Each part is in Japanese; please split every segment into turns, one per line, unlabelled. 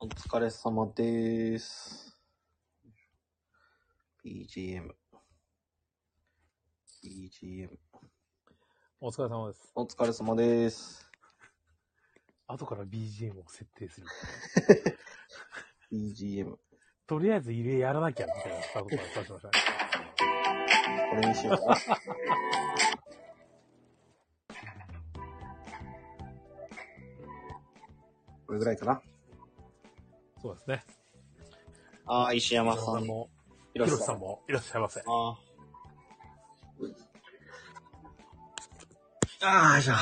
お疲れ様でーす。BGM。BGM。
お疲れ様です。
お疲れ様でーす。
後から BGM を設定する。
BGM。こと
りあえず入れやらなきゃみたいなスタートから出しましたね。
れにしようかな。 これぐらいかな。
そうですね。
あー、石山さん。
も、
ひ
ひろしさん。もいらっしゃいませ。
あー。あー、よいしょ。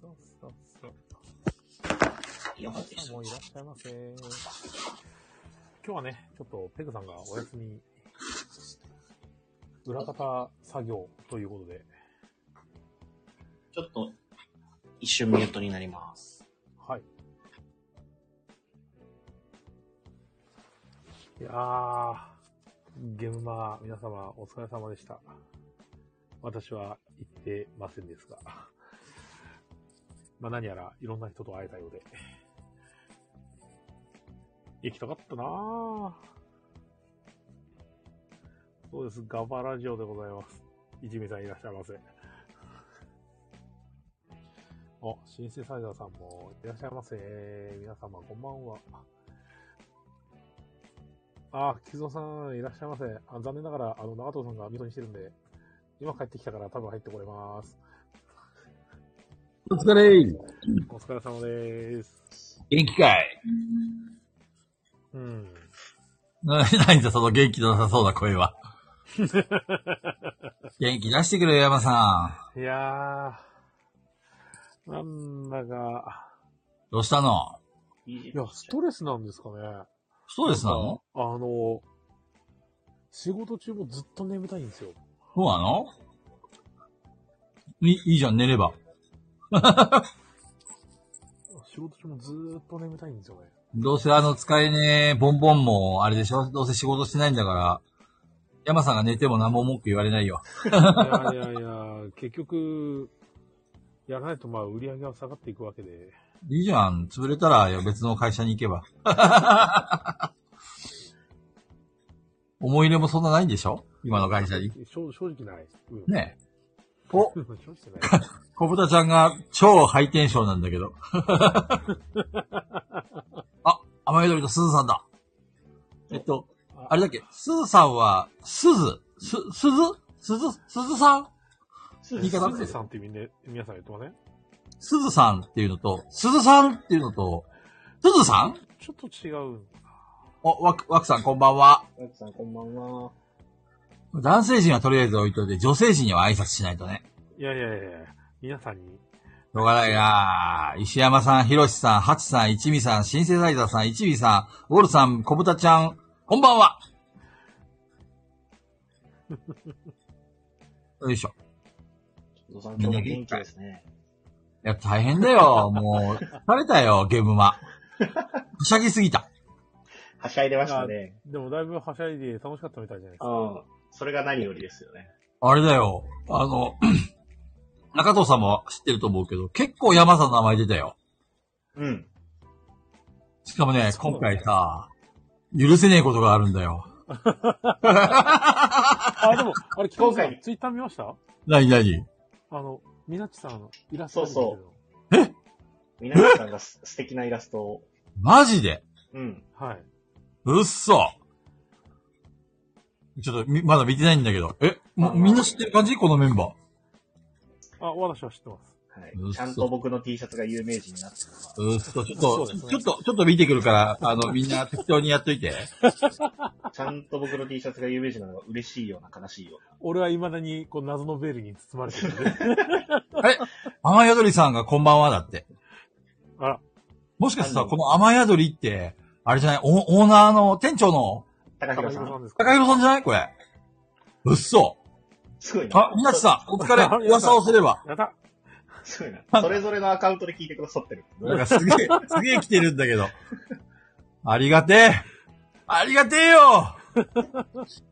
そうそうそう。
よかっ
さんもいらっしゃいませ。今日はね、ちょっとペグさんがお休み、裏方作業ということで、
ちょっと、一瞬ミュートになります。
はい。いやー、現場、皆様お疲れ様でした。私は行ってませんですが。まあ何やらいろんな人と会えたようで。行きたかったなぁ。そうです。ガバラジオでございます。いじめさんいらっしゃいませ。お、シンセサイザーさんもいらっしゃいませ。皆様こんばんは。あ、キゾさんいらっしゃいませ。あ残念ながら、あの、長藤さんがミュートにしてるんで、今帰ってきたから多分入ってこれます。
お疲れ
お疲れ様です。
元気かい
うん。
な、 何だその元気のなさそうな声 は。元気出してくれよ、山さ
いやー、なんだか、
ん。どうしたの
い
いや、ストレスなんですかね。
ストレスなの
あの、仕事中もずっと眠たいんですよ。
そうなのいいいじゃん、寝れば。
仕事中もずーっと眠たいんですよね。
どうせあの使えねえボンボンも、あれでしょどうせ仕事してないんだから、山さんが寝ても何も文句言われないよ。
いやいやいや、結局、やらないとまあ売り上げは下がっていくわけで。
いいじゃん、潰れたらいや別の会社に行けば。 思い入れもそんなないんでしょ今の会社に。
正正直ない。うん
ねえ。お、
正直ない。
小豚ちゃんが超ハイテンションなんだけど。 あ、雨宿りのすずさんだ。えっと、あれだっけ、すずさんは、すず、す、すずすず、すずさん言い方合って
す
る
ずさんってみんな、皆さん言ってません
すずさんっていうのと、すずさんっていうのと、すずさん
ちょっと違う。
お、わく、わくさんこんばんは。
ワクさんこんばんは。
男性陣はとりあえず置いといて、女性陣には挨拶しないとね。
いやいやいやいや、皆さんに。
しょうがないなぁ石山さん、ひろしさん、はちさん、一味さん、シンセサイザーさん、一味さん、ウォルさん、小豚ちゃん、こんばん はよいしょ。
ゾウさん今日も元気ですね。
いや、大変だよ。もう、疲れたよ、ゲームは。はしゃぎすぎた。
はしゃいでましたね。
でもだいぶはしゃいで楽しかったみたいじゃないですか。
うん。それが何よりですよね。
あれだよ。あの、 中藤さんも知ってると思うけど、結構山さんの名前出たよ。
うん。
しかもね、
そう
今
なんだ
回さ、許せねえことがあるんだよ。
あ、でも、あれ、 今
今
回
回
ツイッター見ました
なになに
あの、みなっちさんいらっしゃるんですけ
そう
ど。
皆さんがす 素敵なイラストを。
マジで
うん。
はい。
うっそちょっとみ、まだ見てないんだけど。え、もうみんな知ってる感じこのメンバー。
あ、私は知ってます。
は
うっそ
い。ちゃんと僕の T シャツが有名人になってるのは。
うっそ、ちょっ
そう
と、
ですね
ちょっと、ちょっと見てくるから、あの、みんな適当にやっといて。
ちゃんと僕の T シャツが有名人なのが嬉しいような悲しいよ
俺は未だに、こう、謎のベールに包まれてるんで。
雨宿りさんがこんばんはだって。
あら、
もしかしてさ、
あの
この雨宿りって、あれじゃないオオーナーの、店長の、
うな。高
高
弘さ
弘さん
ん。
ですか
高弘さんじゃないこれ。うっそ。
すごいな。
あ、みなちさん、お 疲れ。噂をすれば。
やった
すごいな。それぞれのアカウントで聞いてくださってる。
なんかすげえ、すげえ来てるんだけど。ありがてえ。ありがてえよ。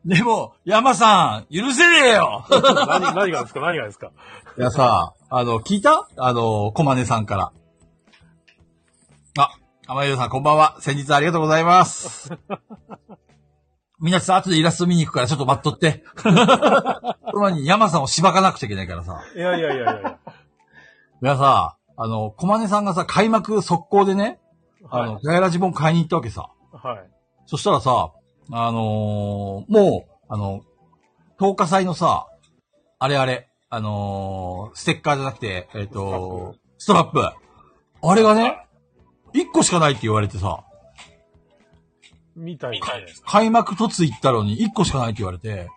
でも、山さん、許せねえよ。
何、何がですか何がですか
いやさ、あの、聞いたあの、小金さんから。甘えるさん、こんばんは。先日はありがとうございます。みなちさん、後でイラスト見に行くから、ちょっと待っとって。その前に山さんをしばかなくちゃいけないからさ。
いやいやいやいやいや。
いやさ、あの、小金さんがさ、開幕速攻でね、 あの、
は
ガイラジ本買いに行ったわけさ。
い。はい。
そしたらさ、あのーもう、あの、10日祭のさ、あれあれ、あのーステッカーじゃなくて、えっ、と、ストラップ。あれがね、1個しかないって言われてさ、
みたいですね。
開幕突行ったのに1個しかないって言われて、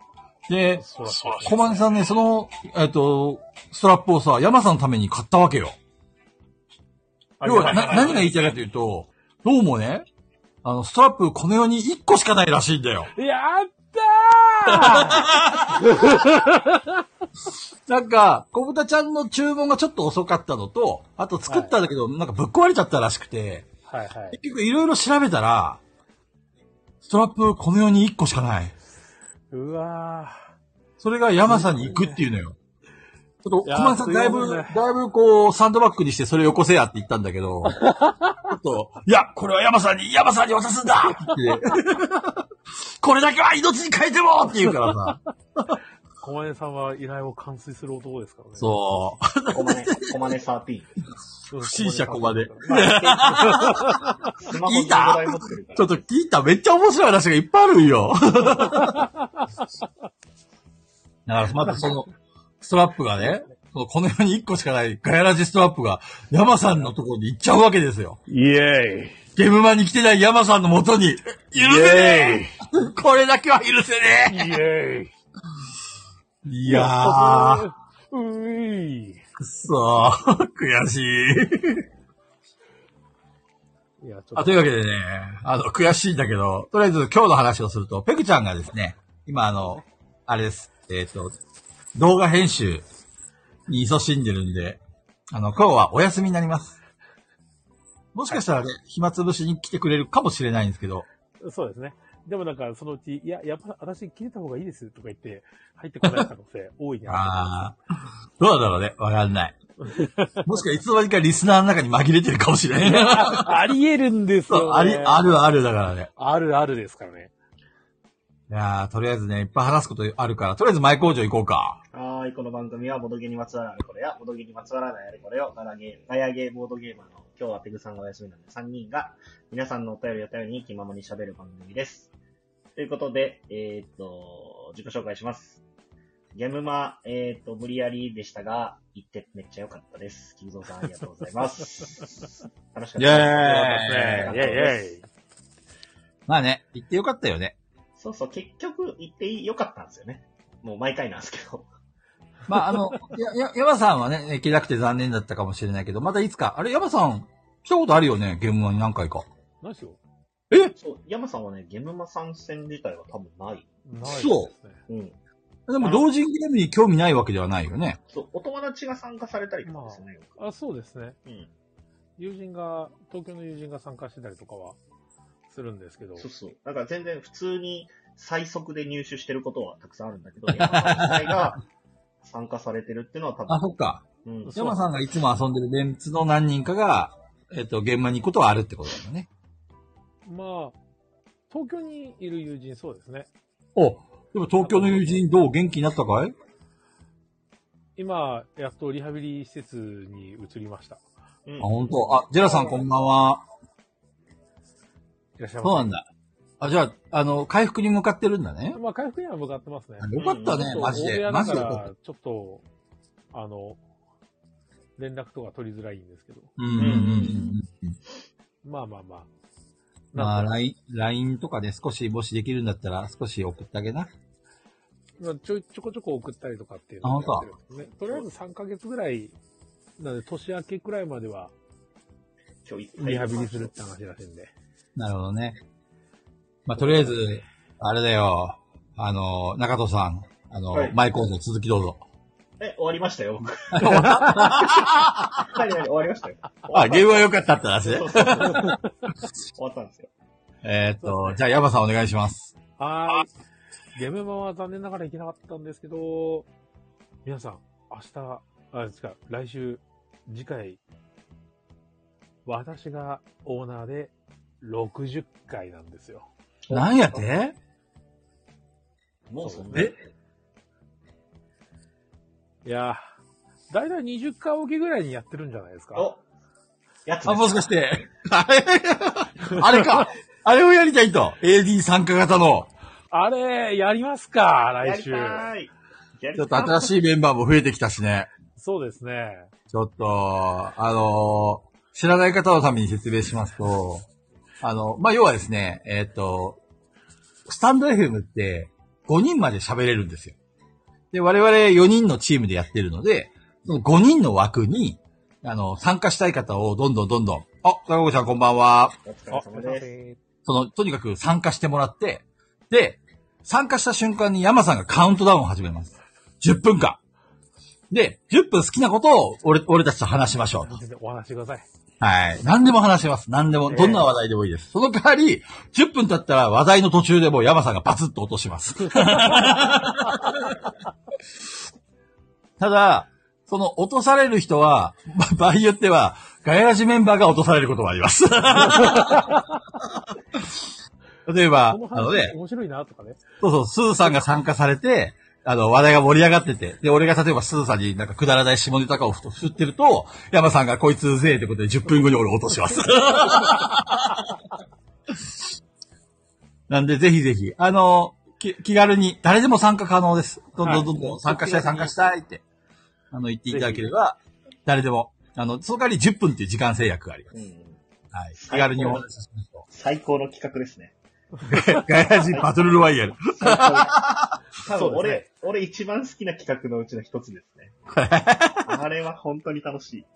で、
そらそう
小金さんね、その、えっ、と、ストラップをさ、山さんのために買ったわけよ。
あり
要
がとう
は、な何が言いたいかというと、どうもね、あの、ストラップこの世に1個しかないらしいんだよ。
やった
なんか、小豚ちゃんの注文がちょっと遅かったのと、あと作ったんだけど、なんかぶっ壊れちゃったらしくて、
ーはいはい。
結局いろいろ調べたら、ストラップこの世に1個しかない。
うわー。
それが山さんに行くっていうのよ。ちょっと、
いや
小松さん、
そう
だ
い
いう
も
ぶ、
んね
だいぶこう、サンドバッグにしてそれよこせやって言ったんだけど、ちょっと、いや、これは山さんに、山さんに渡すんだって言ってこれだけは命に変えてもって言うからさ。
小金さんは依頼を完遂する男ですからね。
そう。
コマネ、コマネサーティ
うん。
不審者小金。
スマホ15台持ってるか
ちょっと聞いた、めっちゃ面白い話がいっぱいあるんよ。 だから、またその、ストラップがね、そのこの世に1個しかないガヤラジストラップが、山さんのところに行っちゃうわけですよ。
イエ
ゲームマンに来てない山さんのもとに、許
ーイ
せねえこれだけは許せね
イエーイ
えい
い
やー、。
うーい。
くそー、悔しい。
いや、ちょ
あ
っと
というわけでね、あの、悔しいんだけど、とりあえず今日の話をすると、ペグちゃんがですね、今あの、あれです、えっ、と、動画編集に勤しんでるんで、あの、今日はお休みになります。もしかしたらね、暇つぶしに来てくれるかもしれないんですけど、
そうですね。でもなんか、そのうち、いや、やっぱ私切れた方がいいですとか言って、入ってこない可能性多いな。
ああ、どうなんだろうね。わかんない。もしかいつの間にかリスナーの中に紛れてるかもし れない。
あり得るんです
そう、
よ、ね。
あり、あ。るあるだからね。
あるあるですからね。
いやーとりあえずね、いっぱい話すことあるから、とりあえず前工場行こうか。
ら。はーい、この番組はボドゲにまつわるあれこれや、ボドゲにまつわらないあれこれを、ガヤゲー、ガヤゲーボードゲーマーの、今日はペグさんがお休みなんで3人が、皆さんのお便りを頼りに気ままに喋る番組です。ということで、えーっと、自己紹介します。ゲームマ、えーっと、無理やりでしたが、行ってめっちゃ良かったです。金蔵さんありがとうござ います。楽しかったです。
イェーイ
ねイェイイェイ。
まあね、行ってよかったよね。
そうそう、結局行って良かったんですよね。もう毎回なんですけど。
まああの、や、や、山さんはね、行けなくて残念だったかもしれないけど、またいつか、あれ、山さん、来たことあるよね、ゲームマンに何回か。
何しよ
そう、山さんはね、ゲムマ参戦自体は多分ない。
うない
そう
ですね。
うん。
でも、同人ゲームに興味ないわけではないよね。
そう、お友達が参加されたりとかですよね。
あ、そうですね。
うん。
友人が、東京の友人が参加してたりとかはするんですけど。
そうそう。だから全然普通に最速で入手してることはたくさんあるんだけど、山さん自体が参加されてるっていうのは多
あ、そ
分。
っか。
うん。
そう
山さんがいつも遊んでるメンツの何人かが、えっ、と、現場に行くことはあるってことだよね。
まあ、東京にいる友人そうですね。
お、でも東京の友人どう元気になったかい
今、やっとリハビリ施設に移りました。
うん
あ、本当。あ、ジェラさんこんばんは。
いらっしゃいませ。
そうなんだ。あ、じゃあ、あの、回復に向かってるんだね。
まあ、回復には向かってますね。
あよかったね
ちょっ、と
マジ
大部
で。
屋だ
マジ
か
でよかった
ら、ちょっと、あの、連絡とか取りづらいんですけど。
うんうんうんうん。
まあまあまあ。
ま
な
あ、
んか
LINE、LINE とかで少し、もしできるんだったら少し送ってあげな。
まあちょい、ちょこちょこ送ったりとかっていうのを
あ本
やってるんですね。とりあえず3ヶ月ぐらい、なので年明けくらいまでは
今日いっぱい
リハビリするって話らしいんで。
なるほどね。まあ、とりあえず、あれだよ。あの、中戸さん。あの、
はい
前講座続きどうぞ。
え、終わりましたよ、僕。何何終わりましたよ。
あ、ゲームは良かったって話ね
そ。うそうそう終わったんですよ。
えーっと、じゃあ、ヤバさんお願いします。
はーい。ゲームマは残念ながら行けなかったんですけど、皆さん、明日、あ、違う、来週、次回、私がオーナーで60回なんですよ。
なんやって
もうそんな。
え
いやー、だいたい20回おきぐらいにやってるんじゃないですか。
おやつです
あ、もしかして、 あれあれかあれをやりたいと !AD 参加型の。
あれ、やりますか、
や
来
り
週
た。い。やり
ちょ
た
っと
い。
新しいメンバーも増えてきたしね。
そうですね。
ちょっと、あのー知らない方のために説明しますと、あの、まあ、要はですね、えっ、と、スタンド FM って5人まで喋れるんですよ。で、我々4人のチームでやってるので、その5人の枠に、あの、参加したい方をどんどんどんどん、あ、高子ちゃんこんばんは。
お疲
あ
れ、様です。
その、とにかく参加してもらって、で、参加した瞬間に山さんがカウントダウンを始めます。10分間。で、10分好きなことを俺、俺たちと話しましょうと。
全然お話しください。
はい。何でも話せます。何でも、
ええ
どんな話題でもいいです。その代わり、10分経ったら話題の途中でもう山さんがバツッと落とします。ただ、その落とされる人は、 ま場合によっては、ガヤラジメンバーが落とされることもあります。例えば
この、
あの
話
ね、
面白いなとかね。
そうそう、スーさんが参加されて、あの、話題が盛り上がってて、で、俺が例えばスーさんになんかくだらない下ネタかをふと振ってると、山さんがこいつうぜえってことで10分後に俺を落とします。なんで、ぜひぜひ、あの、き気軽に、誰でも参加可能です。どんどんどんど
は
ん
い
参加したい、参加したいって、あの、言っていただければ、誰でも、あの、その代わり10分っていう時間制約があります。
うん
はい。気軽にお話ししましょ
最高の企画ですね。
う。 ガヤラジバトルロワイヤル。
最高です多分
そう
俺、
で
俺一番好きな企画のうちの一つですね。あれは本当に楽しい。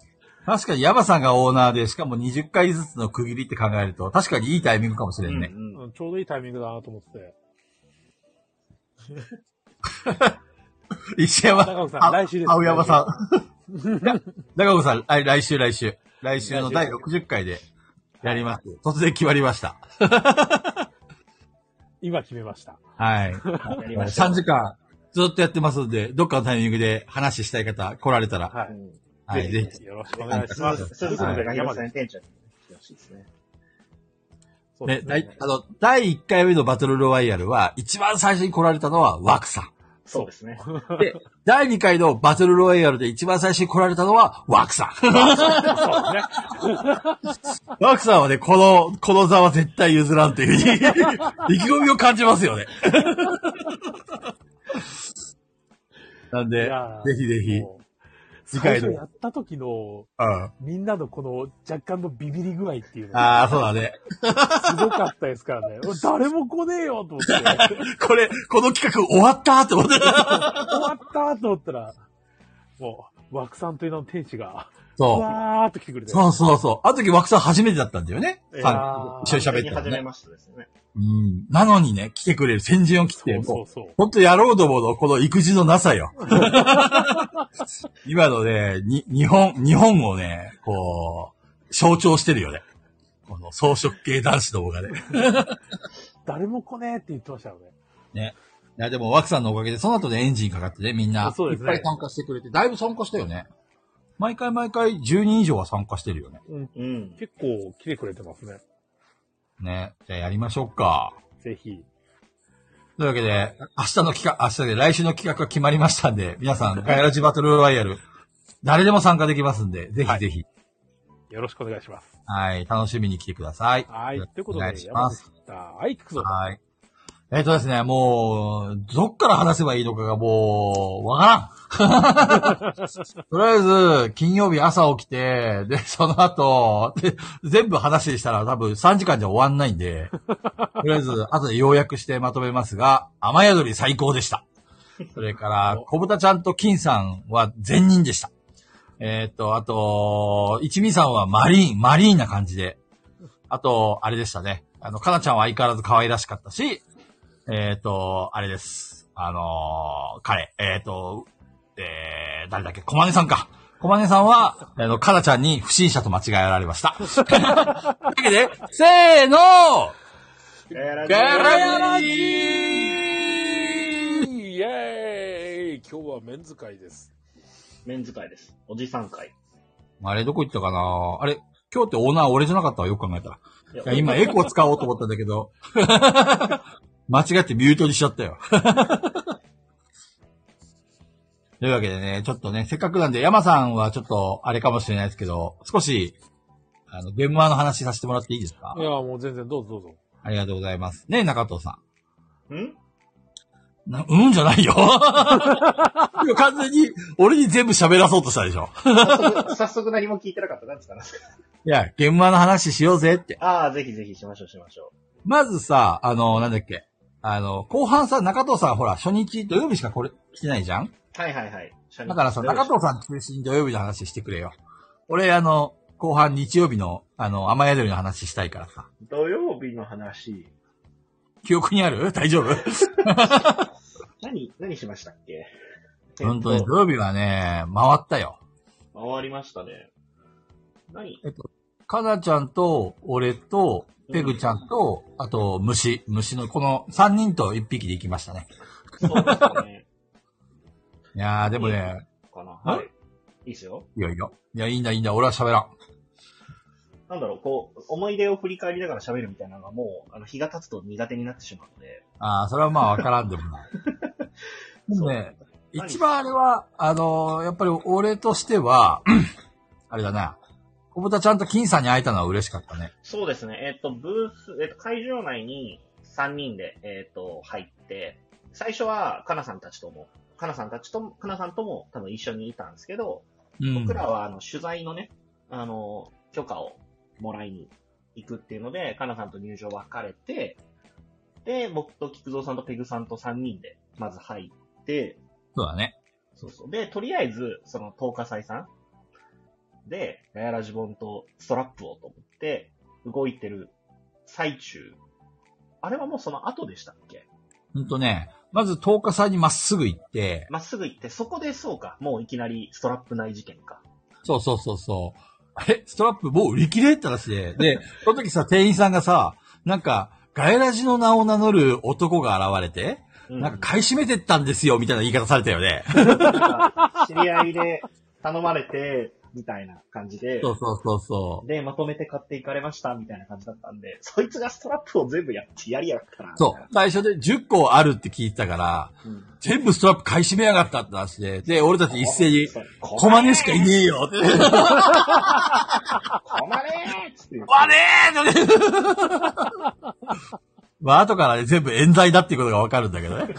確かにヤバさんがオーナーで、しかも20回ずつの区切りって考えると、確かにいいタイミングかもしれんね。
うんうん
うんちょうどいいタイミングだなと思ってて。
石山、
中岡さん
あ
来週です
青山さ ん。中岡さん、あ来週来週。来週の第60回でやります。突然決まりました。
今決めました。
はい。
やりましょ
3時間ずっとやってますんで、どっかのタイミングで話したい方来られたら、
は
う。う
い。
ん
はい、ぜひ。
よろしくお願いし
そ
ま
う
す。
そうそう。だから、山さん店長に来てほしいですね。
そうで
ね、
す
だい
ね。
あの、第1回目のバトルロワイヤルは、一番最初に来られたのはワクさん。
そうですね。
で、第2回のバトルロイヤルで一番最初に来られたのは、ワークさん。
そうですね。
ワークさんはね、この、この座は絶対譲らんというふうに、意気込みを感じますよね。 なん
い
で、ぜ
やー
ひぜひ、
もう
次
最
回
初
の、うん。
やった時の、
あ
みんなのこの若干のビビり具合っていうのが、
あー、そうだね。
すごかったですからね。 俺誰も来ねえよと思って、終わ
これ、この企画終わったって思って。
ったと思ったら、もう、枠さんという名の天使が、う
そう。
わーっと来てくれて。
そうそうそう。あの時、ワークさん初めてだったんだよね。
いやー
さ
あー
一緒に喋った
完
の
全に始め
ね。
ましたですね。
うん。なのにね、来てくれる、先陣を切って、
そう
もう
そうそう。
ほんと野郎どものこの育児のなさ よ。今のね、に、日本、日本をね、こう、象徴してるよね。この草食系男子どもがね。
誰も来ねえって言ってましたよね。
ね。いや、でも、枠さんのおかげで、その後でエンジンかかってね、みんな。
そうですね
いっぱい参加してくれて、だいぶ参加したよね。毎回毎回10人以上は参加してるよね。
うん。
結構来てくれてますね。
ね。じゃあやりましょうか。
ぜひ。
というわけで、明日の企画、明日で来週の企画が決まりましたんで、皆さ ん、ガヤラジバトルロワイヤル、誰でも参加できますんで、ぜひぜひ。
よろしくお願いします。
はい、楽しみに来てください。
はい。ということ
お願
で
い、し
山
ま
口
す。
さん、はい、行くぞ。
はい。えっ、とですね、もう、どっから話せばいいのかがもう、わ からん。とりあえず、金曜日朝起きて、で、その後、で全部話したら多分3時間じゃ終わんないんで、とりあえず、後で要約してまとめますが、雨宿り最高でした。それから、小豚ちゃんと金さんは善人でした。えっ、と、あと、一味さんはマリーン、マリーンな感じで。あと、あれでしたね。あの、かなちゃんは相変わらず可愛らしかったし、えっ、と、あれです。あのー彼、えっ、と、えー、誰だっけ、小金さんか。小金さんは、あの、かなちゃんに不審者と間違えられま した。というわけで、せーの
ガヤラジ
ガ
ー
ヤラジー
イエーイ今日はメンズ会です。
メンズ会です。おじさん会。
あれ、どこ行ったかなあれ、今日ってオーナー俺じゃなかったわ、よく考えたら。
い
いや今、エコー使おうと思ったんだけど、間違ってミュートにしちゃったよ。 というわけでね、ちょっとね、せっかくなんで、山さんはちょっと、あれかもしれないですけど、少し、あの、ゲームマーの話させてもらっていいですか
いや、もう全然、どうぞどうぞ。
ありがとうございます。ね、中藤さん。
ん
な、うんじゃないよ。 今完全に、俺に全部喋らそうとしたでしょ。
早速、早速何も聞いてなかった。なんですかね。
いや、ゲームマーの話しようぜって。
ああ、ぜひぜひしましょうしましょ
まずさ、あの、なんだっけ。あの、後半さ、中藤さんほら、初日土曜日しかこれ、来てないじゃん
う。はいはいはい。だ
だからさ、中藤さん中心に土曜日の話してくれよ。俺、あの、後半日曜日の、あの、雨宿りの話したいからさ。
土曜日の話、
記憶にある 大丈夫
何、何しましたっけ
本当に
えっと
土曜日はね、回ったよ。
回りましたね。何
えっと、かなちゃんと、俺と、ペグちゃんと、あと、虫、虫の、この3人と1匹で行きましたね。
そうですね。
いやー、でもね、
かな。はい。いいっすよ。
いやいや、いや、いいんだ、いいんだ、俺は喋らん。
なんだろう、こう、思い出を振り返りながら喋るみたいなのがもう、あの、日が経つと苦手になってしまうので。
ああ、それはまあわからんでも ない。でもね、
そう
一番あれは、あのーやっぱり俺としては、 あれだな、小豚ちゃんと金さんに会えたのは嬉しかったね。
そうですね。えっ、と、ブース、えっ、と、会場内に3人で、えっ、と、入って、最初は、かなさんたちとも、かなさんたちとも、かなさんとも多分一緒にいたんですけど、
うん
僕。らは、あの、取材のね、あの、許可をもらいに行くっていうので、かなさんと入場分かれて、で、僕と菊蔵さんとペグさんと3人で、まず入って、
そうだね。
そうそう。で、とりあえず、その、10日祭さんで、ガヤラジボンとストラップをと思って、動いてる最中。あれはもうその後でしたっけ
ほんとね、まず10日祭にまっすぐ行って、
まっすぐ行って、そこでそうか、もういきなりストラップ内事件か。
そうそうそうそう。あれストラップもう売り切れって話で。で、その時さ、店員さんがさ、なんか、ガエラジの名を名乗る男が現れて、
う
なんか買い占めてったんですよ、みたいな言い方されたよね。
なんか知り合いで頼まれて、みたいな感じで、
そうそうそうそう。
で、まとめて買っていかれました、みたいな感じだったんで、そいつがストラップを全部やってやりやがったな。
そう。最初で10個あるって聞いてたから、
う。うん、
全部ストラップ買い占めやがったって話で、で、俺たち一斉に、
そう、
コマネしかいねえよって。
こまねーっつって言って。
わねえって まあ、後からね、全部冤罪だっていうことがわかるんだけどね。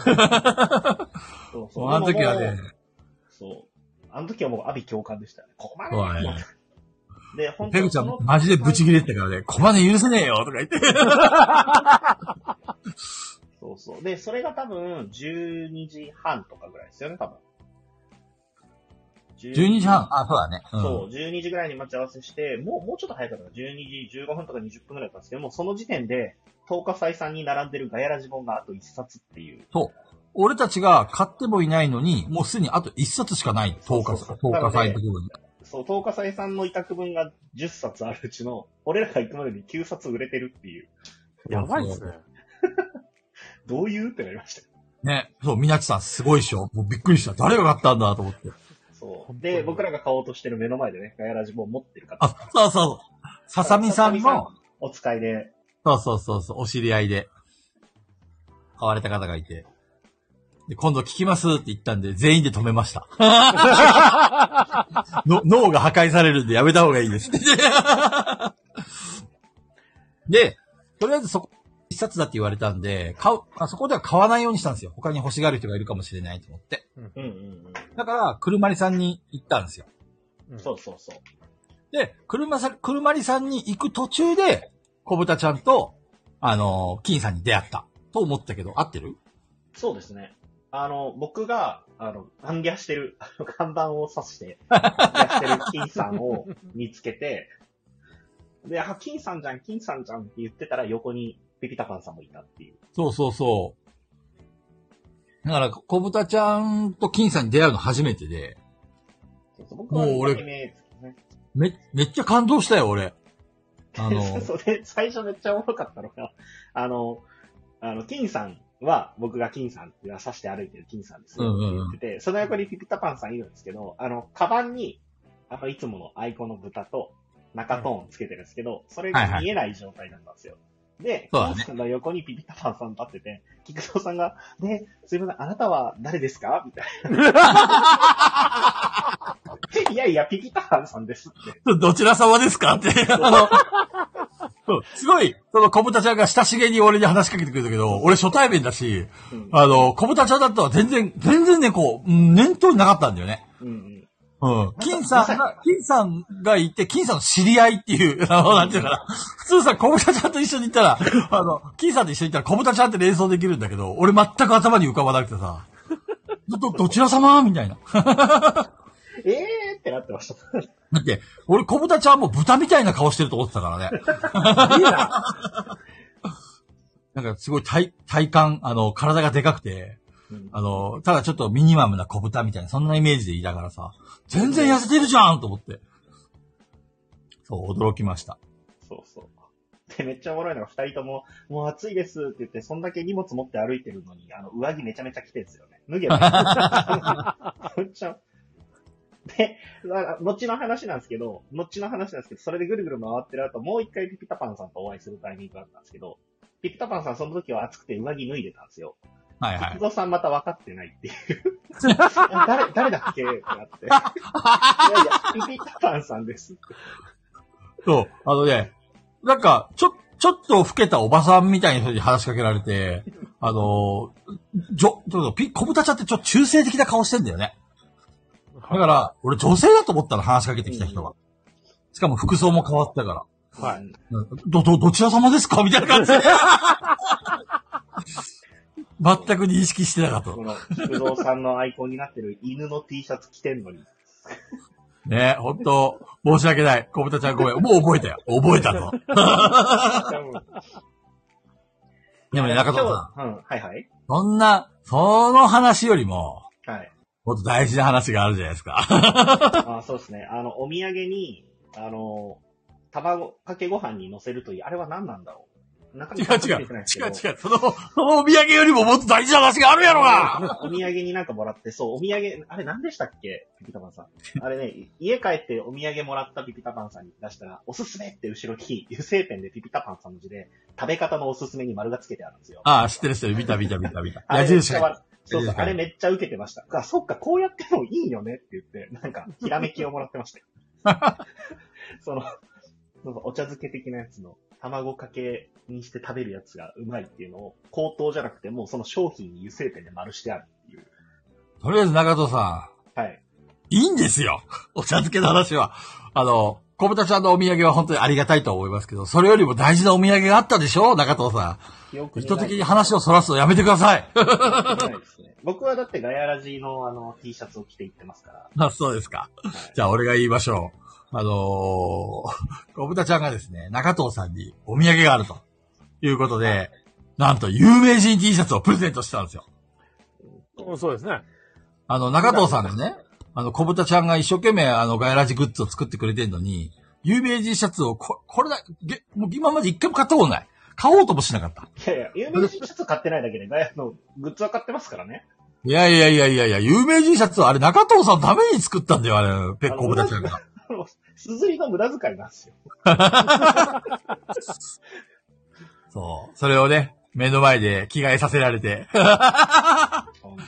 そうそう
あの時はね、
そう。あの時はもう阿ビ共感でしたよね。こま
そうだ
ね
ね
ーで、本当
ペ
に
グちゃ
そ
ん
の、
マジでブチ切れてたからね、コマネ許せねえよとか言って。
そうそう。で、それが多分、12時半とかぐらいですよね、多分。
12時半。あ、そうだね。うん
そう、12時ぐらいに待ち合わせして、もう、もうちょっと早かったかな、12時15分とか20分ぐらいだったんですけども、その時点で、10日採算に並んでるガヤラジ本があと1冊っていう。
俺たちが買ってもいないのに、もうすでにあと1冊しかない。10日、
そうそうそう
10日祭のところに。
そう、10日採算の委託分が10冊あるうちの、俺らが行くまでに9冊売れてるっていう。
やばいですね。
どういうってなりましたよ。
ね。そう、みなちさんすごいっしょ。もうびっくりした。誰が買ったんだと思って。
そう
本。当に
で、僕らが買おうとしてる目の前でね、ガヤラジボン持ってる方。
あ、そうそう。ささみさん
ささ
の、
みお使いで、
そうそうそうそう、お知り合いで、買われた方がいて。で、今度聞きますって言ったんで、全員で止めま した。の脳が破壊されるんでやめた方がいいです。で、とりあえずそこ、一冊だって言われたんで、買う、あそこでは買わないようにしたんですよ。他に欲しがる人がいるかもしれないと思って。
うんうん
だから、車りさんに行ったんですよ。
うん。そうそうそう。
で、車さ、車りさんに行く途中で、小豚ちゃんと、あのー金さんに出会った。と思ったけど、合ってる
そうですね。あの、僕が、あの、半ギャしてる、 あの、看板を刺して、半ギャしてる金さんを見つけて、で、あ、金さんじゃん、金さんじゃんって言ってたら横にピピタパンさんもいたっていう。
そうそうそう。だから、小豚ちゃんと金さんに出会うの初めてで、
そうそう僕は
もう俺
二回目ですね、
め、めっちゃ感動したよ、俺。あのー
そうで、最初めっちゃおもろかったのが、あの、あの、金さんは、僕が金さんっていうのは刺して歩いてる金さんです
う
よ
ん
っ
う
て
んう
言
ん
ってて、その横にピピタパンさんいるんですけど、あの、カバンに、あの、いつものアイコンの豚と、中トーンつけてるんですけど、それが見えない状態なんですよ。で、
そう
コ
だね
ウさんの横にピピタパンさん立ってて、菊蔵さんが、で、すいません、あなたは誰ですかみた いな。いやいや、ピピタパンさんですって。
どちら様ですかって、 あの、そうすごい、その、小豚ちゃんが親しげに俺に話しかけてくれたけど、俺初対面だし、
うん。
あの、小豚ちゃんだったら全然、全然ね、こう、うん念頭になかったんだよね。
うんうん。
うん。金さんが、金さんがいて、金さんの知り合いっていう、 あの、なんていうかな。普通さ、小豚ちゃんと一緒に行ったら、あの、金さんと一緒に行ったら小豚ちゃんって連想できるんだけど、俺全く頭に浮かばなくてさ、ど、ど、どちら様みたいな。
えーってなってました。
だって、俺小豚ちゃんも豚みたいな顔してると思ってたからね。
いいな。
なんかすごい体、体感、あの、体がでかくて、
うん
あの、ただちょっとミニマムな小豚みたいな、そんなイメージでいたからさ、全然痩せてるじゃんと思って。そう、驚きました。
そうそう。で、めっちゃおもろいのが、二人とも、もう暑いですって言って、そんだけ荷物持って歩いてるのに、あの、上着めちゃめちゃ着てるんですよね。脱げばいい。めっちゃ。で、まあ後の話なんですけど、後の話なんですけど、それでぐるぐる回ってる後、もう一回ピピタパンさんとお会いするタイミングがあったんですけど、ピピタパンさんその時は暑くて上着脱いでたんですよ。
はいは
菊
い。
蔵さんまた分かってないっていう。誰、誰だっけってなって。いやいや、ピピタパンさんですって。
そう、あのね、なんか、ちょ、ちょっと老けたおばさんみたいな人に話しかけられて、あの、じょ、ちょっとピ、小豚ちゃんってちょっと中性的な顔してんだよね。
だ
だか、ら、俺女性だと思ったら話しかけてきた人が。しかも服装も変わったから。
はい
うん。
うんど、ど、どちら様ですかみたいな感じで。全く認識してなかった。
この、菊蔵さんのアイコンになってる犬の T シャツ着てんのに。
ね本当申し訳ない。小豚ちゃんごめん。もう覚えたよ。覚えたぞ。でもね、中澤さん。
ん。うん、はいはい。
そんな、その話よりも、
はい。
もっと大事な話があるじゃないですか。
あそうですね。あの、お土産に、あの、卵かけご飯に乗せるという、あれは何なんだろう。中
違う
身
違う。違う
書いてないですけど
違う。その、そのお土産よりももっと大事な話があるやろが
お土産になんかもらって、そう、お土産、あれ何でしたっけピピタパンさん。あれね、家帰ってお土産もらったピピタパンさんに出したら、おすすめって後ろに油性ペンでピピタパンさんの字で、食べ方のおすすめに丸がつけてあるんですよ。
ああ、知ってる人見た見た見た見た。
あ
矢
れめっ
印
ちゃ
が。
笑そうそう、あれめっちゃ受けてました。あ、そっか、こうやってもいいよねって言って、 なんか、ひらめきをもらってましたよ。 その、そうそうお茶漬け的なやつの、卵かけにして食べるやつがうまいっていうのを、口頭じゃなくて、もうその商品に油性ペンで丸してあるっていう。
とりあえず中藤さん、
はい。
いいんですよ。 お茶漬けの話は。あの、小豚ちゃんのお土産は本当にありがたいとは思いますけど、それよりも大事なお土産があったでしょ中藤さ
記憶
ん。
に
人的に
ない
話をそらすのやめてください。
ないですね。僕はだってガヤラジーのあの、T シャツを着て行ってますから。
あそうですか。じゃあ俺が言いましょう。あのー、小豚ちゃんがですね、中藤さんにお土産があるということで、なんと有名人 T シャツをプレゼントしたんですよ。
うんそうですね。
あの、中藤さんがね、あの、小豚ちゃんが一生懸命、あの、ガヤラジグッズを作ってくれてんのに、有名人シャツをこ、これだ、げもう今まで一回も買ったことない。買おうともしなかった。
いやいや、有名人 T シャツ買ってないだけで、ガヤのグッズは買ってますからね。
いやいやいやいやいや、有名人シャツはあれ中藤さんのために作ったんだよ、あれ、ペッコ小豚ちゃんが。
あのすずりの無駄遣いなんですよ。
そう。それをね、目の前で着替えさせられて、
ほんと。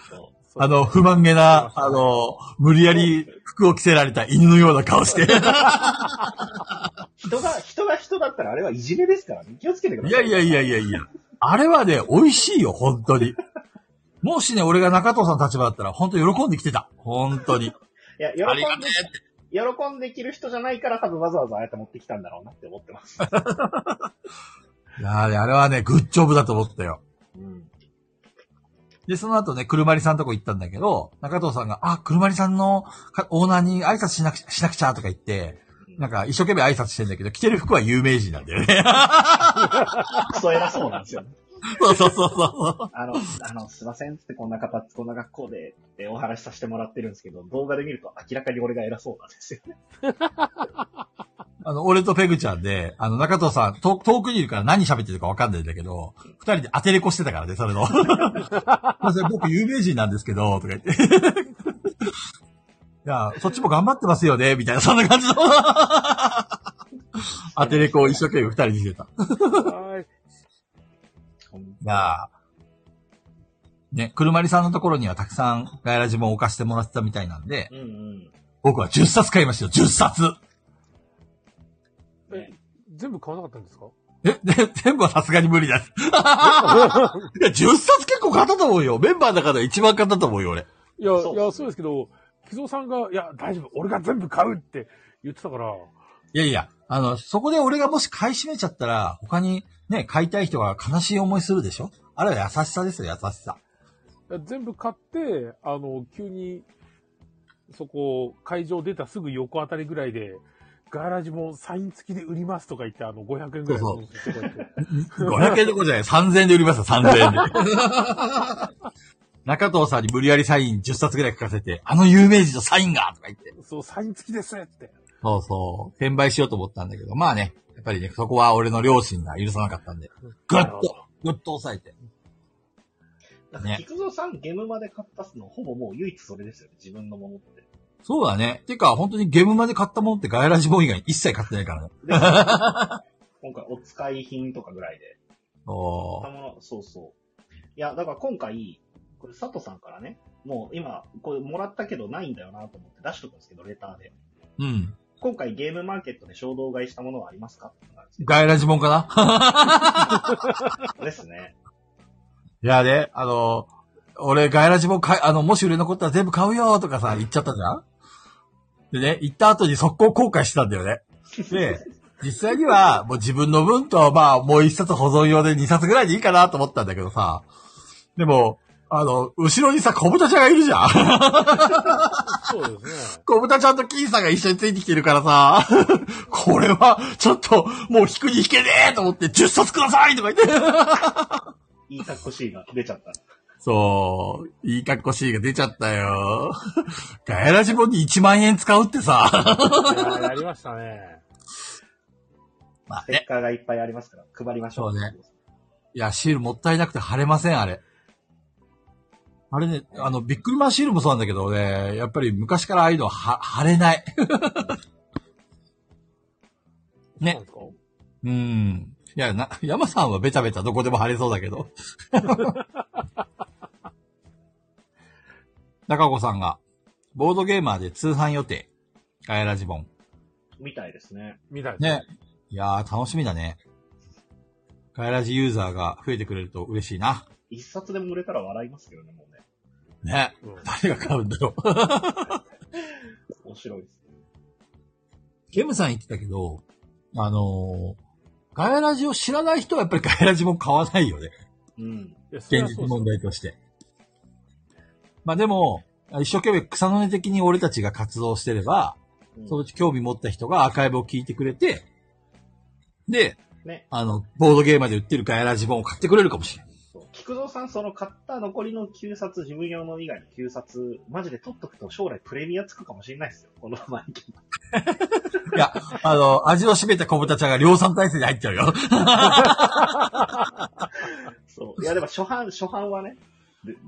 あの、不満げな、あの、無理やり服を着せられた犬のような顔して。
人が、人が人だったらあれはいじめですからね。気をつけてくだ
い
さ
や
い。
いやいやいやいや。あれはね、美味しいよ、本当に。もしね、俺が中藤さんの立場だったら、本当喜んできてた。本当に。
いや、
あ
喜
りが
ん
て
で、喜んできる人じゃないから多分わざわざああやって持ってきたんだろうなって思ってます。
え。いやーねあれはね、グッジョブだと思ったよ。
うん。
で、その後ね、車りさんとこ行ったんだけど、中藤さんが、あ、車りさんのかオーナーに挨拶しなくしなくちゃとか言って、なんか一生懸命挨拶してんだけど、着てる服は有名人なんだよね。
クソ偉そうなんですよ、ね。
そうそうそうそう。
あの、あの、すいませんっつってこんな方、こんな学校でってお話しさせてもらってるんですけど、動画で見ると明らかに俺が偉そうなんですよね。
あの、俺とペグちゃんで、あの、中藤さん、遠遠くにいるから何喋ってるかわかんないんだけど、二人で当てれこしてたからね、それの。すいません僕有名人なんですけど、とか言って。いや、そっちも頑張ってますよね、みたいな、そんな感じの。アテレコを一生懸命二人にしてた。
はーい。
いやーね、くるまりさんのところにはたくさんガイラジも置かしてもらってたみたいなんで、
うんうん。
僕は10冊買いましたよ、10冊
え、全部買わなかったん ですか
え、で、全部はさすがに無理だ。いや、10冊結構買ったと思うよ。メンバーの中で一番買ったと思うよ、俺。
いや、い
そう
や、そうですけど、木造さんが、いや、大丈夫、俺が全部買うって言ってたから、
いやいや、あの、そこで俺がもし買い占めちゃったら、他にね、買いたい人が悲しい思いするでしょあれは優しさですよ、優しさ。
全部買って、あの、急に、そこ、会場出たすぐ横あたりぐらいで、ガーラジもサイン付きで売りますとか言って、あの、500円ぐらい
そう
のとこ行って
500円どころじゃない、3000円で売りました、3000円で。 中藤さんに無理やりサイン10冊ぐらい書かせて、あの有名人のサインがとか言って。
そう、サイン付きですって。
そうそう。転売しようと思ったんだけど、まあね、やっぱりね、そこは俺の両親が許さなかったんで、ぐっ
あの
と、ぐっと抑えて。
なんか、
ね
菊蔵さんゲームまで買ったっすの、ほぼもう唯一それですよね、自分のものって。
そうだね。てか、本当にゲームまで買ったものってガイラジボーイ以外一切買ってないからね。
で今回お使い品とかぐらいで。
おー
たまらそうそう。いや、だから今回、これ佐藤さんからね、もう今、これもらったけどないんだよなと思って出しとくんですけど、レターで。
うん。
今回ゲームマーケットで衝動買いしたものはありますかって感 じで
ガイラジモンかな
ですね。
いやね、あの、俺、ガイラジモン買い、あの、もし売れ残ったら全部買うよとかさ、言っちゃったじゃんでね、言った後に速攻後悔してたんだよね。で、実際には、もう自分の分と、まあ、もう一冊保存用で二冊ぐらいでいいかなと思ったんだけどさ、でも、あの、後ろにさ、小豚ちゃんがいるじゃん
そうですね。
小豚ちゃんと金さんが一緒についてきてるからさ、 これは、ちょっと、もう引くに引けねえと思って、10冊くださいとか言って。
言 いたくしいが出ちゃった。
そう、いい格好しいが出ちゃったよ。 ガヤラジボに1万円使うってさ。
いや、やりましたね。
まあ
ステ
ね
ッ、カーがいっぱいありますから、配りましょう。
そうねいや、シールもったいなくて貼れません、あれ。あれね、あの、ビックリマンシールもそうなんだけどね、やっぱり昔からああいうのはは貼れない。ね
そうなんですか
うん。いや、な、 山さんはベタベタどこでも貼れそうだけど。 中子さんが、ボードゲーマーで通販予定。ガヤラジボン。
みたいですね。
みたいです
ね。。いやー、楽しみだね。ガイラジユーザーが増えてくれると嬉しいな。
一冊でも売れたら笑いますけどね、もうね。
ね。
うん
誰が買うんだろう。
面白いです。
ゲムさん言ってたけど、あのー、ガイラジを知らない人はやっぱりガイラジも買わないよね。
うん。
いやそれ
現
はそうで
実
すよ
問題として。まあでも、一生懸命草の根的に俺たちが活動してれば、
うん
そのうち興味持った人がアーカイブを聞いてくれて、で、
ね
あの、ボードゲーマーで売ってるガイラジ本を買ってくれるかもしれない。
そう菊蔵さん、その買った残りの9冊、自分用の以外の9冊、マジで取っとくと将来プレミアつくかもしれないですよ。この前に。
いや、 あの、味を占めた小豚ちゃんが量産体制に入っちゃうよ。
そう。いや、でも初版、初版はね。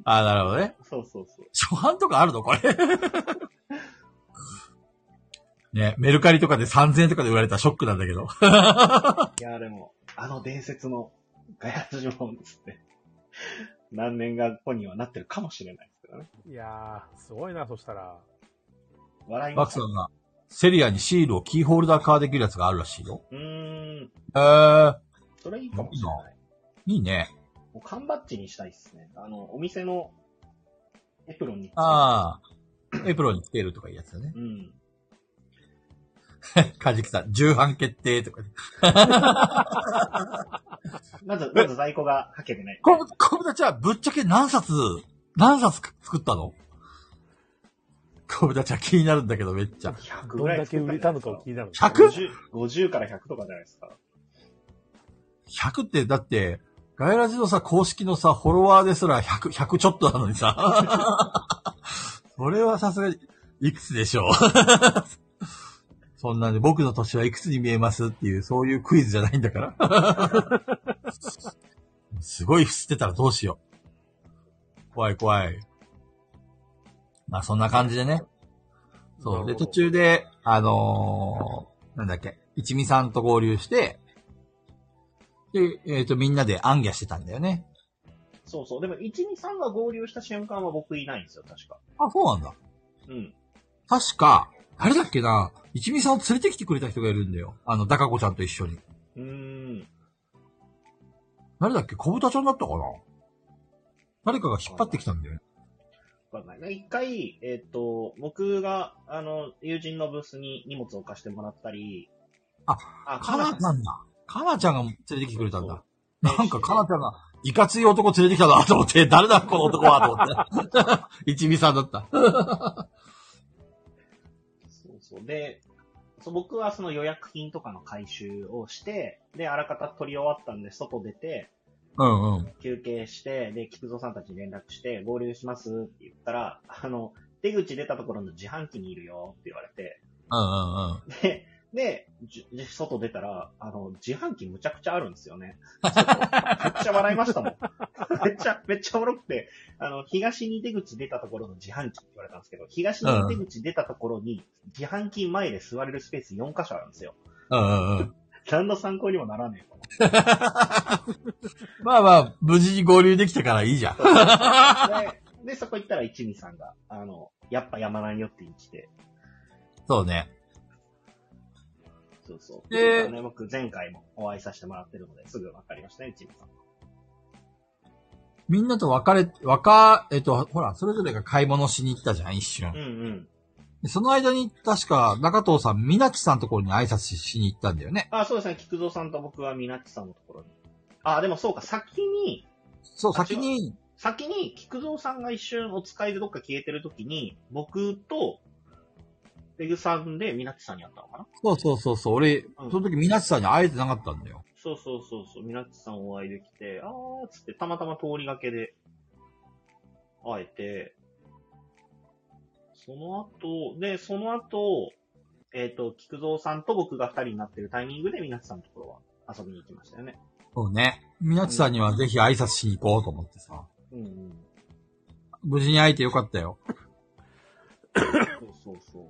あなるほどね。
そうそうそう。
初版とかあるのこれ。 ね、メルカリとかで3000円とかで売られたらショックなんだけど。
いや、でも、あの伝説のガヤラジモンつって、 何年が後にはなってるかもしれないですけどね。
いやー、すごいな、そしたら。
笑い
マッ
ま
ク
し
さ
た。
んが、セリアにシールをキーホルダー化できるやつがあるらしいよ。
うーん。
えー、
それいいかもしれない。
いいね。
もう缶バッジにしたいっすね。あの、お店のエプロンに。
ああ、エプロンにつけるとかいうやつだね。
うん。
カジキさん、重版決定とか。
まず、まず在庫がはけてね。
小小豚ちゃん、ぶっちゃけ何冊、何冊作ったの小豚ちゃん気になるんだけど、めっちゃ。
100
ど
ぐ
ん
らい
だけ売れたのかを聞いたのか。
100
100?50 50から100とかじゃないですか。
100って、だって、ガイラジのさ、公式のさ、フォロワーですら100、100ちょっとなのにさ。それはさすがに、いくつでしょう。 そんなんで、僕の年はいくつに見えますっていう、そういうクイズじゃないんだから。すごい伏ってたらどうしよう。怖い怖い。まあそんな感じでね。そう。で、途中で、あのーなんだっけ、一味さんと合流して、で、えっ、と、みんなで暗夜してたんだよね。
そうそう。でも、1、2、3が合流した瞬間は僕いないんですよ、確か。
あ、そうなんだ。
うん。
確か、あれだっけな、一味さんを連れてきてくれた人がいるんだよ。あの、ダカ子ちゃんと一緒に。
うーん。
誰だっけ小豚ちゃんだったかな誰かが引っ張ってきたんだよね。
わかんない。一回、えっ、と、僕が、あの、友人のブースに荷物を貸してもらったり、
あ、
あ、
カナちゃんだ。カナちゃんが連れてきてくれたんだ。
そう
なんかカナちゃんが、いかつい男連れてきたなと思って、誰だこの男はと思って。 一味さんだった。
そうそう。で、そう僕はその予約品とかの回収をして、で、あらかた取り終わったんで、外出て、
うんうん。
休憩して、で、菊蔵さんたちに連絡して、合流しますって言ったら、あの、出口出たところの自販機にいるよって言われて、
うんうんうん。
で、で、じで外出たら、あの、自販機むちゃくちゃあるんですよね。めっちゃ笑いましたもん。めっちゃ、めっちゃおもろくて、あの、東に出口出たところの自販機って言われたんですけど、東に出口出たところに、自販機前で座れるスペース4箇所あるんですよ。
うんうんうん。
何の参考にもならねえと思って
まあまあ、無事に合流できたからいいじゃん。
で、でそこ行ったら一味さんが、あの、やっぱ山ないよって言ってきて、
そうね。
そうそう。
えー
あのね、僕前回もお会いさせてもらってるので、すぐ分かりましたね、一味さん。
みんなと別れ、別、えっと、ほら、それぞれが買い物しに行ったじゃん、一瞬。
うんうん。
でその間に、確か、中藤さん、みなきさんのところに挨拶ししに行ったんだよね。
あ、そうですね、菊蔵さんと僕はみなっちさんのところに。あ、でもそうか、先に、
そう、
あ
先に、
先に、菊蔵さんが一瞬お使いでどっか消えてる時に、僕と、ペグさんで、みなっちさんに会ったのかな
そうそうそうそう、俺、
うん
その時みなきさんに会えてなかったんだよ。
そうそうそうそう、みなっちさんお会いできて、あーっつって、たまたま通りがけで、会えて、その後、で、その後、えっ、と、菊蔵さんと僕が二人になってるタイミングで、みなっちさんのところは遊びに行きましたよね。
そうね。みなきさんにはぜひ挨拶しに行こうと思ってさ。
うんうん。
無事に会えてよかったよ。
そうそうそう。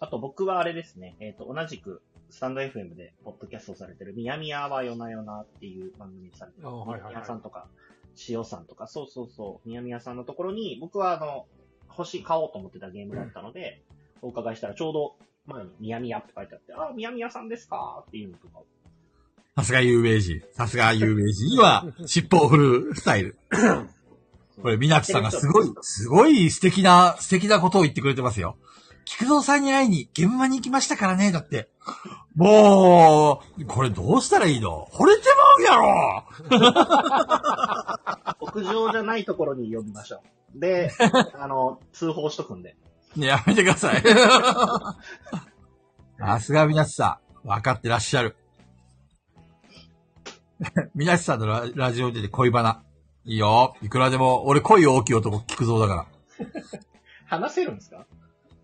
あと僕はあれですね、えっ、と、同じく、スタンド FM で、ポッドキャストをされてる、みやみやはよなよなっていう番組されてる、
あはいはいはい
みやみやさんとか、しおさんとか、そうそうそう、みやみやさんのところに、僕はあの、欲しい、買おうと思ってたゲームだったので、お伺いしたらちょうど前に、みやみやって書いてあって、あー、みやみやさんですかっていうのとかを
さすが有名人。さすが有名人には、尻尾を振るスタイル。これ、みなきさんがすごい、すごい素敵な、素敵なことを言ってくれてますよ。菊蔵さんに会いに、現場に行きましたからね、だって。もう、これどうしたらいいの惚れてまうやろ
屋上じゃないところに呼びましょ う。で、あの、通報しとくんで。
ね、やめてください。 さすがみなしさん、分かってらっしゃる。 みなしさんのララジオで恋バナ。いいよ。いくらでも、俺恋大きい男聞くぞだから。
話せるんですか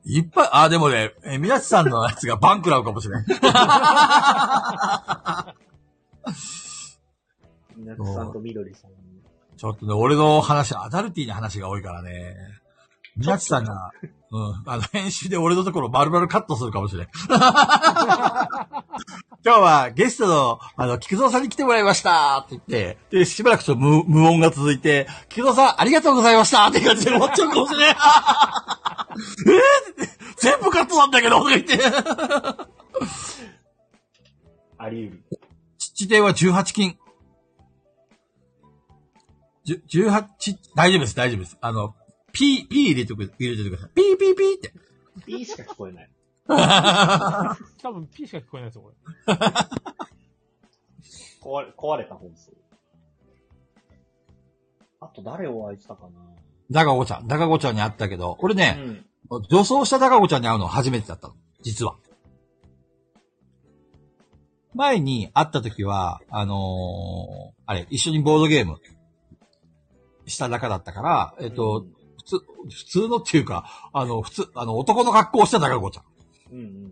いっぱい、あ、でもね、えー、みなしさんのやつがバンクラうかもしれん。
みなつさんとみどりさんに。
ちょっとね、俺の話、アダルティーな話が多いからね。みなしさんが、うん、あの、編集で俺のところ丸々カットするかもしれん。 今日はゲストの、あの、菊蔵さんに来てもらいましたって言って、で、しばらくちょっと無無音が続いて、菊蔵さんありがとうございましたって感じで終わっちゃうかもしれん。え ー、全部カットなんだけどとか言って。
あり得る。
父帝は18金。じゅ18、ち大丈夫です、大丈夫です。あの、P、P 入れておく、入れておいてください。ピーピーピーって。
いいしか聞こえない。
多分 P しか聞こえないですよ、これ。
壊れ、壊れた放送。あと誰お会いしたか
ダカゴちゃん、ダカゴちゃんに会ったけど、俺
な
ね、
ん。
女装したダカゴちゃんに会うの初めてだったの。実は。前に会った時は、あのーあれ、一緒にボードゲームした中だったから、えっと、普通、普通のっていうか、あの、普通、あの、男の格好をしたダカゴちゃん。
うん、うんうん。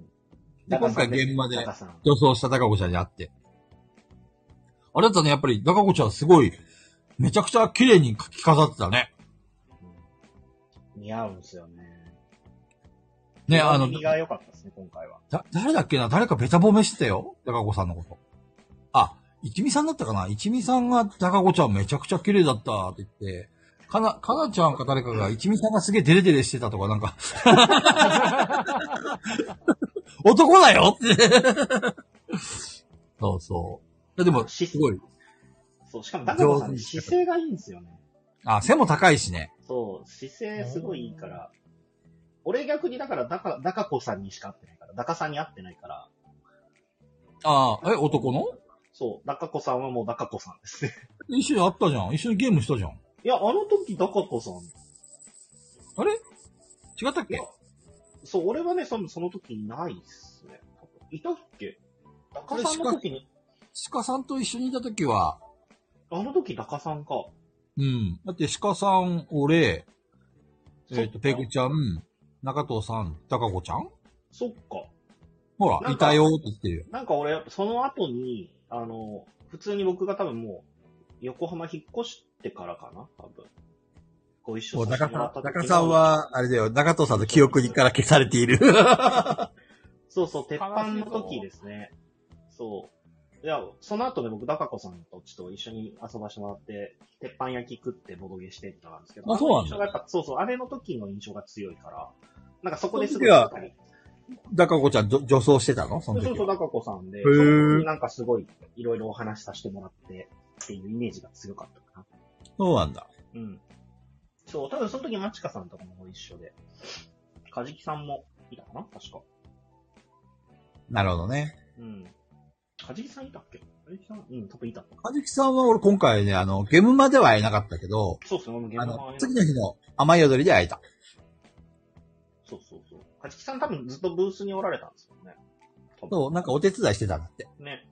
で、今回
中さんね
現場で、
中さん。
予想した高子ちゃんに会って。あれだったね、やっぱり高子ちゃんすごい、めちゃくちゃ綺麗に書き飾ってたね。
似合うんすよね。
ね、あの、
耳が良かったですね、今回は。
だ、誰だっけな誰かべた褒めしてたよ高子さんのこと。あ、一味さんだったかな一味さんが高子ちゃんめちゃくちゃ綺麗だったって言って、かな、かなちゃんか誰かが一味さんがすげえデレデレしてたとかなんか、男だよって。そうそう。いやでも、すごい。
そう、しかも高子さんね、姿勢がいいんですよね。
あ、背も高いしね。
そう、姿勢すごいいいから。俺逆にだから、だか、だかこさんにしか会ってないから、だかさんに会ってないから、
ああ、え、男の
そう、だかこさんはもうだかこさんですね。
一緒に会ったじゃん。一緒にゲームしたじゃん。
いや、あの時だかこさん、
あれ違ったっけ
そう、俺はね、そのその時いないっすね。いたっけだかさんの時に、
鹿さんと一緒にいた時は、
あの時だかさんか。
うん。だって鹿さん、俺、えっ、
そ
と、
っ
ペ
か
グちゃん、中藤さん、高子ちゃん
そっか。
ほ
な
ら、
ん
い
か
たよって言ってるよ。
なんか俺、その後に、あの、普通に僕が多分もう、横浜引っ越してからかな多分。ご一緒させてもらった時の
は、あれだよ、中藤さんの記憶から消されている。
そうそう、鉄板の時ですね。そう。いや、その後ね、僕、ダカ子さんとちょっと一緒に遊ばしてもらって、鉄板焼き食ってボドゲしてってなんですけど。
あそうなんだ
あの印象がやっぱそうそう、あれの時の印象が強いから、なんかそこです
その
ご
時
い、
高子ちゃん、女装してたのそ
そう
の時
そ
は
うそう、ダカ子さんで、
へ
そ
ー
の時なんかすごい、いろいろお話しさせてもらって、っていうイメージが強かったかな。
そうなんだ。
うん。そう、多分その時、マチカさんとかも一緒で、カジキさんもいたかな確か。
なるほどね。
うん。カジキさんいたっけカジキさんうん、多分いた。
かじきさんは俺今回ね、あの、ゲームまでは会えなかったけど、
そうっすね、俺も現
あ
場もあ
の
れ、
次の日の甘い踊りで会えた。
そうそうそう。かじきさん多分ずっとブースにおられたんですよね。多分
そう、なんかお手伝いしてたんだって。
ね。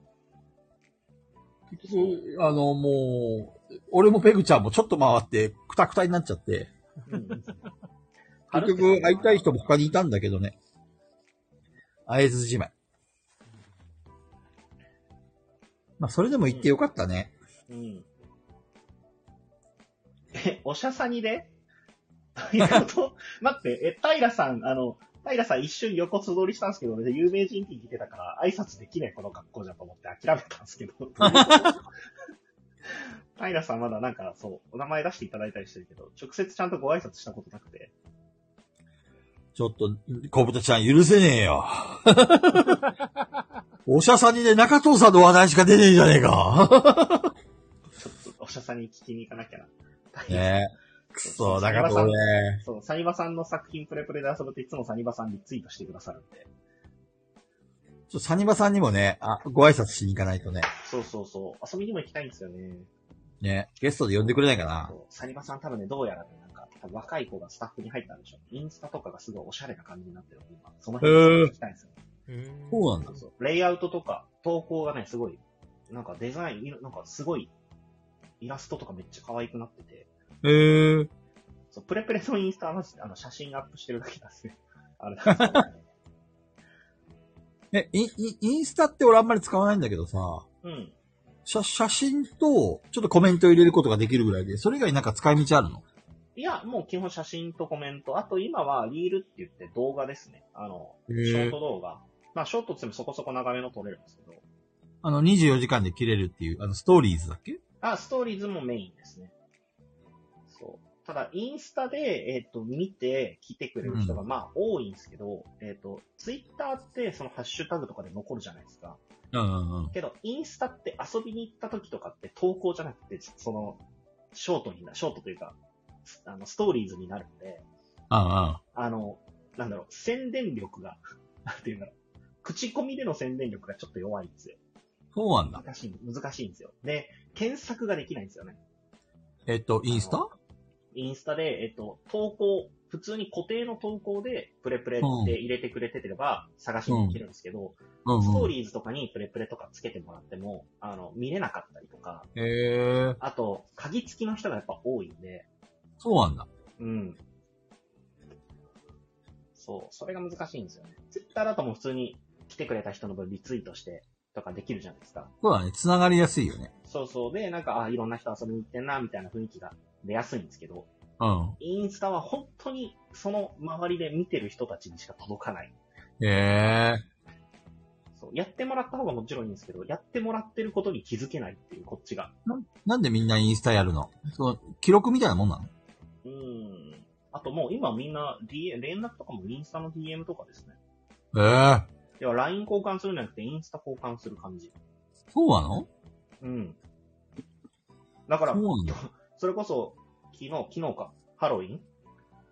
結局、あの、もう、俺もペグちゃんもちょっと回って、くたくたになっちゃって、
うん
結局会いたい人も他にいたんだけどね。会えずじまい。まあ、それでも行ってよかったね。
うん。え、おしゃさにで どういうこと待って、え、平さん、あの、平さん一瞬横素通りしたんですけど、俺有名人気来てたから、挨拶できないこの格好じゃと思って諦めたんで すけど。平さんまだなんかそう、お名前出していただいたりしてるけど、直接ちゃんとご挨拶したことなくて。
ちょっと、小豚ちゃん許せねえよ。おしゃさにね、中藤さんの話題しか出ねえじゃねえか。
ちょっとおしゃさに聞きに行かなきゃな。
ねえ。くそ、中藤ね。
そう、サニバさんの作品プレプレで遊ぶといつもサニバさんにツイートしてくださるんで。
ちょサニバさんにもね、あ、ご挨拶しに行かないとね。
そうそうそう。遊びにも行きたいんですよね。
ね、ゲストで呼んでくれないかな
そ。うサニバさん多分ね、どうやらね、なんか、多分若い子がスタッフに入ったんでしょう。インスタとかがすごいおしゃれな感じになってるんで、今、その辺
へー
聞きたいんですよね。
うん。
そうなん
そ
だ
う。そう。レイアウトとか、投稿がね、すごい、なんかデザイン、いろなんかすごい、イラストとかめっちゃ可愛くなってて、
へえ。
そう、プレプレのインスタはマジで、あの、写真アップしてるだけなんですね。あ れなんですよね
え、イン、インインスタって俺あんまり使わないんだけどさ、
うん。
写、写真と、ちょっとコメント入れることができるぐらいで、それ以外なんか使い道あるの
いや、もう基本写真とコメント。あと今はリールって言って動画ですね。あの、ショート動画。まあショートって言ってもそこそこ長めの撮れるんですけど。
あの、24時間で切れるっていう、あの、ストーリーズだっけ
あ、ストーリーズもメインですね。そう。ただ、インスタで、えっ、と、見て、来てくれる人が、
う
まあ、多いんですけど、えっ、と、ツイッターって、そのハッシュタグとかで残るじゃないですか。
うんうんうん。
けど、インスタって遊びに行った時とかって投稿じゃなくて、その、ショートにな、ショートというか、あの、ストーリーズになるんで、
あ
あの、なんだろう、宣伝力が、 なんていうんだろう、口コミでの宣伝力がちょっと弱いんですよ。
そうなんだ。
難しい、難しいんですよ。で、検索ができないんですよね。
えっと、インスタ
あのインスタで、えっと、投稿、普通に固定の投稿でプレプレって入れてくれてれば探しに行けるんですけど、
うんうん。
ストーリーズとかにプレプレとかつけてもらっても、あの、見れなかったりとか、
へえ、
あと、鍵付きの人がやっぱ多いんで、
そうなんだ。
うん。そう、それが難しいんですよね。ツイッターだともう普通に来てくれた人の分リツイートしてとかできるじゃないですか。
そうだね、繋がりやすいよね。
そうそう。で、なんか、あ、いろんな人遊びに行ってんな、みたいな雰囲気が出やすいんですけど、
ううん。
インスタは本当にその周りで見てる人たちにしか届かない。
へえ。
そうやってもらった方がもちろんいいんですけど、やってもらってることに気づけないっていう、こっちが。
なんでみんなインスタやるのその、記録みたいなもんなの
うーん。あともう今みんな、D、連絡とかもインスタの DM とかですね。
ええ
いや、LINE 交換するんじゃなくてインスタ交換する感じ。
そうなの
うん。だから
そ、うなんだ。
それこそ、昨日、昨日か、ハロウィン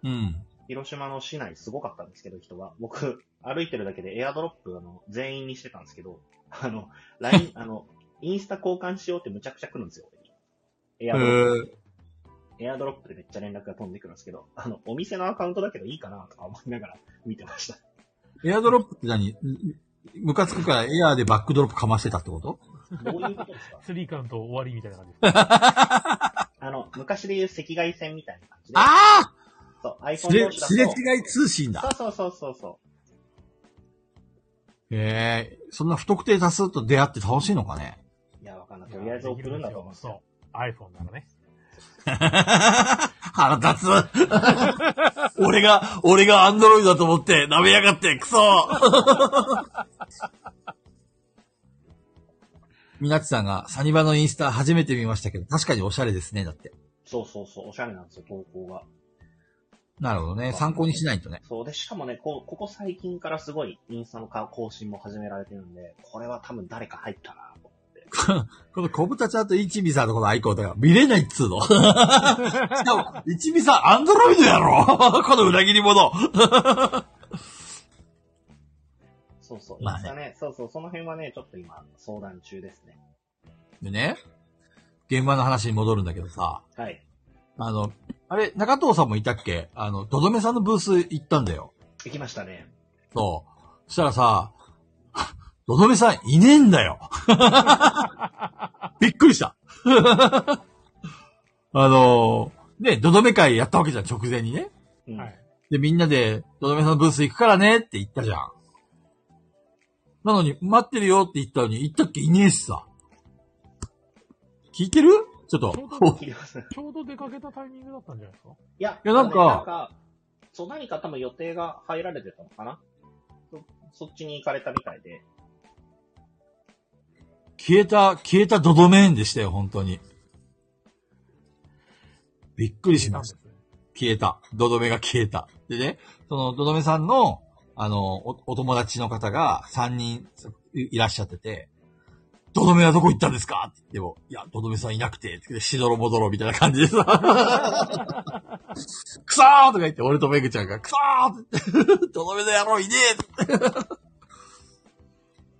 うん。
広島の市内すごかったんですけど、人は。僕、歩いてるだけでエアドロップ、あの、全員にしてたんですけど、あの、LINE、あ の、インスタ交換しようってむちゃくちゃ来るんですよ、俺にエ
へ
アドロッ
え。
プ、エアドロップでめっちゃ連絡が飛んでくるんですけど、あの、お店のアカウントだけどいいかなとか思いながら 見てました。
エアドロップって何ムカつくからエアーでバックドロップかましてたってこと
どういうことですか
スリーカウント終わりみたいな感じです。
あの、昔で言う赤外線みたいな感じで、
ああ
そう、iPhone
すれ、
同士だと
すれ違い通信だ。
そうそうそうそうそ
へえ。そんな不特定多数と出会って楽しいのかね
う。いや、わかんない。とりあえず送るんだと思うんですよ。
そう。iPhone ならね。
腹立つ 俺が、俺がアンドロイドだと思って舐めやがって、クソ みなちさんがサニバのインスタ初めて見ましたけど、確かにオシャレですね、だって。
そうそうそう、おしゃれなんですよ、投稿が。
なるほどね。参考にしないとね。
そうで、しかもね、こうここ最近からすごいインスタの更新も始められてるんで、これは多分誰か入ったなと。
この小豚ちゃんと一味さんのこのアイコンとか見れないっつ うの。しかも、一味さんアンドロイドやろ この裏切り者。
そうそう、イ
まあ
ン
ね
スタね、そうそう、その辺はね、ちょっと今相談中ですね。
でね、現場の話に戻るんだけどさ、
はい。
あの、あれ、中藤さんもいたっけあの、どどめさんのブース行ったんだよ。
行きましたね。
そう。そしたらさ、 どどめさんいねえんだよ。 びっくりした。 あの、ね、どどめ会やったわけじゃん、直前にね。
うん。
はい。
で、みんなで、どどめさんのブース行くからねって言ったじゃん。なのに、待ってるよって言ったのに、行ったっけいねえしさ。聞いてるちょっと。
切ります。い
ちょうど出かけたタイミングだったんじゃないですか
や、
いやなんか
あのねなんか、そう、何か多分予定が入られてたのかなそそっちに行かれたみたいで。
消えた、消えたドドメーンでしたよ、本当に。びっくりしました。
たんですね。
消えた。ドドメが消えた。でね、そのドドメさんの、あの、おお友達の方が3人いいらっしゃってて、ドドメはどこ行ったんですかって言っても、いや、ドドメさんいなくて、って言ってしどろもどろみたいな感 じでさ、くそーとか言って、俺とめぐちゃんが、くそーって言って、ドドメの野郎いねえって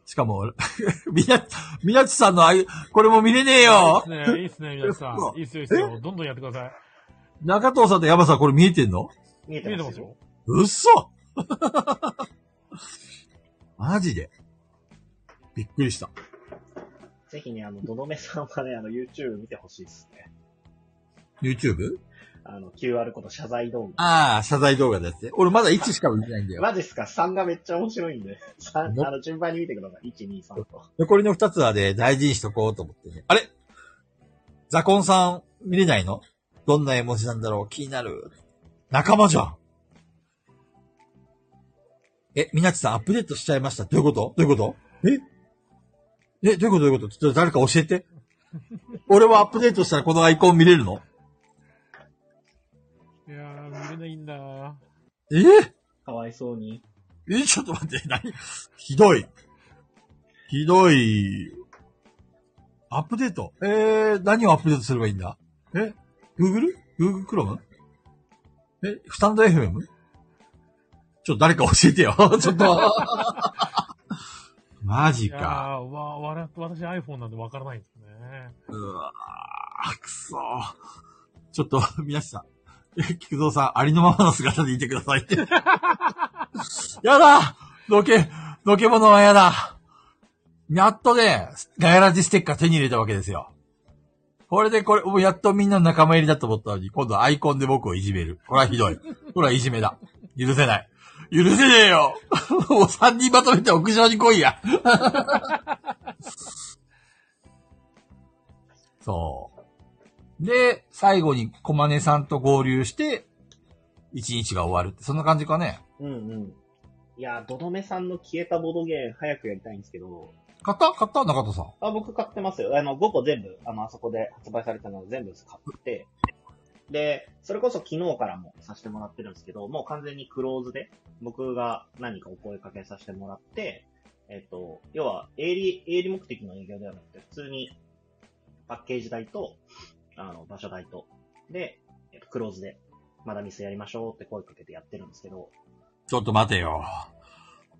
しかも、 みな、みなちさんのああいう、これも見れねえよ
いいっすね、いいっすね、皆さん。いいっすよ、いいっすよ。どんどんやってください。
中藤さんと山さんこれ見えてんの
見え
見
て
えてま
ま
すす
よ
よ。。
嘘 マジでびっくりした。
ぜひね、あの、どどめさんはね、あの、YouTube 見てほしいですね。
YouTube?
あの、QR コード謝罪動画。
ああ、謝罪動画だって。俺まだ1しか見てないんだよ。
マジっすか ?3 がめっちゃ面白いんで。3、あの、順番に見てください。1、2、3と。
残りの2つはね、大事にしとこうと思ってね。あれザコンさん見れないのどんな絵文字なんだろう気になる。仲間じゃん。え、みなちさんアップデートしちゃいました。どういうことどういうことええ、どういうことどういうことちょっと誰か教えて。俺はアップデートしたらこのアイコン見れるの
いやー、見れないんだー。
え
かわいそうに。
え、ちょっと待って、何ひどい。ひどい。アップデート。えー、何をアップデートすればいいんだえ ?Google?Google Chrome? え、スタンド FM? ちょっと誰か教えてよ。ちょっ と。マジ
いやー、
か。
わ、わら、私 iPhone なんでわからないんですね。
うわー、くそちょっと、 皆さん。え菊蔵さん、ありのままの姿でいてください って。やだのけ、のけ者はやだやっとね、ガヤラジステッカー手に入れたわけですよ。これでこれ、もうやっとみんな仲間入りだと思ったのに、今度アイコンで僕をいじめる。これはひどい。これはいじめだ。許せない。許せねえよ もう3人まとめて屋上に来いやそう。で、最後に小金さんと合流して、一日が終わるって、そんな感じかね。
うんうん。いやー、どどめさんの消えたボードゲーム早くやりたいんですけど、
買った買った中田さん。
あ僕買ってますよ。あの、5個全部、あの、あそこで発売されたのを全部買って、で、それこそ昨日からもさせてもらってるんですけど、もう完全にクローズで、僕が何かお声かけさせてもらって、えっと、要は、営利、営利目的の営業ではなくて、普通に、パッケージ代と、あの、場所代と、で、えっと、クローズで、まだミスやりましょうって声かけてやってるんですけど、
ちょっと待てよ。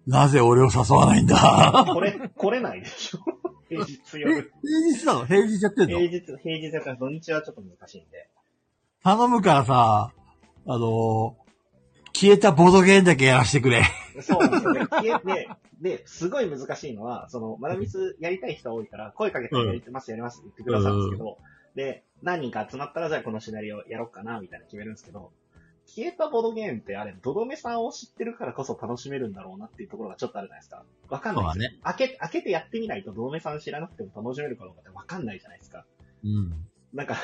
なぜ俺を誘わないんだ
こ れ、来れないでしょ平日
え
夜。
平日なの平日やってん
平
の
日、平日だから土日はちょっと難しいんで。
頼むからさ、あのー消えたボドゲームだけやらせてくれ。
そうなんですよね。消えで、で、すごい難しいのは、その、マダミスやりたい人多いから、声かけてやります、やりますって言ってくださるんですけど、で、何人か集まったら、じゃあこのシナリオやろうかな、みたいな決めるんですけど、消えたボードゲームってあれ、ドドメさんを知ってるからこそ楽しめるんだろうなっていうところがちょっとあるじゃないですか。わかんないですよ、開け、開けてやってみないと、ドドメさん知らなくても楽しめるかどうかってわかんないじゃないですか。
うん。
なんか、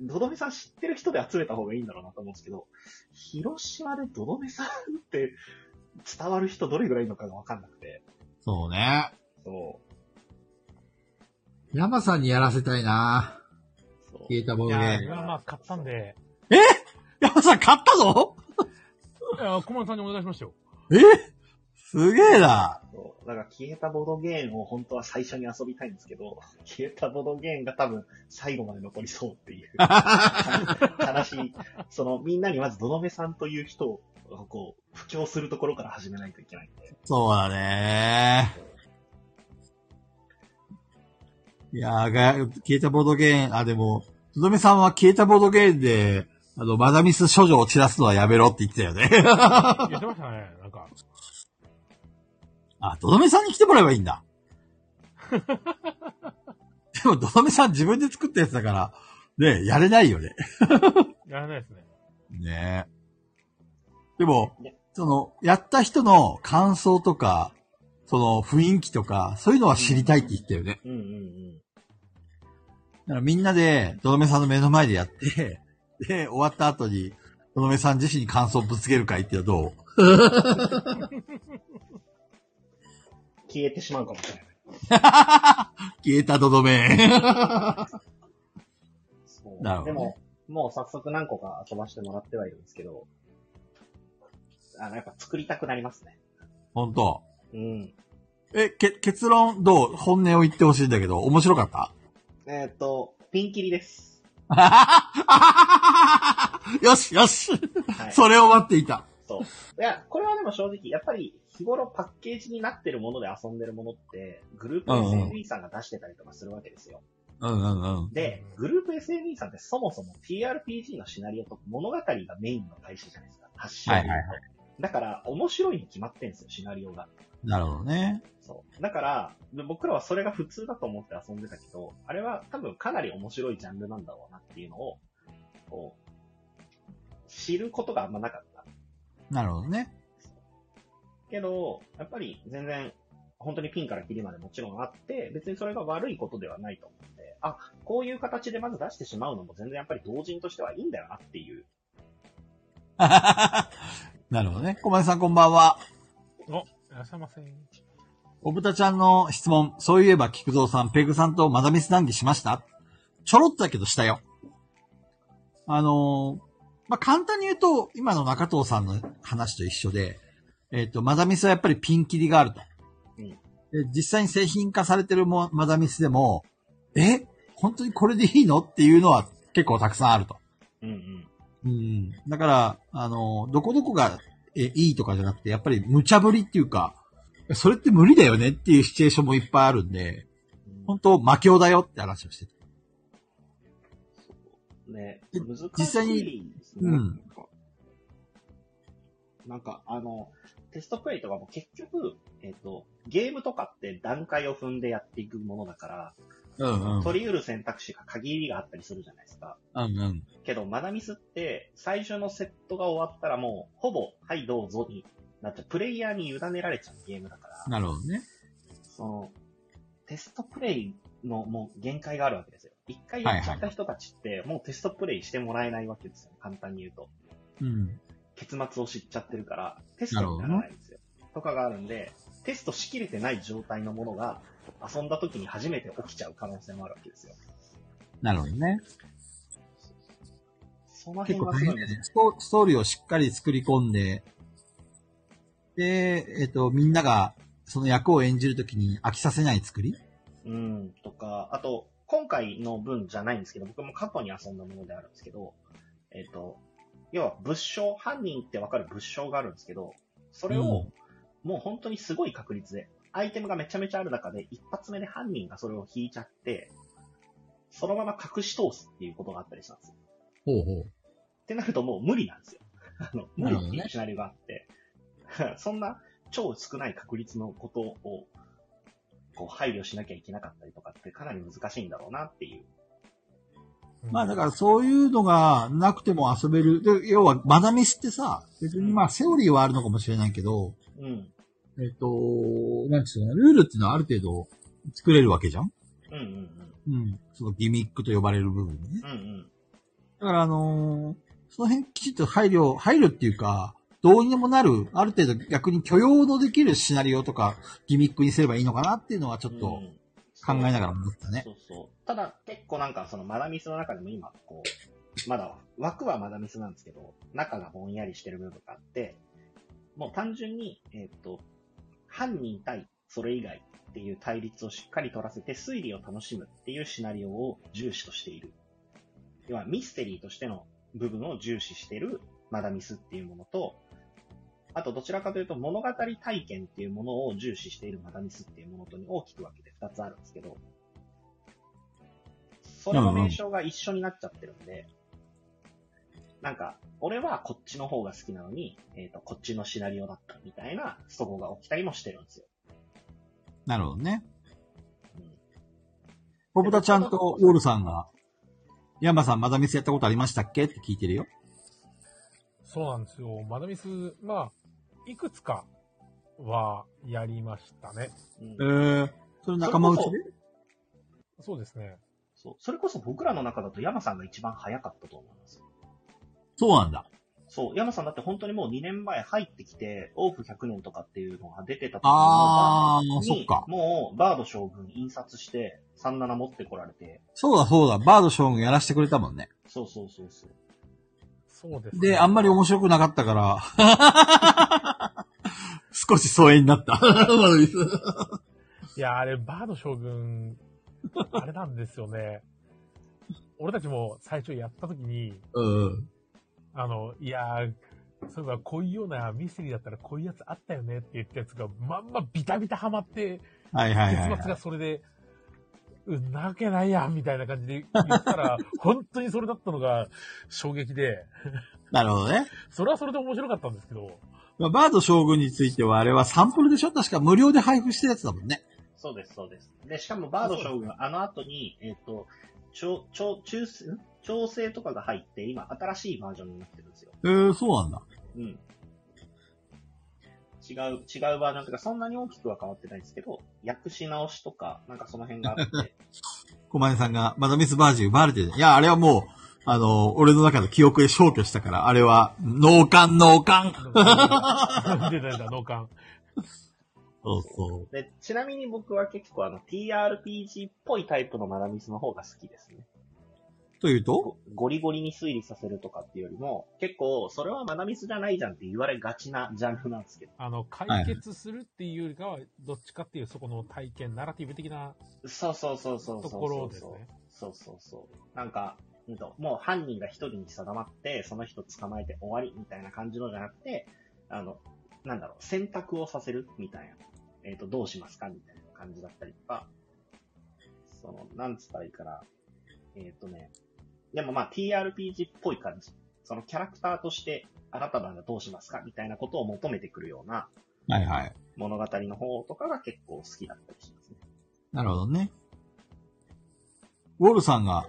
ドドメさん知ってる人で集めた方がいいんだろうなと思うんですけど、広島でドドメさんって 伝わる人どれぐらいいるのかがわかんなくて、
そうね。
そう。
山さんにやらせたいな
そう
消えたボ
い
ドゲ
や
ー
ー、
ム。
今まあ買ったんで、
山さん買ったの
いやー、小松さんにお願いしましたよ。
えすげえな。
そう。だから消えたボードゲームを本当は最初に遊びたいんですけど、 消えたボードゲームが多分最後まで残りそうって いう、悲しい。その、みんなにまずドドメさんという人を、こう、布教するところから始めないといけないんで。
そうだねいやーが、消えたボードゲーム、あ、でも、とどめさんは消えたボードゲームで、あの、マダミス処女を散らすのはやめろって言ってたよね。
言ってましたね、なんか。
あ、とどめさんに来てもらえばいいんだ。 でも、とどめさん自分で作ったやつだから、ね、やれないよね。
やらないですね。
ねでも
ね、
その、やった人の感想とか、その雰囲気とか、そういうのは知りたいって言ったよね。
うんうんうん。
だからみんなで、とどめさんの目の前でやって、で、終わった後に、とどめさん自身に感想をぶつける会ってのはどう
消えてしまうかもしれない。
消えたとどめ。
そう
なるほどね
でも、もう早速何個か遊ばしてもらってはいるんですけど、あの、やっぱ作りたくなりますね。
本当
うん。
え、け、結論どう本音を言ってほしいんだけど、面白かった
えーっ、と、ピンキリです。
よしよし、
はい。
それを待っていた。
そう。いや、これはでも正直、やっぱり日頃パッケージになってるもので遊んでるものって、グループ
うんうん
SNE さんが出してたりとかするわけですよ。
うんうんうん。
で、グループ SNE さんってそもそも TRPG のシナリオと物語がメインの会社じゃないですか。発信。
はいはいはい
だから、面白いに決まってんですよ、シナリオが。
なるほどね。
そう。だから、で僕らはそれが普通だと思って遊んでたけど、あれは多分かなり面白いジャンルなんだろうなっていうのを、こう、知ることがあんまなかった。
なるほどね。
けど、やっぱり全然、本当にピンからキリまでもちろんあって、別にそれが悪いことではないと思って、あ、こういう形でまず出してしまうのも全然やっぱり同人としてはいいんだよなっていう。
なるほどね。小林さんこんばんは。
お、いらっしゃいませ。
おぶたちゃんの質問。そういえば、菊蔵さん、ペグさんとマダミス談義しましたちょろっとだけどしたよ。あのーまあ、簡単に言うと、今の中藤さんの話と一緒で、えっ、と、マダミスはやっぱりピンキリがあると。
うん
で実際に製品化されてるもマダミスでも、え本当にこれでいいのっていうのは結構たくさんあると。
うんうん。
うん。だから、あの、どこどこがえいいとかじゃなくて、やっぱり無茶ぶりっていうか、それって無理だよねっていうシチュエーションもいっぱいあるんで、本当、魔境だよって話をしてた。
ね、
で
難しい、
実際
に、
うん
なんか、あの、テストプレイとかも結局、えっ、と、ゲームとかって段階を踏んでやっていくものだか
う
ら、
んうん。
取り得る選択肢が限りがあったりするじゃないですか。
うんうん。
けど、マダミスって、最初のセットが終わったらもう、ほぼ、はい、どうぞになって、プレイヤーに委ねられちゃうゲームだから、
なるほどね。
その、テストプレイのもう限界があるわけですよ。一回やっちゃった人たちって、もうテストプレイしてもらえないわけですよ。簡単に言うと。
うん。
結末を知っちゃってるから、テストにならないんですよ。とかがあるんで、テストしきれてない状態のものが、遊んだ時に初めて起きちゃう可能性もあるわけですよ。
なるほどね。
その
結
辺
構
は
大
すご
変だ
い難
よ
しい
ね。ストストーリーをしっかり作り込んで、で、えっと、みんながその役を演じるときに飽きさせない作り
うん、とか、あと、今回の分じゃないんですけど、僕も過去に遊んだものであるんですけど、えっ、と、要は物証、犯人ってわかる物証があるんですけど、それを、もう本当にすごい確率で、アイテムがめちゃめちゃある中で、一発目で犯人がそれを引いちゃって、そのまま隠し通すっていうことがあったりしたんですよ。
ほうほう。
ってなるともう無理なんですよ。 あの、無
な
理っ
るほ
て
ど
いう
ね
シナリオがあって、 そんな超少ない確率のことを、こう配慮しなきゃいけなかったりとかってかなり難しいんだろうなっていう。
まあだからそういうのがなくても遊べる。で要はマダミスってさ、別にまあセオリーはあるのかもしれないけど、
うん。
えっと、なんていうの、ルールっていうのはある程度作れるわけじゃん
うんうん
うん。そのギミックと呼ばれる部分ね。
うん。うんうん。
だからあのーその辺きちっと配慮、配慮っていうか、どうにでもなる、ある程度逆に許容のできるシナリオとかギミックにすればいいのかなっていうのはちょっと
うん
考えながら思ったね。
そうそう。ただ、結構なんか、そのマダミスの中でも今、こう、まだ、枠はマダミスなんですけど、中がぼんやりしてる部分があって、もう単純に、えーっ、と、犯人対それ以外っていう対立をしっかり取らせて推理を楽しむっていうシナリオを重視としている。要はミステリーとしての部分を重視しているマダミスっていうものと、あとどちらかというと物語体験っていうものを重視しているマダミスっていうものとに大きく分けて2つあるんですけど、それの名称が一緒になっちゃってるんで、なんか、俺はこっちの方が好きなのに、えっ、と、こっちのシナリオだったみたいな、そこが起きたりもしてるんですよ。
なるほどね。
うん
ポブタちゃんとウォールさんが、ヤンバさんまだミスやったことありましたっけって聞いてるよ。
そうなんですよ。マダミス、まあ、いくつかはやりましたね。
うん
えー、それ仲間内で
そうですね。
そう。それこそ僕らの中だと山さんが一番早かったと思います。
そうなんだ。
そう。山さんだって本当にもう2年前入ってきて、オープ100年とかっていうのが出てた時
あー、そっ
に
か。
もうバード将軍印刷して、37持ってこられて、
そうだそうだ、バード将軍やらせてくれたもんね。
そうそうそうそう。
そうです、ね。
で、あんまり面白くなかったから、 少し疎遠にな った。まだミス
いや、あれ、バード将軍、あれなんですよね。俺たちも最初やった時に、
うん。
あの、いやー、そういえばこういうようなミステリーだったらこういうやつあったよねって言ったやつがまんまビタビタハマって、
はいはい
結
はい、
末がそれで、うん、なわけないやんみたいな感じで言ったら、本当にそれだったのが衝撃で、
なるほどね。
それはそれで面白かったんですけど、
まあバード将軍については、あれはサンプルでしょ確か無料で配布してるやつだもんね。
そうです、そうです。で、しかもバード将軍、あの後に、えっ、と、調、調、中、ん調整とかが入って、今、新しいバージョンになってるんですよ。
えー、そうなんだ。
うん。違う、違うバージョンとか、そんなに大きくは変わってないんですけど、訳し直しとか、なんかその辺があって、
小前さんが、まだミスバージ奪われてる。いや、あれはもう、あの、俺の中の記憶で消去したから、あれは、脳幹、脳幹。
出てた農館。
そうそう。
で、ちなみに僕は結構あの、TRPG っぽいタイプのマダミスの方が好きですね。
というと
ごゴリゴリに推理させるとかっていうよりも、結構、それはマダミスじゃないじゃんって言われがちなジャンルなんですけど。
あの、解決するっていうよりかは、どっちかっていうそこの体験、ナラティブ的な
そうそうそうそう
と
そうそうそう。
ころですね。
そうそうそう。なんか、うんと、もう犯人が一人に定まって、その人捕まえて終わりみたいな感じのじゃなくて、あの、なんだろう、選択をさせるみたいな。えっ、と、どうしますかみたいな感じだったりとか、その、なんつったらいいかな。えっ、とね、でもまあ TRPG っぽい感じ。そのキャラクターとして、あなたならどうしますかみたいなことを求めてくるような
はいはい。
物語の方とかが結構好きだったりしますね。
なるほどね。ウォールさんが、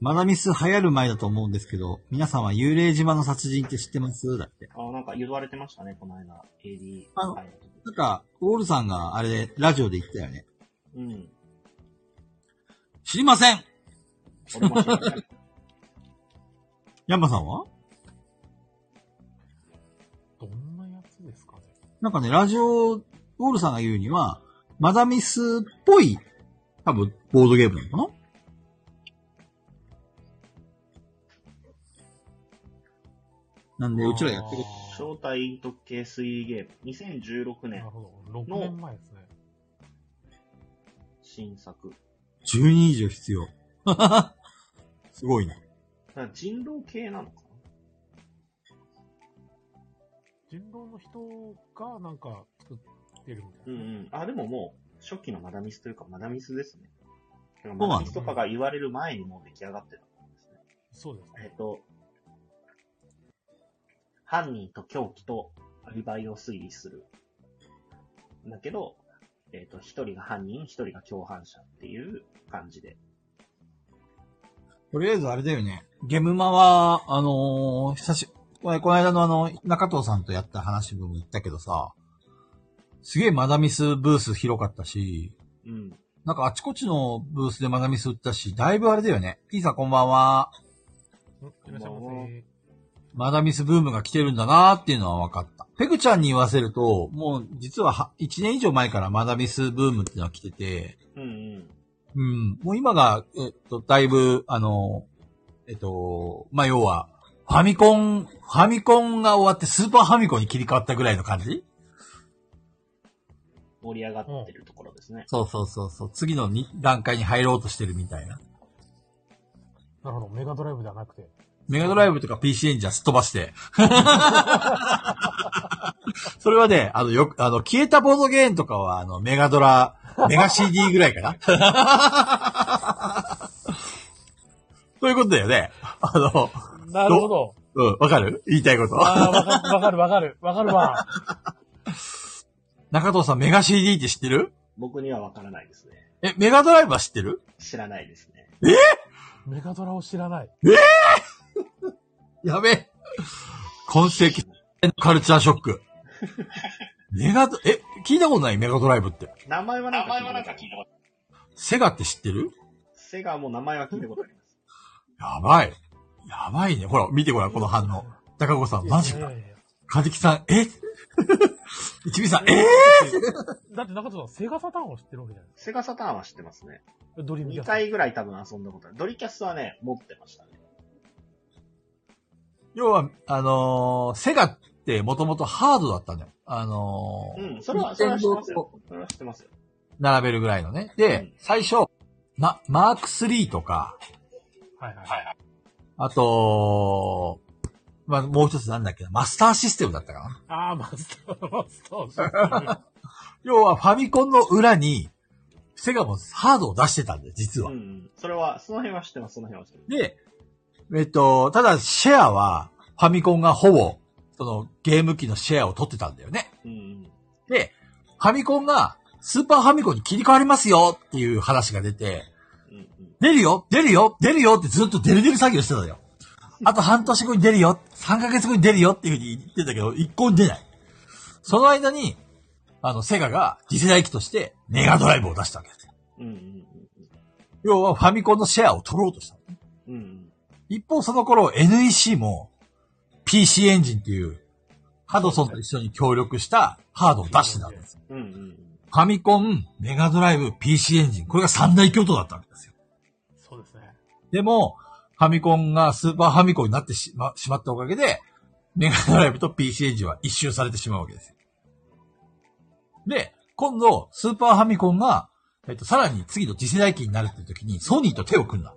マダミス流行る前だと思うんですけど、皆さんは幽霊島の殺人って知ってますだって。
ああ、なんか言われてましたね、この間。AD。
あの
はい
なんか、ウォールさんがあれ、ラジオで言ってたよね。
うん。
知りません
俺も知らない。
ヤンマさんは
どんなやつですかね。
なんかね、ラジオ、ウォールさんが言うには、マダミスっぽい、多分、ボードゲームなのかななんで、うちらやってる。
あ
招待特系3ゲーム。2016
ーな
年
るほど。6年前ですね。
新作。
10人以上必要。 すごいな。
なんか人狼系なのか
人狼の人がなんか作ってるみた
ないうん
な。
うん。あ、でももう、初期のマダミスというか、マダミスですね。てか
の
マダミスとかが言われる前にもう出来上がってたんですね。
そうです
え
ね
っ。と、犯人と凶器とアリバイを推理する。だけど、えっ、と、一人が犯人、一人が共犯者っていう感じで。
とりあえずあれだよね。ゲムマは、あのー久し、ここの間のあの、中藤さんとやった話でも言ったけどさ、すげえマダミスブース広かったし、
うん。
なんかあちこちのブースでマダミス売ったし、だいぶあれだよね。ピーさんこんばんは。
うんいらっしゃいま
こんばんは
せ。
マダミスブームが来てるんだなーっていうのは分かった。ペグちゃんに言わせると、もう実はは1年以上前からマダミスブームっていうのは来てて、
うんうん。
うん、もう今が、えっと、だいぶ、あの、えっと、まあ、要は、ファミコン、ファミコンが終わってスーパーファミコンに切り替わったぐらいの感じ
盛り上がってるところですね。
そうそうそうそう。次のに段階に入ろうとしてるみたいな。
なるほど。メガドライブではなくて。
メガドライブとか PC エンジンはすっ飛ばして。 それはね、あの、よく、あの、消えたボードゲームとかは、あの、メガドラ、メガ CD ぐらいかな。 そういうことだよね。あの、
なるほど。
うん、わかる言いたいこと。
ああ、わかわかるわかる。わかるわ。
中藤さん、メガ CD って知ってる
僕にはわからないですね。
え、メガドライブは知ってる
知らないですね。
メガドラを知らない。
やべえ。今世紀のカルチャーショック。メガド、え、聞いたことないメガドライブって。
名前はなんか聞いたことある
セガって知ってる
セガも名前は聞いたことあります。
やばい。やばいね。ほら、見てごらん、この反応。高子さん、マジ
いや
か。
いやいや
かじきさん、え 一味さん、え
だって中藤さん、セガサターンを知ってるわけじゃないで
セガサターンは知ってますね。
すか。ドリームキャ
2
スト。
回ぐらい多分遊んだことある。ドリキャスはね、持ってましたね。
要は、あのーセガってもともとハードだったんだよ。あのー
うん、それは、それは知ってますよ。それは知ってますよ。
並べるぐらいのね。
う
で
ん、
最初、ま、マーク3とか、
はいはいはい。
あと、まあ、もう一つなんだっけな、マスターシステムだったかな。
ああ、マスター、マスター。
要はファミコンの裏に、セガもハードを出してたんだよ、実
う
は
んう。ん。それは、その辺は知ってます、その辺は知ってます。
で、えっと、ただシェアは、ファミコンがほぼ、そのゲーム機のシェアを取ってたんだよね。
うんうん。
で、ファミコンが、スーパーファミコンに切り替わりますよっていう話が出て、
うんうん。
出るよ出るよ出るよってずっと出る出る作業してたのよ。あと半年後に出るよ !3 ヶ月後に出るよっていうふうに言ってたけど、一向に出ない。その間に、あの、セガが次世代機としてメガドライブを出したわけですよ。
うんうん
要はファミコンのシェアを取ろうとした。
うん。うんうん。
一方その頃 NEC も PC エンジンっていうハドソンと一緒に協力したハードを出してたんです。
うんうんうん。
ファミコン、メガドライブ、PC エンジン。これが三大巨頭だったわけですよ。
そう ですね。
でも、ファミコンがスーパーファミコンになってしましまったおかげで、メガドライブと PC エンジンは一周されてしまうわけですよ。で、今度、スーパーファミコンが、えっと、さらに次の次世代機になるっていう時に、ソニーと手を組んだ。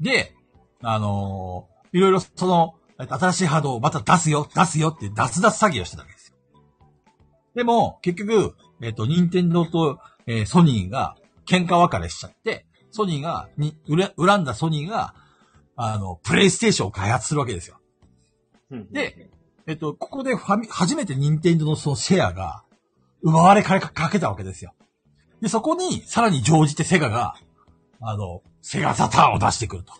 で、あのーいろいろその、えっと新しい波動をまた出すよ、出すよって脱脱作業してたわけですよ。でも、結局、えっと、任天堂と、えーソニーが喧嘩別れしちゃって、ソニーが、に、うら恨んだソニーが、あの、プレイステーションを開発するわけですよ。
うんうん
で、えっと、ここでファミ、初めて任天堂のそのシェアが、奪われかかけたわけですよ。で、そこに、さらに乗じてセガが、あの、セガサターンを出してくると。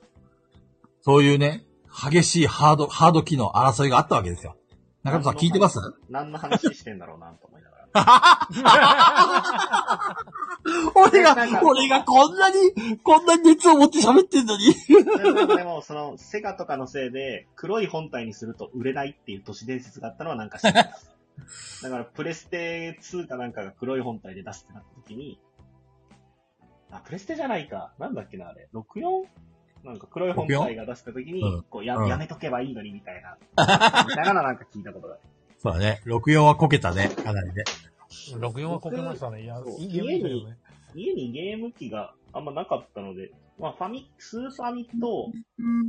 そういうね、激しいハード、ハード機の争いがあったわけですよ。中田さん聞いてます
何の話してんだろうな、と思いながら。
俺
なんか
が、俺がこんなに、こんなに熱を持って喋ってんのに。
でも、でもその、セガとかのせいで、黒い本体にすると売れないっていう都市伝説があったのはなんか知ってます。だから、プレステ2かなんかが黒い本体で出すってなった時に、あ、プレステじゃないか。なんだっけな、あれ。64? なんか黒い本体が出した時に、
うん
こうや、
うん
やめとけばいいのにみたいな。みたいなのなんか聞いたことがある。
そうだね。64はこけたね。かなりね。
64はこけましたね。いや
そう、
いいゲームだよね。
家にゲーム機があんまなかったので、まあファミ、スーファミと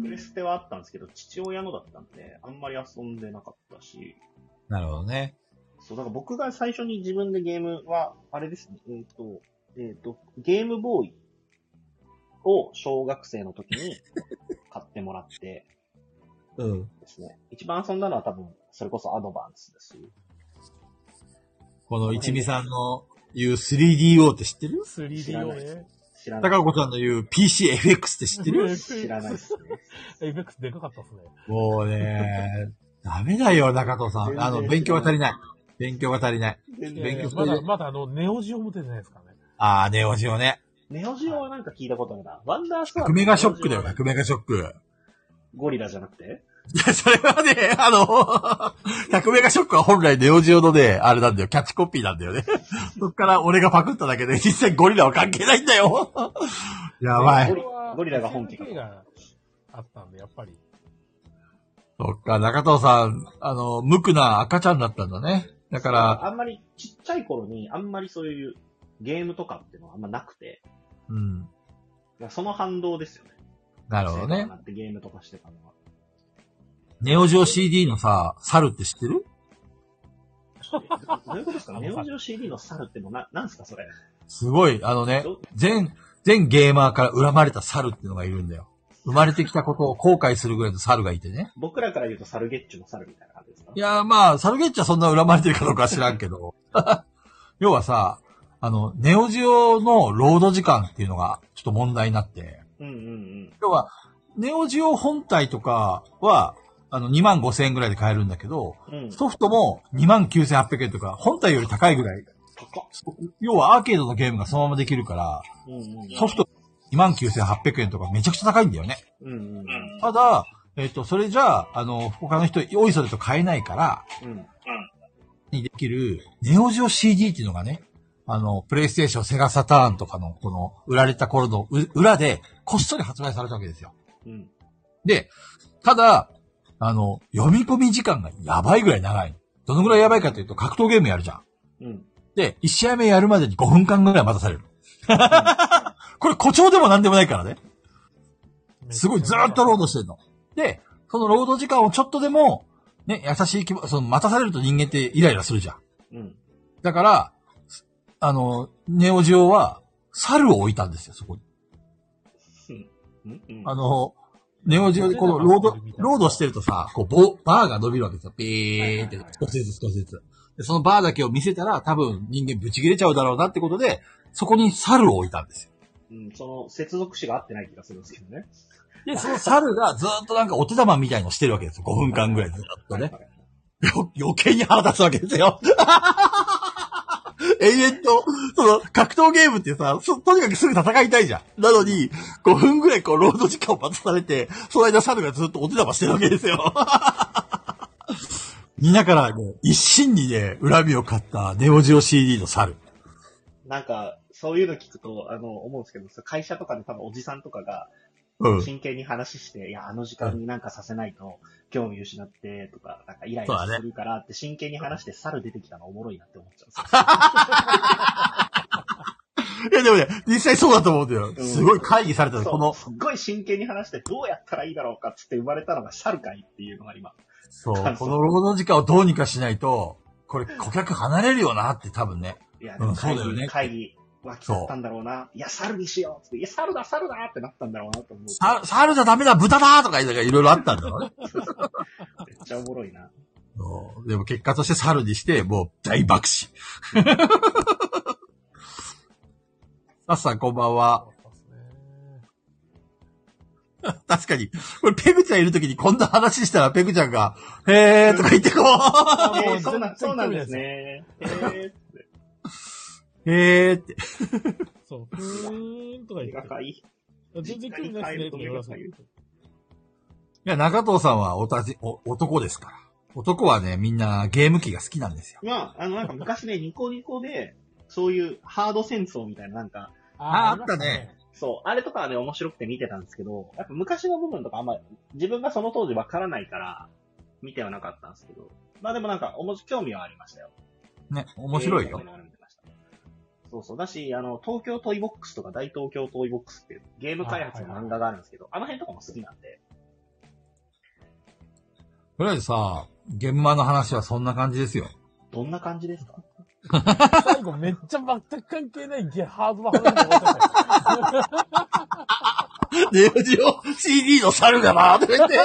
プレステはあったんですけど、父親のだったんで、あんまり遊んでなかったし、
なるほどね。
そう、だから僕が最初に自分でゲームは、あれですね、えっ、と、えっ、と、ゲームボーイを小学生の時に買ってもらって
うん。
ですね、一番遊んだのは多分、それこそアドバンスだし、
この一味さんの言う 3DO って知ってる
3D をね。
知らない。
高子さんの言う PCFX って知 ってる
知らないですね。
エイベックスでかかったっすね。
もうね、ダメだよ、中藤さん。あの、勉強が足りない。勉強が足りない。
全
いやい
勉
然
強
や
す
ま
る
だ、まだあの、ネオジオも出てないですからね。
あー、ネオジオね。
ネオジオはなんか聞いたことあるな。ワンダースワン。
100メガショックだよ、100メガショック。
ゴリラじゃなくて
いや、それはね、あの、100メガショ ックは本来ネオジオのね、あれなんだよ、キャッチコピーなんだよね。そっから俺がパクっただけで、実際ゴリラは関係ないんだよ。やばい
ゴ。リゴリラが本気か
SNK があったんで、やっぱり。
そっか、中藤さん、あの、無垢な赤ちゃんだったんだね。だから、
あんまり、ちっちゃい頃に、あんまりそういうゲームとかっていうのはあんまなくて、
うん。
その反動ですよね。
なるほど
学生と
ね
か。なってゲームとかしてたのは。
ネオジオ CD のさ、猿って知ってる
どういうことですかネオジオ CD の猿ってのな、なんすかそれ。
すごい、あのね
ど、
全、全ゲーマーから恨まれた猿っていうのがいるんだよ。生まれてきたことを後悔するぐらいの猿がいてね。
僕らから言うと猿ゲッチュの猿みたいな感じですか
いやーまあ、サルゲッチはそんな恨まれてるかどうかは知らんけど。 要はさ、あの、ネオジオのロード時間っていうのがちょっと問題になって。
うんうんうん。
要は、ネオジオ本体とかは、あの、2万5千円ぐらいで買えるんだけど、
うん。
ソフトも2万9800円とか、本体より高いぐらい。
高っ。
要はアーケードのゲームがそのままできるから、
うんうん。
ソフト29,800円とかめちゃくちゃ高いんだよね。
うんうんうん。
ただ、えっ、と、それじゃあ、あの、他の人、おいそれと買えないから、
うん。
にできる、ネオジオ CD っていうのがね、あの、プレイステーション、セガサターンとかの、この、売られた頃のう裏で、こっそり発売されたわけですよ。
うん。
で、ただ、あの、読み込み時間がやばいぐらい長い。どのぐらいやばいかというと、格闘ゲームやるじゃん。
うん。
で、1試合目やるまでに5分間ぐらい待たされる。これ誇張でもなんでもないからね。すごいずーっとロードしてるの。で、その労働時間をちょっとでも、ね、優しい気も、その待たされると人間ってイライラするじゃん。
うん。
だから、あの、ネオジオは、猿を置いたんですよ、そこに。
うん。うん。
あの、ネオジオでこのロード、ロードしてるとさ、こう、棒、バーが伸びるわけですよ。ピーって、少しずつ少しずつ。で、そのバーだけを見せたら、多分人間ブチ切れちゃうだろうなってことで、そこに猿を置いたんですよ。
うん。その、接続詞が合ってない気がするんですけどね。
で、その猿がずーっとなんかお手玉みたいのをしてるわけですよ。5分間ぐらいずーっとね。
はいはい
よ 余計に腹立つわけですよ。 永遠と、その、格闘ゲームってさ、そとにかくすぐ戦いたいじゃん。なのに、5分ぐらいこう、ロード時間を待たされて、その間猿がずっとお手玉してるわけですよ。 みんなからもう、一心にね、恨みを買ったネオジオ CD の猿。
なんか、そういうの聞くと、あの、思うんですけど、それ会社とかで多分おじさんとかが、
うん。
真剣に話して、いや、あの時間になんかさせないと、興味失って、とか、なんかイライラするからって真剣に話して、猿出てきたのおもろいなって思っちゃ
いやでもね、実際そうだと思うんだよ。
うん
すごい会議され
う
た
んです
の、
よ。
この
そう、すっごい真剣に話して、どうやったらいいだろうかっつって生まれたのが猿かいっていうのが今。
そう
感、想
この労働時間をどうにかしないと、これ顧客離れるよなって多分ね。
いや、でも
うんそう
会
だ
議、
よね
会議、は来ちゃったんだろうな。いや、猿にしようっつって、いや、猿だ、猿だってなったんだろうなと思う。
さ、猿じゃダメだ、豚だとか言いながらいろいろあったんだろうね。
めっちゃおもろい な。
そうでも結果として猿にして、もう大爆 死。さっさんこんばんは。
そうですね
確かに。これ、ペグちゃんいるときにこんな話したら、ペグちゃんが、へーとか言ってこう。
あ
え
も
ーそうなそうなんです。ね。えー
へーって。
そう。ふーんとか
映
言
画
って。
界。
全然興味ないですね、とか言わさ
実家に帰る
いや、中藤さんはおたじ、お、男ですから。男はね、みんなゲーム機が好きなんですよ。
まあ、あの、なんか昔ね、ニコニコで、そういうハード戦争みたいな、なんか、
ああったね。
そう、あれとかはね、面白くて見てたんですけど、やっぱ昔の部分とかあんま、自分がその当時わからないから、見てはなかったんですけど、まあでもなんか、おもし興味はありましたよ。
ね、面白い
えー
よ。
興味のある見てましたそうそう。だし、あの、東京トイボックスとか大東京トイボックスっていうゲーム開発の漫画があるんですけど、あの辺とかも好きなんで。
とりあえずさ、現場の話はそんな感じですよ。
どんな感じ ですか
最後めっちゃ全く関係ないゲハードな話になっちゃった
ネオジオ CD の猿がなとか言って。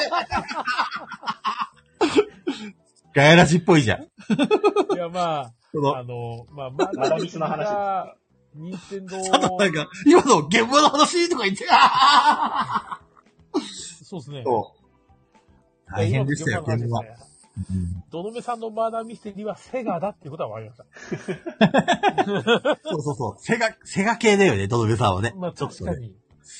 ガヤラジっぽいじゃん。
よ。いや、ま
そ
あ、
の、
あの、まあ、ま
まだミスの話です
が、ニンテ ンドー、
なんか、今の現場の話とか言って、あ
そうですね
ー。大変でしたよ、
いや
現
今の
場
話。ですねどのめさんのマーダーミステリーはセガだっていうことは分かりまし
そうそうそう。セガ、セガ系だよね、ドドベさんはね
た。。まあ、
ちょっ
確
と
か
ね。
に。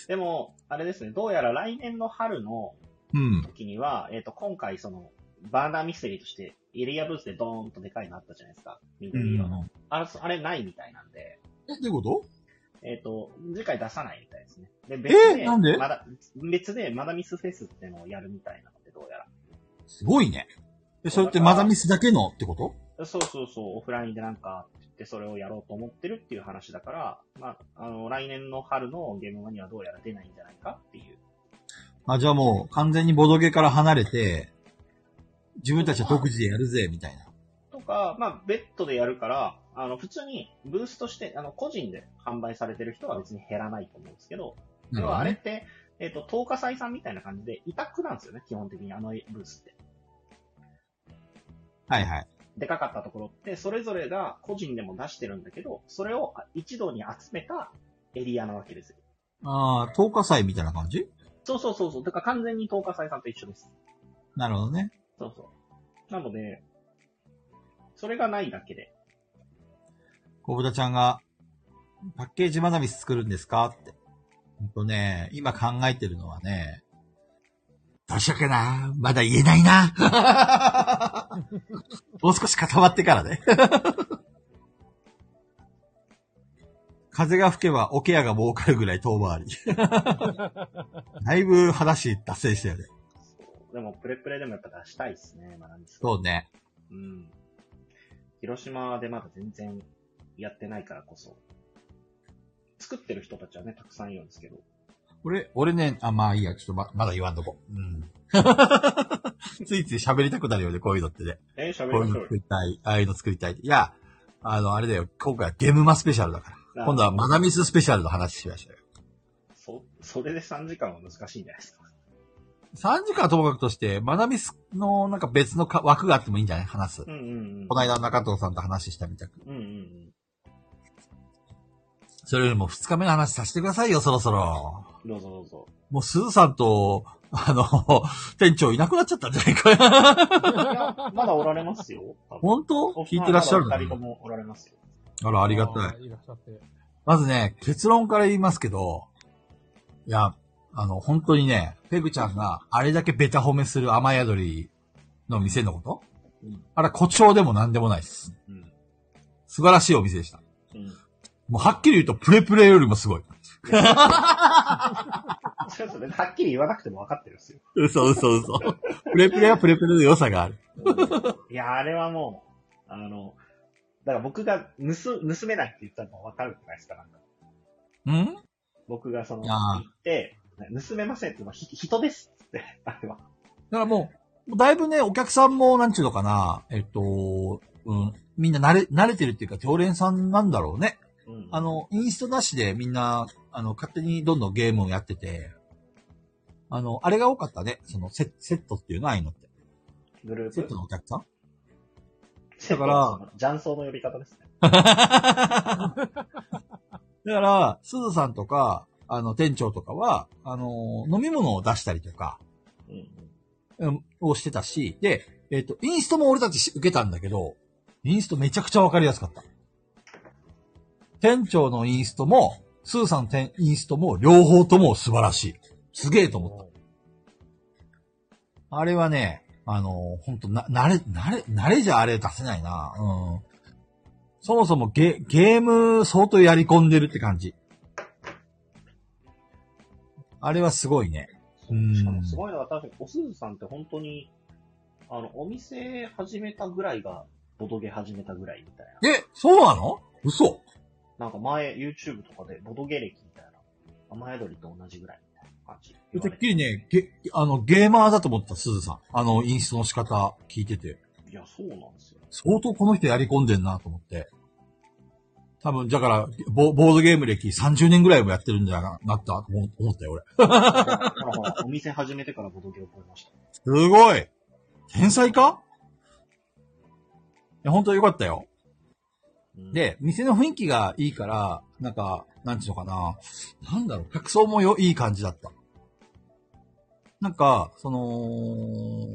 でも、あれですね、どうやら来年の春の
うん。
時には、えっ、と、今回その、バーナーミステリーとして、エリアブースでドーンとでかいのあったじゃないですか。緑色の。
うん
あれ、そあれないみたいなんで、
え、どういうこと
えっ、と、次回出さないみたいですね。で、別で、
なんで
まだ、別でマダミスフェスってのをやるみたいなので、どうや
すごいね。で、それってマダミスだけのってこと
ら。そうそうそう、オフラインでなんか、で、それをやろうと思ってるっていう話だから、まあ、あの、来年の春のゲームマにはどうやら出ないんじゃないかっていう。
あ、じゃあもう完全にボドゲから離れて、自分たちは独自でやるぜ、みたいな。
とか、まあ、ベッドでやるから、あの、普通にブースとして、あの、個人で販売されてる人は別に減らないと思うんですけど、
なる
要
ほ
は
ど
あれっ
ね。
て、えっ、と、10日採算みたいな感じで、委託なんですよね、基本的にあのブースって。
はいはい。
でかかったところって、それぞれが個人でも出してるんだけど、それを一度に集めたエリアなわけですよ。
ああ、10日祭みたいな感じ
そうそうそうそう。だから完全に10日採算と一緒です。
なるほどね。
そうそう。なので、それがないだけで。
小豚ちゃんが、パッケージマダミス作るんですかって。ほんとね、今考えてるのはね、どうしようかな。まだ言えないな。 もう少し固まってからね。 風が吹けばオケアが儲かるぐらい遠回り。 だいぶ話脱線したよね。
そうでも、プレプレでもやっぱ出したいですね、学びそ
そ
う。
うね。
うん。広島でまだ全然やってないからこそ。作ってる人たちはね、たくさんいるんですけど。
俺、俺ね、あ、まあいいや、ちょっとま、まだ言わんとこ。 うん。ついつい喋りたくなるよね、こういうのってね。
えー、喋
こう
り
いう
まし
の
ょう
作りたい、ああいうの作りたい。いや、あの、あれだよ、今回はゲームマスペシャルだから。
よ。
今度はマダミススペシャルの話しましょうよ。
そ、それで3時間は難しいんじゃないですか。
3時間はともかくとして、マダミスのなんか別のか枠があってもいいんじゃない話す
う。んうんうん。
この間中藤さんと話したみたく。
うんうんうん。
それよりも2日目の話させてくださいよ、そろそろ。
どうぞどうぞ。
もう鈴さんと、あの、店長いなくなっちゃったんじゃない か。
いや、まだおられますよ。多分
本当聞いてらっしゃる
お
の
二人ともおられますよ。
あら、ありがたい。
い。いらっしゃって。
まずね、結論から言いますけど、いや、あの、本当にね、ペグちゃんがあれだけベタ褒めする雨宿りの店のこと、
うん
あれは誇張でも何でもないです。
うん。
素晴らしいお店でした。
うん。
もうはっきり言うと、プレプレよりもすごい。
そうそうねはっきり言わなくても分かってるんですよ。
嘘嘘嘘。 プレプレはプレプレの良さがある。
いや、あれはもう、あの、だから僕が盗、盗めないって言ったのも分かるじゃないですか、なんか。
ん
僕がその、
いやー
行って、盗めませんって、ひ人ですっつって、あれは。
だからもう、だいぶね、お客さんも、なんちゅうのかな、えっと、うん、みんな慣れ、慣れてるっていうか、常連さんなんだろうね。
うん
あ、の、インストなしでみんな、あの、勝手にどんどんゲームをやってて、あの、あれが多かったね。そのセ、セットっていうのああいうのって。
グルー
セ
プ
ット。のお客さん
だ
から、
雀荘の呼び方ですね。
だから、すずさんとか、あの、店長とかは、あの、飲み物を出したりとか、
うんうん。
うんをしてたし、で、えっ、と、インストも俺たちし受けたんだけど、インストめちゃくちゃわかりやすかった。店長のインストも、スーさん店インストも、両方とも素晴らしい。すげえと思った。あれはね、あのー、ほんと、な、慣れ、慣れ、慣れじゃあれ出せないな。うん。そもそもゲ、ゲーム相当やり込んでるって感じ。あれはすごいね。うん
しかもすごいのは確かに、おすずさんって本当に、あの、お店始めたぐらいが、ボドゲ始めたぐらいみたいな。
え、そうなの嘘
なんか前、YouTube とかで、ボドゲ歴みたいな。前鳥と同じぐらいみたいな感じ。
てっきりね、ゲ、あの、ゲーマーだと思った、すずさん。あの、インストの仕方聞いてて。
いや、そうなんですよ。
相当この人やり込んでんなと思って。多分、だから、ボボードゲーム歴30年ぐらいもやってるんじゃな、なったと思思ったよ、俺。
ほらほら、お店始めてからボドゲを覚えました。
すごい天才かいや、本当よかったよ。
うん、
で、店の雰囲気がいいから、なんか、なんちゅうのかな。なんだろう、客層もよ、いい感じだった。なんか、その、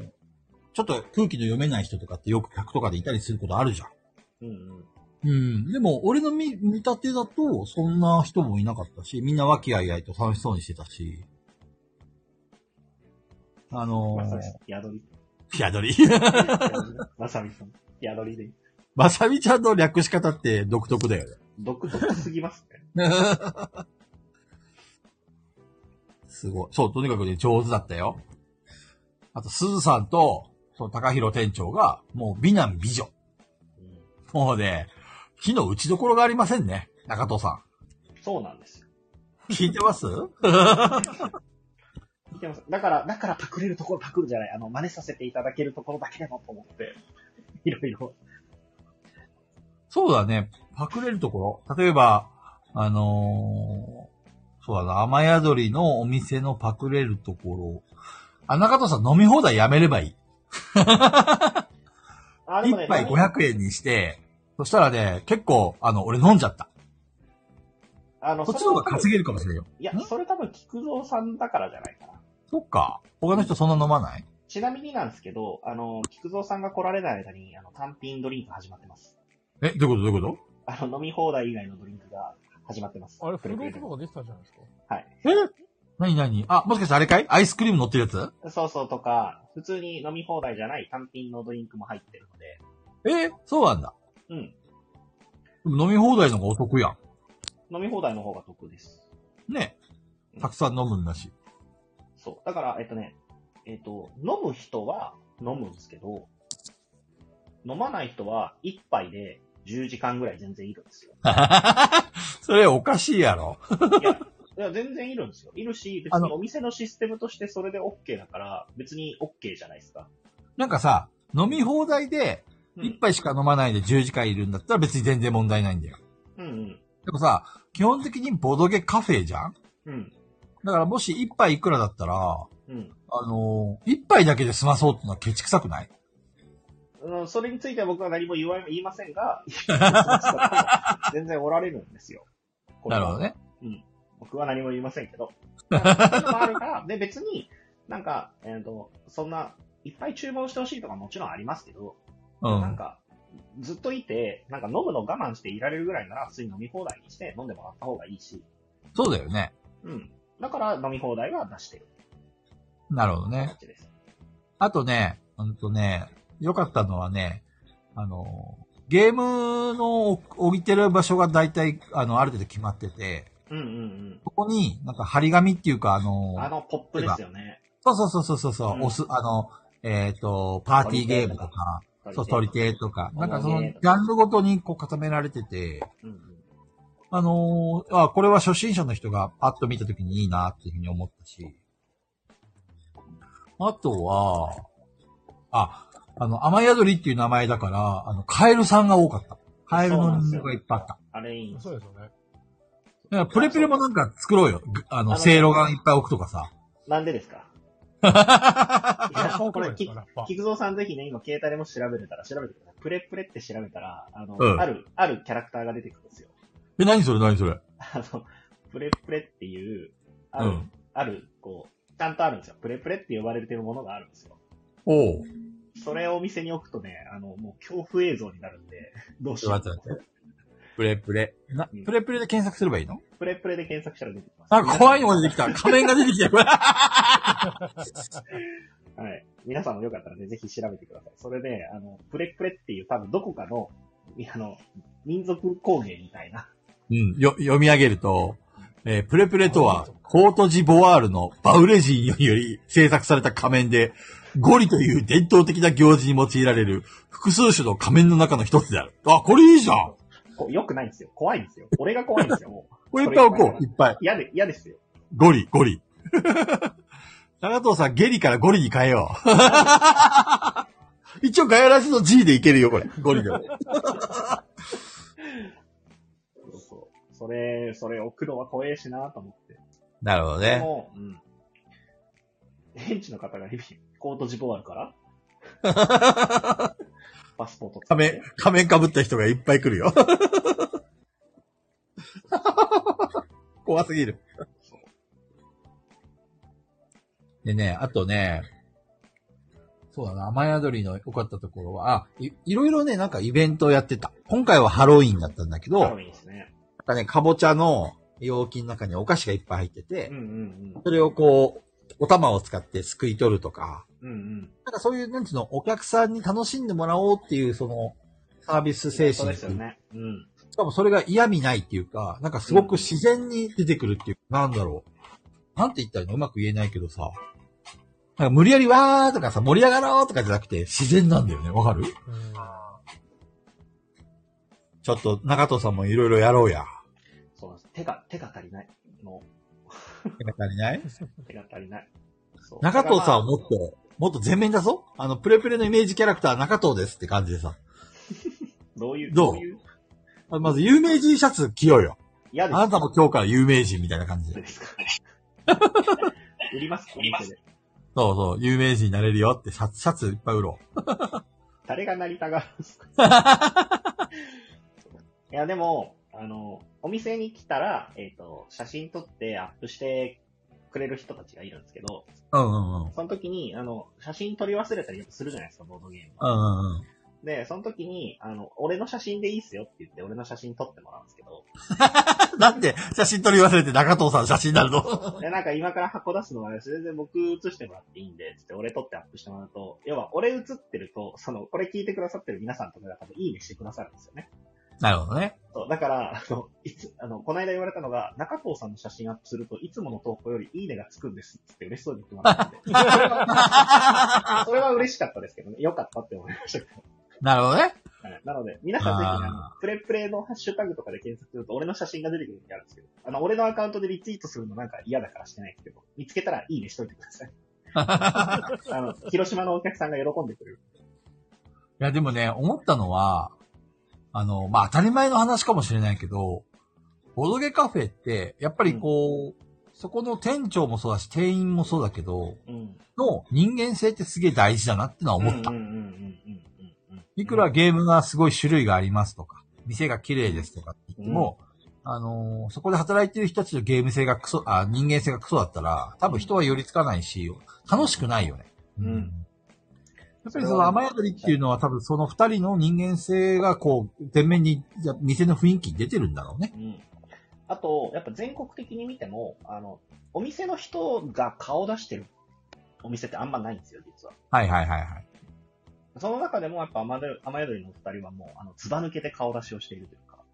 ちょっと空気の読めない人とかってよく客とかでいたりすることあるじゃん。
うんうん。
うん。でも、俺の見、見立てだと、そんな人もいなかったし、みんな和気あいあいと楽しそうにしてたし。あの
まさ
ー
み、さん、宿り。
宿り。
まさみさん、宿りで。
まさみちゃんの略し方って独特だよね。
独特すぎますね。
すごい。そう、とにかくね、上手だったよ。あと、鈴さんと、そう、高弘店長が、もう美男美女。
うん
もうね、火の打ちどころがありませんね。中藤さ
そうなんですよ。
ん。聞いてます
見てます。だから、だからパクれるところパクるじゃない。あの、真似させていただけるところだけでもと思って、いろいろ。
そうだね。パクれるところ。例えば、あのーそうだな、雨宿りのお店のパクれるところ。あ、中藤さん飲み放題やめればいい。
あ
一杯500円にして、そしたらね、結構、あの、俺飲んじゃった。
あの、
こっちの方が稼
げ
げるかもしれんよ。
いや、それ多分、菊蔵さんだからじゃないかな。
そっか。他の人そんな飲まない
ちなみになんですけど、あの、菊蔵さんが来られない間に、あの、単品ドリンク始まってます。
え、どういうことどういうこ
あの、飲み放題以外のドリンクが始まってます。
あれ、フ
く
ル
る
ロー
くる
トとか出てたじゃないですか。
とえなになにあ、もしかしてあれかいアイスクリーム乗ってるやつ
そうそうとか、普通に飲み放題じゃない単品のドリンクも入ってるので、
えそうなんだ。
うん。
でも飲み放題の方がお得やん。
飲み放題の方が得です。
ね。たくさん飲むんだし。
そう。だから、えっとね、えっと、飲む人は飲むんですけど、飲まない人は一杯で10時間ぐらい全然いるんですよ。
それおかしいやろ。
いや、いや全然いるんですよ。いるし、別
あ
に
の
お店のシステムとしてそれで OK だから、別に OK じゃないですか。
なんかさ、飲み放題で、
うん
一杯しか飲まないで10時間いるんだったら別に全然問題ないんだよ。
うんうん。
でもさ、基本的にボドゲカフェじゃん
うん。
だからもし一杯いくらだったら、あ
うん。
のー一杯だけで済まそうってのはケチくさくない
うんそれについては僕は何も言わ言いません が、全然おられるんですよ。これ
な
は
るほどね。
僕は何も言いません けど。だからそういうのもあるから、で、別に、なんか、えっ、と、そんな、いっぱい注文してほしいとかもちろんありますけど、
う
なん
ん。
か、ずっといて、なんか飲むの我慢していられるぐらいなら、普通に飲み放題にして飲んでもらった方がいいし、
そうだよね。
うん。だから飲み放題は出してる
なるほどね。
形です。
あとね、うんとね、良かったのはね、あの、ゲームの置いてる場所が大体、あの、ある程度決まってて、
うんうん
ここになんか張り紙っていうか、あの
うん。、あの、ポップですよね。
そうそうそうそうそう、
うん
押す、あの、えっ、と、パーティーゲームとか、そう、取り手とか、なんかその、ジャンルごとにこう固められてて、
うんうん。
あのーあ、これは初心者の人がパッと見たときにいいなっていうふうに思ったし。あとは、あ、あの、雨宿りっていう名前だから、あの、カエルさんが多かった。カエルの人がいっぱいあった。
あれいいんです
そ
よ
うですよね。
だからプレプレもなんか作ろうよ。ぐあ
あ
の、
の
せいろがいっぱい置くとかさ。
なんでですか いや、これ、き
ラッパー
菊蔵さんぜひね、今携帯でも調べれたら調べてください。プレプレって調べたら、あの、
うん
ある、あるキャラクターが出てくるんですよ。
え、何それ何それ
あの、プレプレっていう、ある、
うん
ある、こう、ちゃんとあるんですよ。プレプレって呼ばれてるものがあるんですよ。
おう。
それをお店に置くとね、あの、もう恐怖映像になるんで、 どうし
ちょ
よ
っと待って
う。
待って。プレプレ。な、プレプレで検索すればいいの
プレプレで検索したら出てきます。
あ、怖いもの出てきた。仮面が出てきたよ。
はい。皆さんもよかったらね、ぜひ調べてください。それで、あの、プレプレっていう多分どこかの、あの、民族工芸みたいな。
うん、よ、読み上げると、えープレプレとは、コートジボワールのバウレジンより制作された仮面で、ゴリという伝統的な行事に用いられる複数種の仮面の中の一つである。あ、これいいじゃん
こよくないんですよ。怖いんですよ。俺が怖いんですよ、もう。
これいっぱい置こう、いっぱい。
嫌で、嫌ですよ。
ゴリ、ゴリ。 長藤さん、ゲリからゴリに変えよ う。一応ガヤラジの G でいけるよ、これ。ゴリでも。
そうそう。それ、それ置くのは怖えしなと思って。
なるほど
で
ね。
も、うん。現地の方が日々、コートジボワールから パスポート
仮面、仮面被った人がいっぱい来るよ。 怖すぎる。でね、あとね、そうだな、雨宿りの良かったところは、あい、いろいろね、なんかイベントをやってた。今回はハロウィンだったんだけど、
ハ
な
ロウ
ん
ィンですね。
かね、かぼちゃの容器の中にお菓子がいっぱい入ってて、
うんうん
それをこう、お玉を使ってすくい取るとか、
うん。うんう
な
ん。
んかそういう、なんつうの、お客さんに楽しんでもらおうっていう、その、サービス精
そう
神っ
です
て
よ
いう
ね。うん。
しかもそれが嫌味ないっていうか、なんかすごく自然に出てくるっていう、なんだろう。なんて言ったらいいのうまく言えないけどさ。なんか無理やりわーとかさ、盛り上がろうとかじゃなくて、自然なんだよね。わかる
うん
ちょっと、中藤さんもいろいろやろうや。
そうなんです。手が、手が足りない。も、
足りないう
手が足りない。そう
中藤さんをもっ
だからま
と、もっと前面だぞあの、プレプレのイメージキャラクター中藤ですって感じでさ。
あどういう、
どう
いう
あまず、有名人シャツ着ようよ。
嫌
あ
です。
なたも今日から有名人みたいな感じで。
ですか 売ります、売ります。
そうそう、有名人になれるよってシャツ、シャツいっぱい売ろう。
誰が成りたがるんですかいや、でも、あの、お店に来たら、えっ、と、写真撮ってアップしてくれる人たちがいるんですけど、
うんうんうん。
その時に、あの、写真撮り忘れたりよくするじゃないですか、ボードゲーム
う
は。
んうんうん。
で、その時に、あの、俺の写真でいいっすよって言って、俺の写真撮ってもらうんですけど、
なんで写真撮り忘れて中藤さん写真になるの
で、なんか今から箱出すのは、全然僕写してもらっていいんで、つって俺撮ってアップしてもらうと、要は俺写ってると、その、これ聞いてくださってる皆さんとかが多分いいねしてくださるんですよね。
なるほどね。
そう、だから、あの、いつ、あの、この間言われたのが、中藤さんの写真アップすると、いつもの投稿よりいいねがつくんですっつって嬉しそうに言っても らったんで。 それはそれは嬉しかったですけどね。よかったって思いましたけど。
なるほどね。
はいなので、皆さんぜひね、あ
あ
の、プレプレのハッシュタグとかで検索すると、俺の写真が出てくる時あるんですけど、あの、俺のアカウントでリツイートするのなんか嫌だからしてないですけど、見つけたらいいねしといてく ださい。あの、広島のお客さんが喜んでくれる。
いや、でもね、思ったのは、あの、まあ、当たり前の話かもしれないけど、ボドゲカフェって、やっぱりこう、そこの店長もそうだし、店員もそうだけど、
うん。
の人間性ってすげえ大事だなってのは思った。
うんうんうんうんうんうんうん。
いくらゲームがすごい種類がありますとか、店が綺麗ですとかって言っても、あのーそこで働いてる人たちのゲーム性がクソ、あ、人間性がクソだったら、多分人は寄りつかないし、楽しくないよね。
うん
やっぱりその雨宿りっていうのは多分その二人の人間性がこう、全面にいや店の雰囲気に出てるんだろうね。
うん。あと、やっぱ全国的に見ても、あの、お店の人が顔出してるお店ってあんまないんですよ、実は。
はいはいはいはい。
その中でもやっぱ雨宿雨宿りのお二人はもう、あの、ずば抜けて顔出しをしているというか、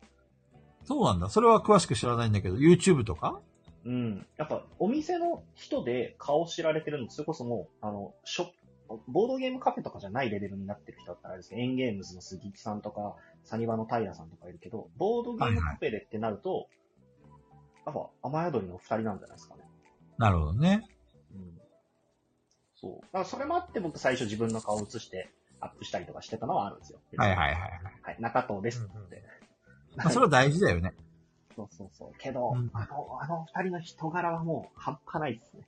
そうなんだ。それは詳しく知らないんだけど、YouTube とか
うん。やっぱお店の人で顔知られてるの、それこそもう、あの、ショップボードゲームカフェとかじゃないレベルになってる人だったらあれですけど、エンゲームズの杉木さんとか、サニバの平さんとかいるけど、ボードゲームカフェでってなると、やっぱ雨宿りのお二人なんじゃないですかね。
なるほどね。
うんそう。だからそれもあって僕最初自分の顔を映してアップしたりとかしてたのはあるんですよ。
はいはい
い。
はいはい。
はい、中藤ですって。
まあ、それは大事だよね。
そうそうそう。けど、
うん
あの、あの二人の人柄はもう半端ないですね。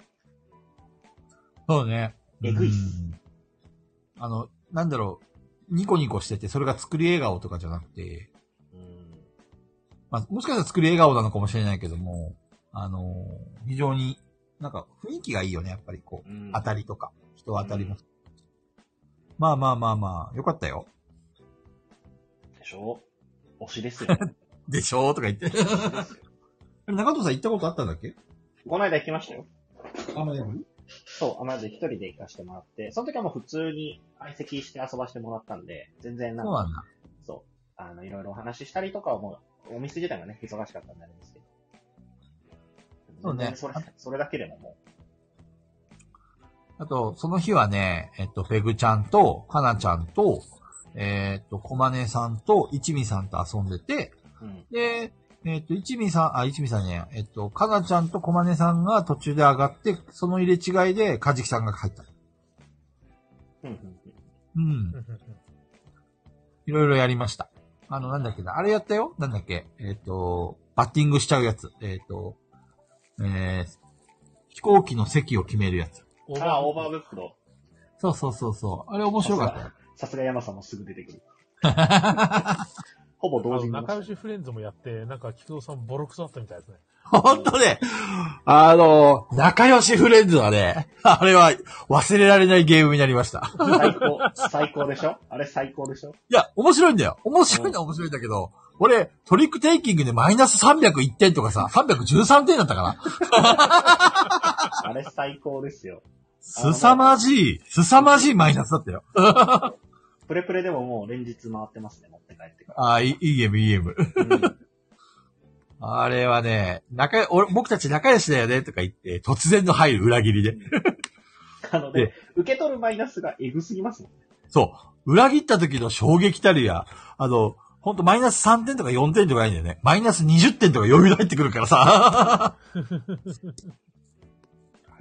そうね。
えぐいっす
うんあの、なんだろう、ニコニコしてて、それが作り笑顔とかじゃなくて、
うん。
まあ、もしかしたら作り笑顔なのかもしれないけども、あのー非常になんか雰囲気がいいよね、やっぱりこう、
うん
当たりとか、人当たりも。まあまあまあまあ、よかったよ。
でしょ推しで すよ。
でしょーとか言って。 中藤さん行ったことあったんだっけ
この間行きましたよ。
あの、でも
そう、まず一人で行かしてもらって、その時はもう普通に相席して遊ばしてもらったんで、全然なん
そう
か、
なんだ。
そう、あの、いろいろお話ししたりとかはもう、お店自体がね、忙しかったんであれですけど。
そうね
全然それ、それだけでもも
あと、その日はね、えっと、ペグちゃんと、かなちゃんと、えっと、こまねさんと、いちみさんと遊んでて、
う、うん。
で、えっ、と、一味さん、あ、一味さんね、えっ、と、かなちゃんとこまねさんが途中で上がって、その入れ違いで、かじきさんが入った。
うん、うん、うん。
うん。いろいろやりました。あの、なんだっけな、あれやったよなんだっけえっ、と、バッティングしちゃうやつ。えっ、と、えー、飛行機の席を決めるやつ。
オ
ああ、オーバーブックド。
そうそうそうそう。あれ面白かった よ。
さすが山さんもすぐ出てく る。ほぼ同時
あの
に。
仲良しフレンズもやって、なんか、菊蔵さんボロクソだったみたいですね。
ほんとね、あの、仲良しフレンズはね、あれは忘れられないゲームになりました。
最高、最高でしょあれ最高でしょ
いや、面白いんだよ。面白いのは面白いんだけど、俺、トリックテイキングでマイナス301点とかさ、313点だったか
あれ最高ですよ。
ら。凄まじい、凄まじいマイナスだったよ。
プレプレでももう連日回ってますね、持って帰ってか
ああ、いいいいゲーム、いいゲーム。
ら。うん
あれはね、仲良、俺、僕たち仲良しだよね、とか言って、突然の入る裏切りで。
なので、受け取るマイナスがエグすぎますもん。
そう。裏切った時の衝撃たるや、あの、ほんとマイナス3点とか4点とかないんだよね。マイナス20点とか余裕で入ってくるからさ。
あ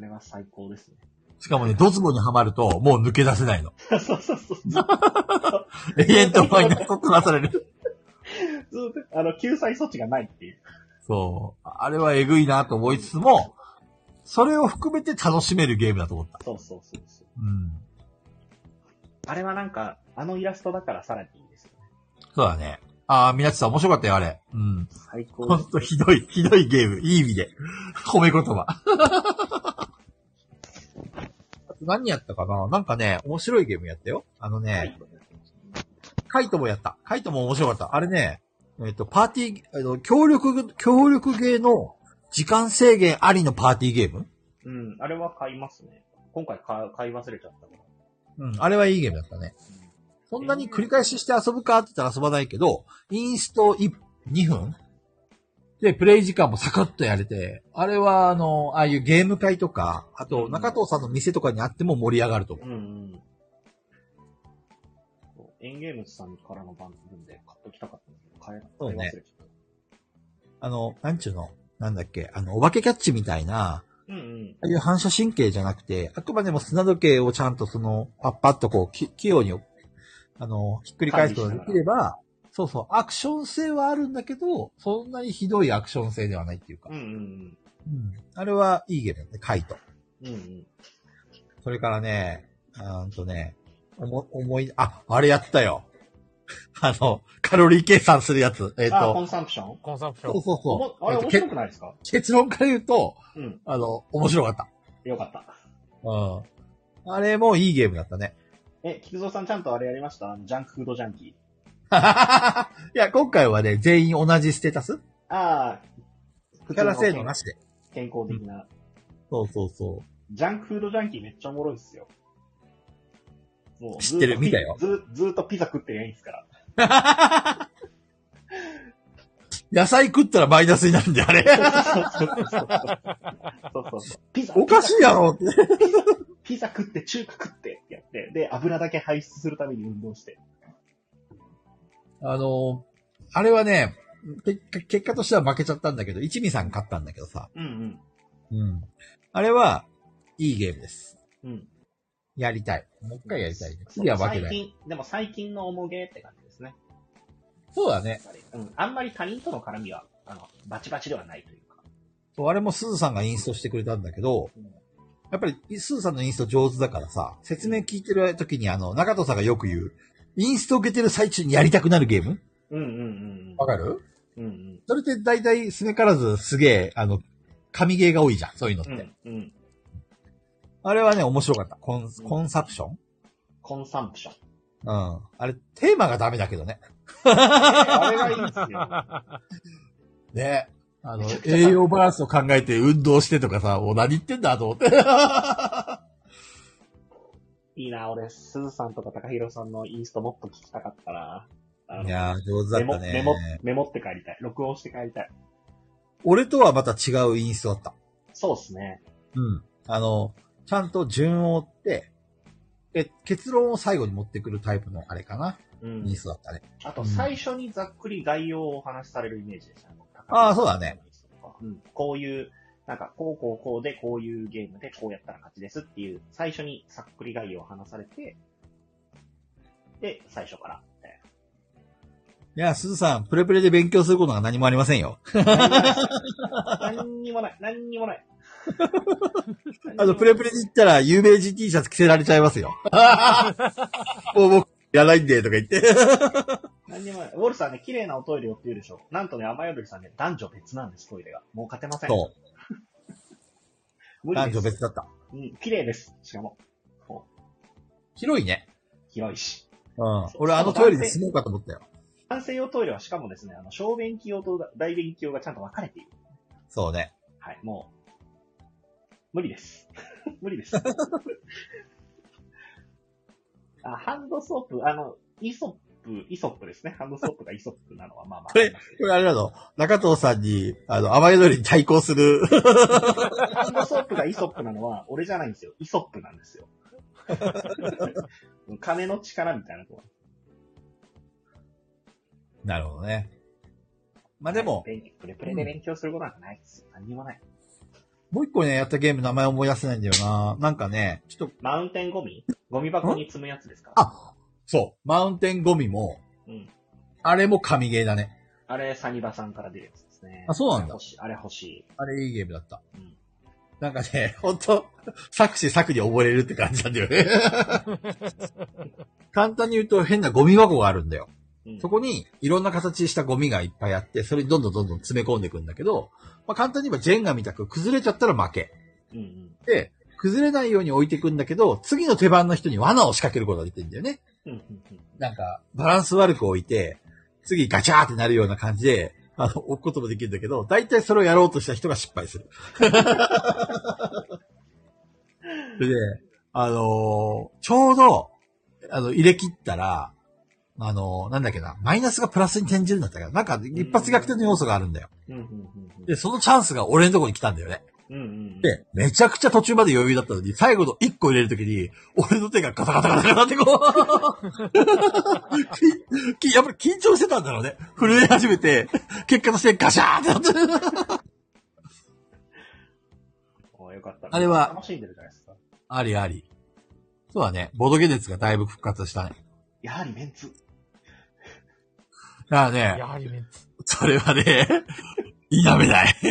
れは最高ですね。
しかもね、ドツボにはまると、もう抜け出せないの。
そうそうそう。ずっと、
永遠とマイナスを取らされる。
あの、救済措置がないっていう。
そう。あれはえぐいなと思いつつも、それを含めて楽しめるゲームだと思った。
そうそうそうそう。
うん。
あれはなんか、あのイラストだからさらにいいですよね。
そうだね。ああ、みなちさん面白かったよ、あれ。うん。
最高
ほ
で
ん
す。
とひどい、ひどいゲーム。いい意味で。褒め言葉。あと 何やったかななんかね、面白いゲームやったよ。あのね、カイトもやった。カイトも面白かった。あれね、えっと、パーティー、あの、協力、協力ゲーの時間制限ありのパーティーゲーム
うん、あれは買いますね。今回買買い忘れちゃったから。
うん、あれはいいゲームだったね。そんなに繰り返しして遊ぶかって言ったら遊ばないけど、インスト1 2分で、プレイ時間もサクッとやれて、あれは、あの、ああいうゲーム会とか、あと、
うん
中藤さんの店とかにあっても盛り上がると思う。
うんうん。そうエンゲームズさんからの番組で買っときたかったんだけど、買え
そうね
買い忘れちゃっ
あの、なんちゅうの、なんだっけ、あの、お化けキャッチみたいな、
た。うんうん。
ああいう反射神経じゃなくて、あくまでも砂時計をちゃんとその、パッパッとこう、き器用に、あの、ひっくり返すことができれば、そうそう、アクション性はあるんだけど、そんなにひどいアクション性ではないっていうか
う。んうん
うん。あれはいいゲームだね、カイト。
うん。うんうん。
それからね、あーんとね、おも、思い、あ、あれやったよ。 あの、カロリー計算するやつ。えっ、
あ、コン
と、
サンプション
コンサンプシ
そ
ョ
う
ン。
そう
お
そ
も
う。
あれ
えっと
面
け
白くないですか
結論から言うと、
うん。
あの、面白かった。
よかった。
うん。あれもいいゲームだったね。
え、菊蔵さんちゃんとあれやりましたあのジャンクフードジャンキ
いや、今回はね、全員同じステータス
ー。ああ、
キャラ制度なしで。
健康的な。
そうそうそ
ジャンクフードジャンキーめっちゃおもろいっすよ。もずっと
知ってる見たよ
ず、ずっとピザ食ってりゃいいんです から。
う。野菜食ったらマイナスになるんで、あ れ。
そうそうそうそうそう そう。ピザ、
おかしいやろって。
ピザ食って、中華食ってってやって、で、油だけ排出するために運動して。
あのーあれはね、結果結果としては負けちゃったんだけど、一味さん勝ったんだけどさ。
うん
うん。あれは、いいゲームです。
うん。うん。
やりたい。もう一回やりたいね。
そう
次は負けない。
最近、でも最近の重げって感じですね。
そうだね
や。っぱりうん。あんまり他人との絡みは、あの、バチバチではないというか。
そうあれもすずさんがインストしてくれたんだけど、やっぱりすずさんのインスト上手だからさ、説明聞いてる時にあの、中藤さんがよく言う、インスト受けてる最中にやりたくなるゲーム
うんうんうん
わかる
うん。うんうん。
それって大体すねからずすげえ、あの、神ゲーが多いじゃん、そういうのって。
うん。うん。
あれはね、面白かった。コンコンサプション
コンサン プション。
うん。あれ、テーマがダメだけどね。
あれがいいんですよ。
ね。あ の、栄養バランスを考えて運動してとかさ、もう何言ってんだと思って。
いいな、俺、すずさんとか高弘さんのインストもっと聞きたかったな。あの
いやー、上手だ
メモ、
った
メ
ね
モ。、メモって帰りたい。録音して帰りたい。
俺とはまた違うインストだった。
そうっすね。
うん。あの、ちゃんと順を追って、え、結論を最後に持ってくるタイプのあれかな、
う
イ
ん
ン。ストだったね。
あと、最初にざっくり概要をお話しされるイメージでしたね。
あーそうだね。
うん。こういう、なんか、こうこうこうで、こういうゲームで、こうやったら勝ちですっていう、最初にざっくり概要を話されて、で、最初 から。みたい
いや、すずさん、プレプレで勉強することが何もありませんよ。
な何にもない。何にもない。
あと、プレプレで行ったら、有名人 T シャツ着せられちゃいます よ。もう僕、やらないんで、とか言って。
何にもない。ウォルさんね、綺麗なおトイレをって言うでしょ。なんとね、雨宿りさんね、男女別なんです、トイレが。もう勝てません。。
そう
無
う。
理
男
です。
女別だった。
うん、綺麗です。しかも、
広いね。
広いし。
うん。俺、あのトイレで住もうかと思ったよ。
男性用トイレはしかもですね、あの、小便器用と大便器用がちゃんと分かれている。
そうね。
はい、もう、無理です。 無理です。あ、ハンドソープ、あの、イソップ、イソップですね。ハンドソープがイソップなのは、まあまあ。
これこれあれなの、中藤さんに、あの、甘えどりに対抗する。
ハンドソープがイソップなのは、俺じゃないんですよ。イソップな んですよ。金の力みたいなとこ。
なるほどね。まあ、でも、
勉プレプレで勉強することなんかないです。何にもない。
もう一個ね、やったゲーム名前思い出せないんだよな。なんかね、ちょっと、
マウンテンゴミゴミ箱に積むやつですか
あそう、マウンテンゴミも、
うん。
あれも神ゲーだね。
あれ、サニバさんから出るやつですね。
あそうなんだ
あれ欲しい。あれ欲しい。
あれいいゲームだった。
うん
なんかね、ほんと、作詞作に溺れるって感じなんだよ ね。簡単に言うと変なゴミ箱があるんだよ。
うん
そこにいろんな形したゴミがいっぱいあって、それにどんどんどんどん詰め込んでいくんだけど、まあ、簡単に言えばジェンガみたく崩れちゃったら負け。
うんうん。
で、崩れないように置いていくんだけど、次の手番の人に罠を仕掛けることができるんだよね。
うんうんうん
なんか、バランス悪く置いて、次ガチャーってなるような感じで、あの、置くこともできるんだけど、大体それをやろうとした人が失敗 する。それで、あのーちょうど、あの、入れ切ったら、あのーなんだっけな、マイナスがプラスに転じるんだったから、なんか一発逆転の要素があるんだよ。
うんうんうん
で、そのチャンスが俺のとこに来たんだよね。
うん。うんうんうん。
で、めちゃくちゃ途中まで余裕だったのに、最後の1個入れるときに、俺の手がガタガタガタガタってこう きき、やっぱり緊張してたんだろうね。震え始めて、結果としてガシャーってなって。
およかった。
あれは
楽しんでるじゃないですか。
ありあり。そうだね。ボドゲ熱がだいぶ復活したね。
やはりメンツ。
だから
や
ね、
はりメンツ。
それはね、否めない。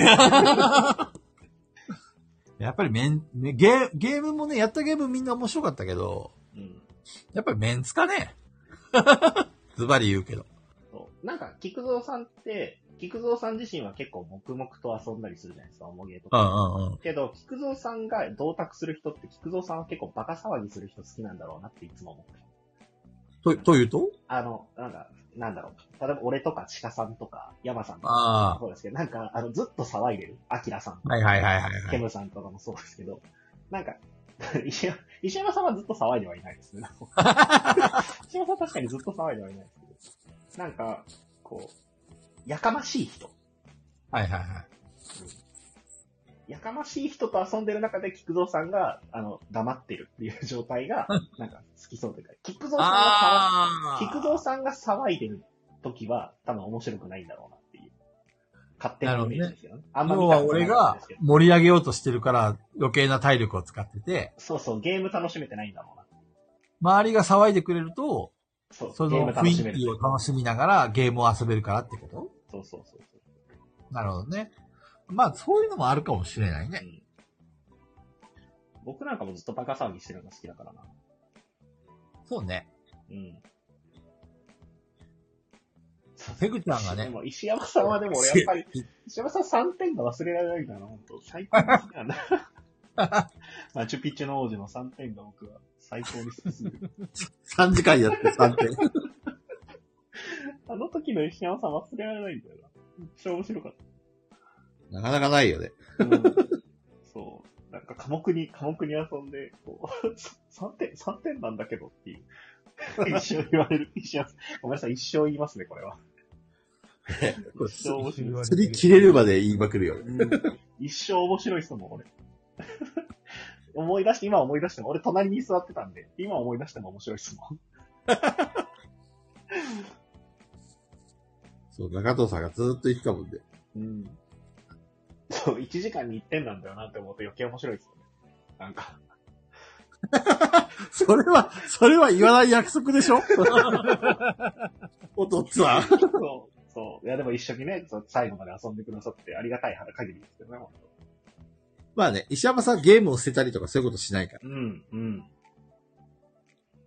やっぱりメン、ねゲー、ゲームもね、やったゲームみんな面白かったけど、
うん。
やっぱりメンツか ね。ズバリ言うけど。
そう。なんか、菊蔵さんって、菊蔵さん自身は結構黙々と遊んだりするじゃないですか、おもげと
うんう
か。
んうん。
けど、菊蔵さんが同卓する人って、菊蔵さんは結構バカ騒ぎする人好きなんだろうなっていつも思ってる
と、というと
あの、なんか、なんだろう。例えば俺とか鹿さんとか山さんと
あ
かそうですけど、なんか、あの、ずっと騒いでる。アキラさんと
あ。
か、
はいはいはいはいは
ケ
い。
ムさんとかもそうですけど、なんか、 石山石山さんはずっと騒いではいないです ね。石山さん確かにずっと騒いではいないですけど、なんか、こう、やかましい人。
はいはいはい。
やかましい人と遊んでる中で、菊蔵さんが、あの、黙ってるっていう状態 が、なんか、好きそうというか、菊蔵さんが
あ
騒い、菊蔵さんが騒いでる時は、多分面白くないんだろうなっていう。勝手なイメージですよね。あんま
今
見
日
た
は
ことな
俺
いん
が
ですけど。
盛り上げようとしてるから余計な体力を使ってて、
そうそう、ゲーム楽しめてないんだろうな。
周りが騒いでくれると、
そう、
そ
ゲー
の
ム
雰
楽しめ
囲
る。
気を楽しみながらゲームを遊べるからってこ
そうそうそうそう。
となるほどね。まあそういうのもあるかもしれないね。
うん僕なんかもずっとバカ騒ぎしてるのが好きだからな。
そうね。
うん。
ペグちゃんが
で
ね、
も石山さんはでも俺や っぱり、石山さん3点が忘れられないから、本当最高に好きなんだ。 マチュピチュの王子の3点が僕は最高に好きす ぎる。
3時間やって3点。
あの時の石山さん忘れられないんだよな。めっちゃ面白かっ
なかなかないよね。
た。うん、そう。なんか科目に、科目に遊んで、こう、3点、3点なんだけどっていう。一生言われる。石山さん。ごめんなさい、一生言いますね、これは。
これ
一生面白い。
釣り切れるまで言いまくるよね。
一生面白いっすもん、俺。思い出して、今思い出しても、俺隣に座ってたんで、今思い出しても面白いっすもん。
そう、中藤さんがずーっと言ってたもんで。
うん。そう、1時間に1点なんだよなって思うと余計面白いっすよね。なんか、
それは、それは言わない約束でしょ おとっつぁん。
そう、そう。いや、でも一緒にね、そう最後まで遊んでくださってありがたい限りですけどね、本
まあね、石山さんゲームを捨てたりとかそういうことしないから。
当うん、うん。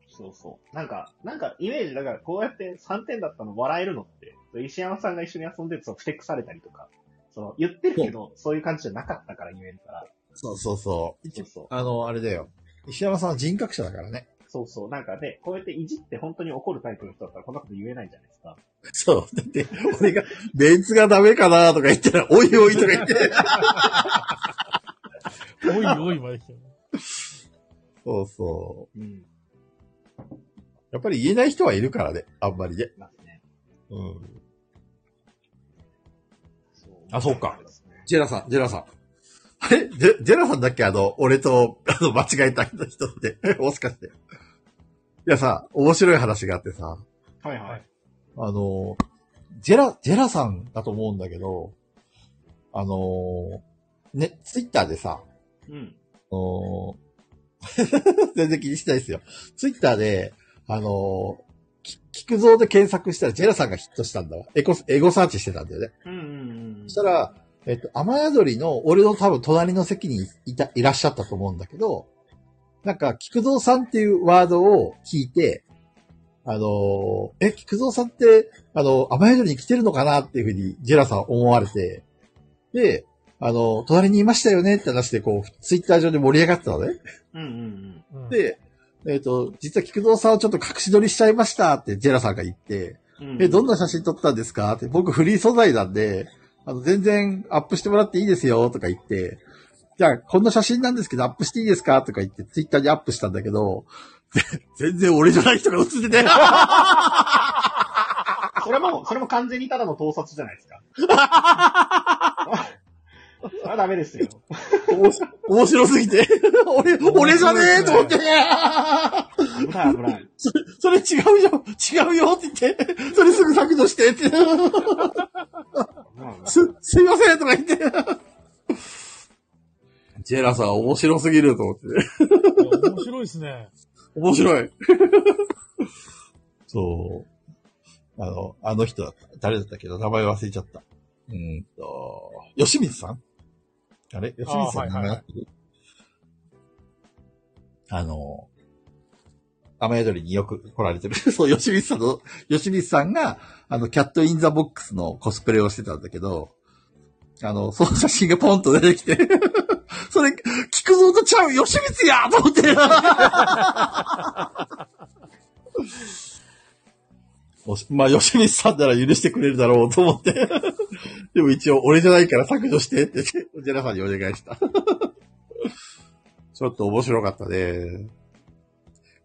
そうそう。なんか、なんかイメージ、だからこうやって3点だったの笑えるのって、石山さんが一緒に遊んでて、そのふてくされたりとか、その、言ってるけど、そういう感じじゃなかったから言えるから、
そうそうそう。
そうそう。
あの、あれだよ。石山さんは人格者だからね。
そうそう。なんかね、こうやっていじって本当に怒るタイプの人だったらこんなこと言えないじゃないですか。
そう。だって、俺が、ベンツがダメかなとか言ったら、おいおいとか言って。
おいおいまで来てる。
そうそ
うん。
う。やっぱり言えない人はいるからね、あんまりね。
ますね。
うん。
そう
あそうか。ジェラさん、ジェラさん。あれジェジェラさんだっけあの、俺と、あの、間違えた人って、 もしかして。いやさ、面白い話があってさ、
はい
は
はいい。
あの、ジェラ、ジェラさんだと思うんだけど、あの、ね、ツイッターでさ、
うん。
あの 全然気にしないですよ。ツイッターで、あのき菊蔵で検索したらジェラさんがヒットしたんだわ。エコ、エゴサーチしてたんだよね。
うんうんうん。
そしたら、えっと、雨宿りの、俺の多分隣の席にいた、いらっしゃったと思うんだけど、なんか、菊蔵さんっていうワードを聞いて、あのーえ、菊蔵さんって、あの、雨宿りに来てるのかなっていうふうに、ジェラさん思われて、で、あの、隣にいましたよねって話で、こう、ツイッター上で盛り上がってたのね。
うんうん
うん、
で、えっ、と、実は菊蔵さんをちょっと隠し撮りしちゃいましたってジェラさんが言って、
うんうん。
え、どんな写真撮ったんですかって、僕フリー素材なんで、あの、全然アップしてもらっていいですよとか言って、じゃあ、こんな写真なんですけど、アップしていいですかとか言って、ツイッターにアップしたんだけど、 全然俺じゃない人が映って て、
それも、それも完全にただの盗撮じゃないで すか。 それはダメですよ。
面白面白すぎて、 俺、俺じゃねえと思って、
危ない危ない。
それ違うよ違うよって言って、それすぐ削除して って。
危ない危ない
す、すいませんとか言って。ジェラさん面白すぎると思ってね。
いや面白いですね。
面白い。 そう。あの、あの人だった。誰だったっけど、名前忘れちゃった。うーんと、吉光さんあれ吉光さんの名前合ってるあの、雨宿りによく来られてる。 そう、吉光さんの、吉光さんが、あの、キャットインザボックスのコスプレをしてたんだけど、あの、その写真がポンと出てき て、それ、菊蔵とちゃう吉光やと思って。おしまあ、吉光さんなら許してくれるだろうと思って。 でも一応、俺じゃないから削除してって、 ジェラさんにお願いした。 ちょっと面白かったね。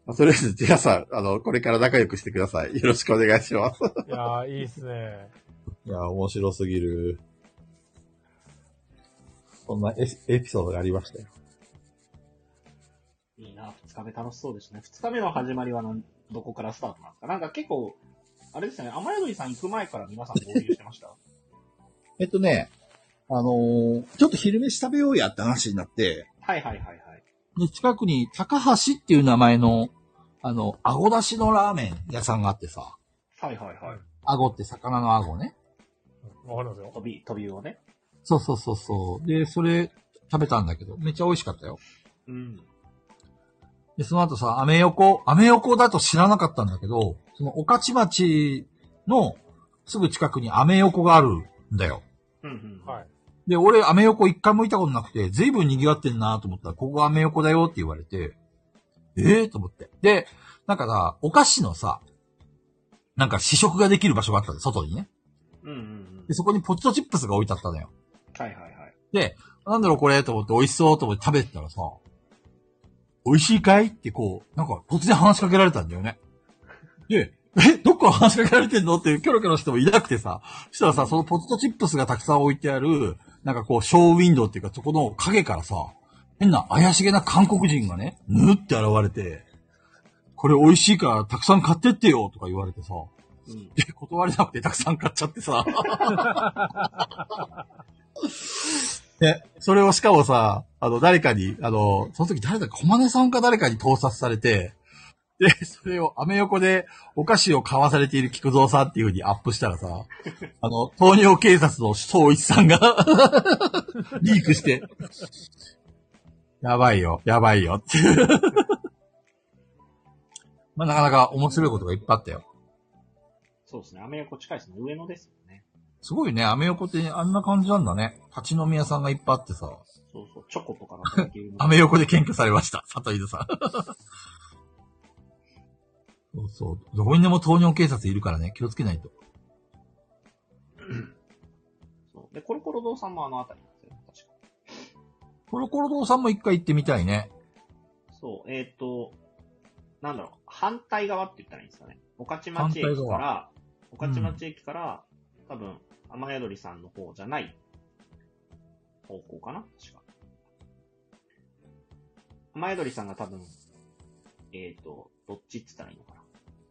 まあ、とりあえず、ジェラさん、あの、これから仲良くしてください。よろしくお願いします。
いやー、いいですね。
いや、面白すぎる。そんなエエピソードがありましたよ。
いいな、二日目楽しそうですね。二日目の始まりはなんどこからスタートなんですかなんか結構、あれですよね、雨宿りさん行く前から皆さん合流してました
えっとね、あのーちょっと昼飯食べようやって話になって、
はいはいはいはい。
で、近くに高橋っていう名前の、あの、顎出しのラーメン屋さんがあってさ、
はいはいはい。
顎って魚の顎ね。
うんわかりますよ。
飛び、飛びをね。
そうそうそうそう。で、それ食べたんだけど、めっちゃ美味しかったよ。
うん。
で、その後さ、アメ横、アメ横だと知らなかったんだけど、その、御徒町の、すぐ近くにアメ横があるんだよ。
うんうん。
はい。
で、俺、アメ横一回も行ったことなくて、ずいぶん賑わってんなと思ったら、ここアメ横だよって言われて、ええと思って。で、なんかさ、お菓子のさ、なんか試食ができる場所があったの、外にね。
うんうんうん
で、。そこにポテトチップスが置いてあったのよ。
はいはいはい。
で、なんだろうこれと思って美味しそうと思って食べてたらさ、美味しいかいってこう、なんか突然話しかけられたんだよね。で、え、どっから話しかけられてんのっていうキョロキョロしてもいなくてさ、そしたらさ、そのポテトチップスがたくさん置いてある、なんかこう、ショーウィンドウっていうか、そこの影からさ、変な怪しげな韓国人がね、ぬって現れて、これ美味しいからたくさん買ってってよとか言われてさ、
うん。
で、断れなくてたくさん買っちゃってさ。で、それをしかもさ、あの、誰かに、あの、その時誰だ、小金さんか誰かに盗撮されて、で、それをアメ横でお菓子を買わされている菊蔵さんっていう風にアップしたらさ、あの、糖尿警察の総一さんが、 リークして、やばいよ、やばいよっていう。 まあ、なかなか面白いことがいっぱいあったよ。
そうですね。アメ横近いですね。上野ですよね。
すごいね、アメ横ってあんな感じなんだね。立ち飲み屋さんがいっぱいあってさ、
そうそう。チョコとかができるの
アメ横で検挙されました、佐藤犬 さん。そうそう。どこにでも糖尿警察いるからね、気をつけないと。
そうで、コロコロ堂さんもあの辺りなんですよ。確か
コロコロ堂さんも一回行ってみたいね。
そう、えっ、と、なんだろう、反対側って言ったらいいんですかね。御徒町駅
反対
から、御
うん
徒町駅から、多分、雨宿りさんの方じゃない方向かな確か。雨宿りさんが多分、えっ、と、どっちって言ったらいいのかな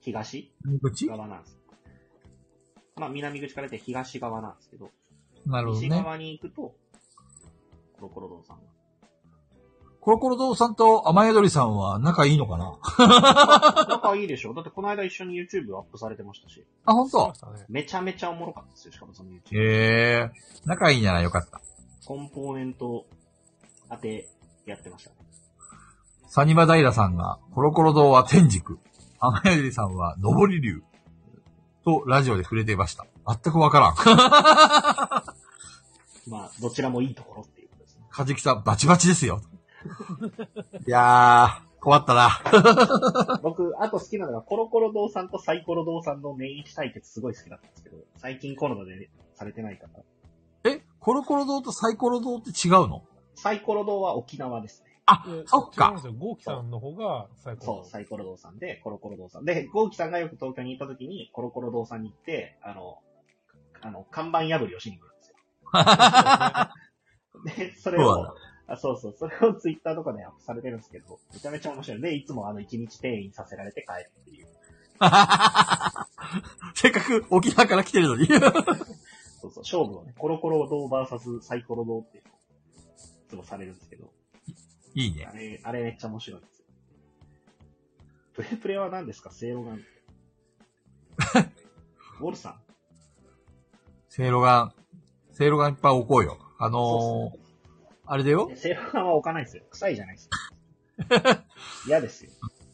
東
うち
側なんです。まあ、南口から出て東側なんですけど、
なるほど
西
ね。
側に行くと、コロコロ 堂さんが。
コロコロ堂さんと雨宿りさんは仲いいのかな
仲いいでしょだってこの間一緒に YouTube アップされてましたし。
あ、ほん
そう
と
でしたね。
めちゃめちゃおもろかったですよ、しかもその YouTube。
へえー、仲いいならよかった。
コンポーネント当てやってましたね。
サニバダイラさんが、コロコロ堂は天竺、雨宿りさんは上り竜、とラジオで触れていました。全くわからん。
まあ、どちらもいいところっていうこと ですね。
かじきさん、バチバチですよ。いやー、困ったな。
僕、あと好きなのが、コロコロ堂さんとサイコロ堂さんのメイン対決すごい好きだったんですけど、最近コロナでされてないから。
え、コロコロ堂とサイコロ堂って違うの
サイコロ堂は沖縄ですね。
あ
で、
そっ
違うん
か。
ですよ。ゴーキさんの方が最高。
そう、サイコロ堂さんで、コロコロ堂さん。で、ゴーキさんがよく東京にいた時に、コロコロ堂さんに行って、あの、あの、看板破りをしに来るんですよ。で、それ
そう
を
なん、
あそうそう、それをツイッターとかでアップされてるんですけど、めちゃめちゃ面白い。で、いつもあの、一日定員させられて帰るっていう。
せっかく沖縄から来てるのに。
そうそう、勝負をね、コロコロ堂 VS サイコロ堂っていうのを、いつもされるんですけど、
いいね
あ。れ、あれめっちゃ面白いですよ。プレプレは何ですかセイ ロガン。ウォルさん。
セいろがん、せいろがんいっぱい置こうよ。あ
そ
のー、あれだよ
う。セイロガンは置かないですよ。臭いじゃないですか。 嫌ですよ。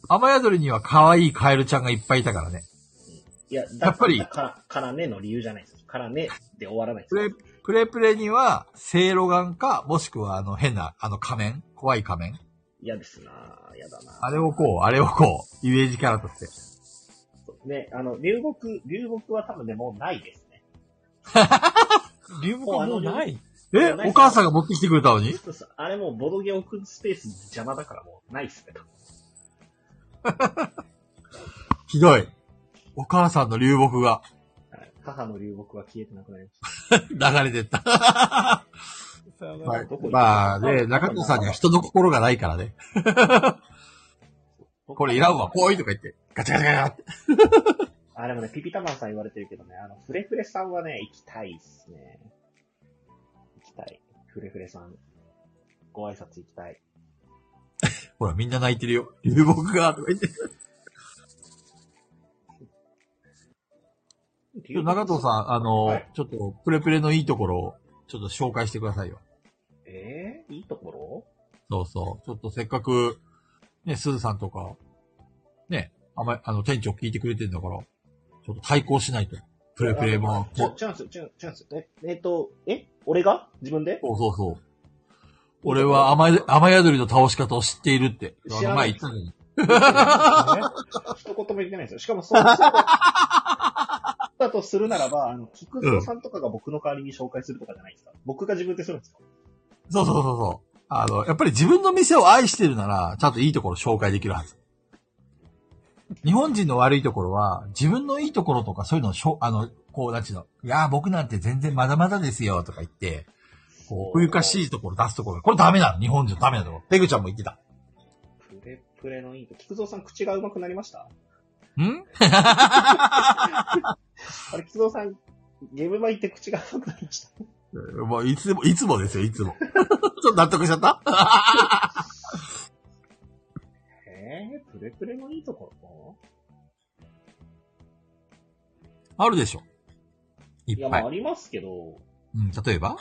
雨宿りには可愛いカエルちゃんがいっぱいいたからね。
いや、
やっぱり
だから、からねの理由じゃないです。からねで終わらないです
プ。レ、プレプレには、せいろがんか、もしくはあの変な、あの仮面怖い仮面
嫌ですなぁ。嫌だなぁ
あれをこう、あれをこう、イメージキャラとして。
ね、あの、流木、流木は多分ね、もうないです ね。
流木はもうない。
え、お母さんが持ってきてくれたのに
ちょっとさあれもうボドゲ置くスペース邪魔だからもうないっすね。
ひどい。お母さんの流木が
はい母の流木は消えてなくなりました。
流れてった。
さよなら
はい
どこ行った
まあね、中野さんには人の心がないからね。これいらんわ、ぽいとか言って、ガチャガチャガチャって。
あ、でもね、ピピタマンさん言われてるけどね、あの、フレフレさんはね、行きたいっすね。行きたい。フレフレさん。ご挨拶行きたい。
ほら、みんな泣いてるよ。流木が、とか言って。中藤さん、あの、
はい
ちょっと、プレプレのいいところを、ちょっと紹介してくださいよ。
ん。えー、いいところ
そうそう。ちょっとせっかく、ね、すずさんとか、ね、あまり、あの、店長聞いてくれてんだから、ちょっと対抗しないと。プレプレも、
チャチャンス、チャンチャンス。え、えっと、え俺が自 分で
そうそうそう。俺は雨、雨宿りの倒し方を知っているって。あ
知ら
の
な
前
い
言ったのに。
一言も言ってないですよ。しかもそう、そうだとするならば、あの、菊蔵さんとかが僕の代わりに紹介するとかじゃないですか。僕が自分でするんですか
そうそうそうそう。あの、やっぱり自分の店を愛してるなら、ちゃんといいところ紹介できるはず。日本人の悪いところは、自分のいいところとかそういうのをしょ、あの、こう、なんちゅうの、いやー、僕なんて全然まだまだですよ、とか言って、こう、奥ゆかしいところ出すところ。これダメなの、日本人ダメなところ。ペグちゃんも言ってた。
プレプレのいいと。菊蔵さん口が上手くなりました
ん
あれ、菊蔵さん、ゲーム前行って口が上手くなりました。
もういつも、いつもですよ、いつも。 ちょっと納得しちゃった
へえ、プレプレのいいところ
あるでしょ。い
いや、
っ
ま
ぱ
あ
い。
ありますけど、
うん、例えば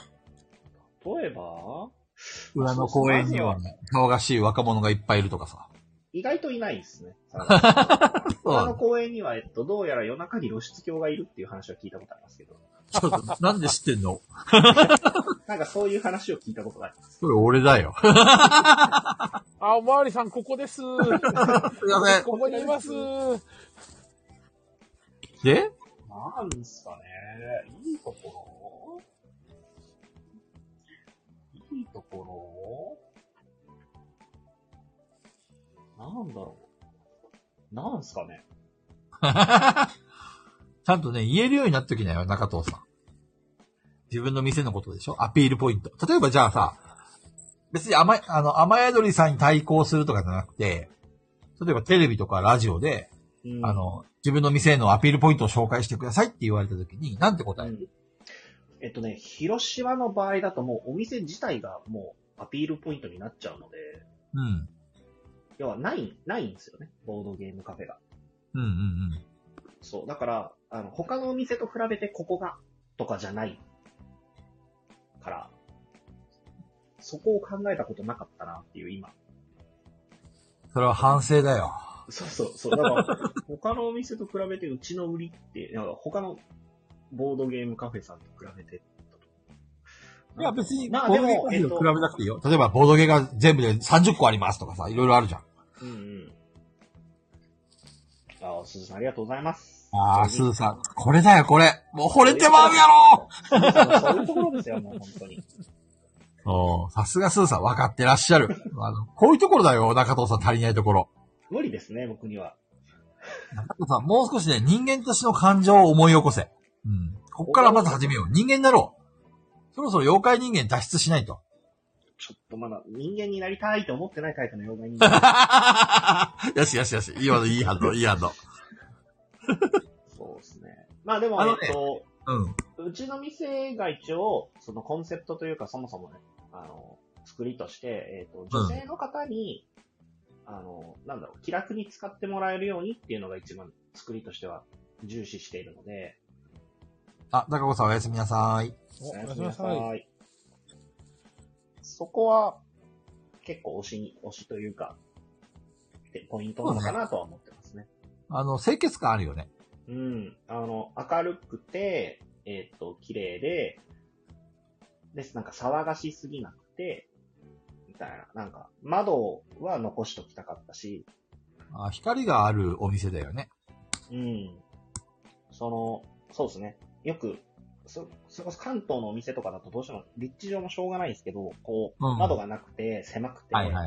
例えば、
裏の公園には、騒がしい若者がいっぱいいるとかさ。
意外といないですね。
そう
他の公園には、えっと、どうやら夜中に露出狂がいるっていう話は聞いたことありますけど、
ちょっと、なんで知ってんの
なんかそういう話を聞いたことがあります。
それ俺だよ。
あ、おまわりさん、ここです。
すいません。
ここにいます。
で
なんすかね、いいところいいところなんだろうなんすかね
ちゃんとね、言えるようになってきなよ、中藤さん。自分の店のことでしょアピールポイント。例えばじゃあさ、別に甘い、あの、甘宿りさんに対抗するとかじゃなくて、例えばテレビとかラジオで、
うん
あの、自分の店へのアピールポイントを紹介してくださいって言われた時に、なんて答える、
えっとね、広島の場合だともうお店自体がもうアピールポイントになっちゃうので、
うん、
要はない、ないんですよね。ボードゲームカフェが。
うん、うん、うん。
そう。だから、あの、他のお店と比べてここが、とかじゃない。から、そこを考えたことなかったなっていう今。
それは反省だよ。
そうそう、そう。だから、他のお店と比べてうちの売りって、なんか他のボードゲームカフェさんと比べてだと。
いや、別に、ボ
ま
ー
あで
ドゲー
も、えっ
ム
と
を比べなくていいよ。例えば、ボードゲーが全部で30個ありますとかさ、いろいろあるじゃん。
うんうん。ああ、すずさんありがとうございます。
ああ、ス
そ
ー
う
さん。これだよ、これ。もう惚れてまうやろ
いうところそういうところですよ、もう本当に。
おーさすがスーさん、分かってらっしゃる。 あの、こういうところだよ、中藤さん足りないところ。
無理ですね、僕には。
中藤さん、もう少しね、人間としての感情を思い起こせ。うん。こっからまず始めよう。人間だろう。そろそろ妖怪人間脱出しないと。
ちょっとまだ人間になりたいと思ってないタイプの妖怪人間。
よしよしよし。今のいい反応、いい反応。
そうですね。まあでも、
あのね
えっと、
うん。
うちの店が一応、そのコンセプトというかそもそもね、あの、作りとして、えっと、女性の方に、あの、なんだろう、気楽に使ってもらえるようにっていうのが一番作りとしては重視しているので、
あ、中藤さんおやすみなさい。
お
お
や
や
すみ
すみ
な
な
さ
さ
い。
い。そこは、結構推しに、推しというか、でポイントなのかなとは思ってますね。
あの、清潔感あるよね。
うん。あの、明るくて、えっ、と、綺麗で、です。なんか騒がしすぎなくて、みたいな。なんか、窓は残しときたかったし、
あ光があるお店だよね。
うん。その、そうですね。よく、そ、それこそ関東のお店とかだとどうしても、立地上もしょうがないですけど、こう、
うん
窓がなくて、狭くて、
はいはいは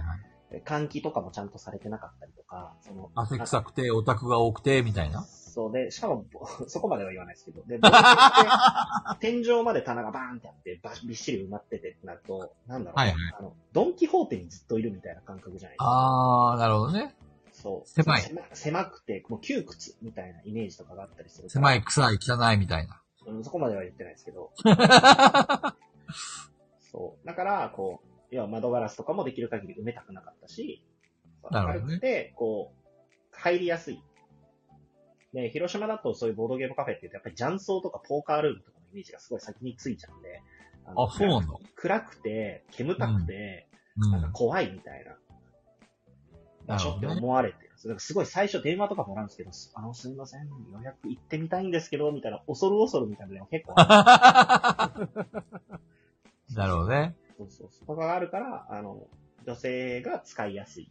い。
換気とかもちゃんとされてなかったりとか、その、
汗臭くて、オタクが多くて、みたいな。
そうで、しかも、 ぼそこまでは言わないですけど、 で、ぼーっとして天井まで棚がバーンってあって、ばびっしり埋まっててってなると、なんだろう、
はいはい
あの、ドンキホーテにずっといるみたいな感覚じゃないですか。
あー、なるほどね。
そう。
狭い
狭狭くて、もう窮屈みたいなイメージとかがあったりするから。
狭い、臭い、汚い、みたい な。
うん。そこまでは言ってないですけど。そう。だから、こう、要は窓ガラスとかもできる限り埋めたくなかったし、
なるほどね
明くて、こう、入りやすい。で、広島だとそういうボードゲームカフェって言うと、やっぱり雀荘とかポーカールームとかのイメージがすごい先についちゃうんで、あの
あ、そうなんだ。
暗くて、煙たくて、
う
なんか
ん。
怖いみたいな、場所って
なるほどね
思われてるんそうなんかすごい最初電話とかもらうんですけど、すあの、すみません、予約行ってみたいんですけど、みたいな、恐る恐るみたいなのが結構ある。
なるほどね。
そうそうそう。とかがあるから、あの、女性が使いやすい。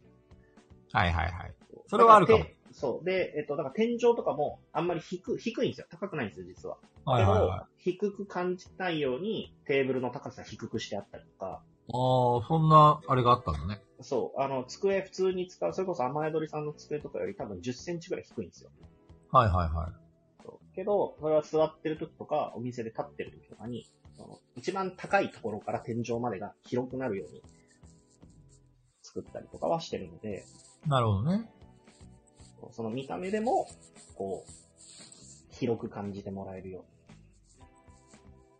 はいはいはい。それはあるかも
だら。てそう。で、えっと、だから天井とかもあんまり低く低いんですよ。高くないんですよ、実は。
はいはいはい。
けど、低く感じないようにテーブルの高さ低くしてあったりとか、
ああ、そんな、あれがあったのね。
そう、あの、机普通に使う、それこそ雨宿りさんの机とかより多分10センチぐらい低いんですよ。
はいはいはい。
そうけど、それは座ってる時とか、お店で立ってる時とかに、その一番高いところから天井までが広くなるように作ったりとかはしてるので、
なるほどね。
その見た目でも、こう、広く感じてもらえるように。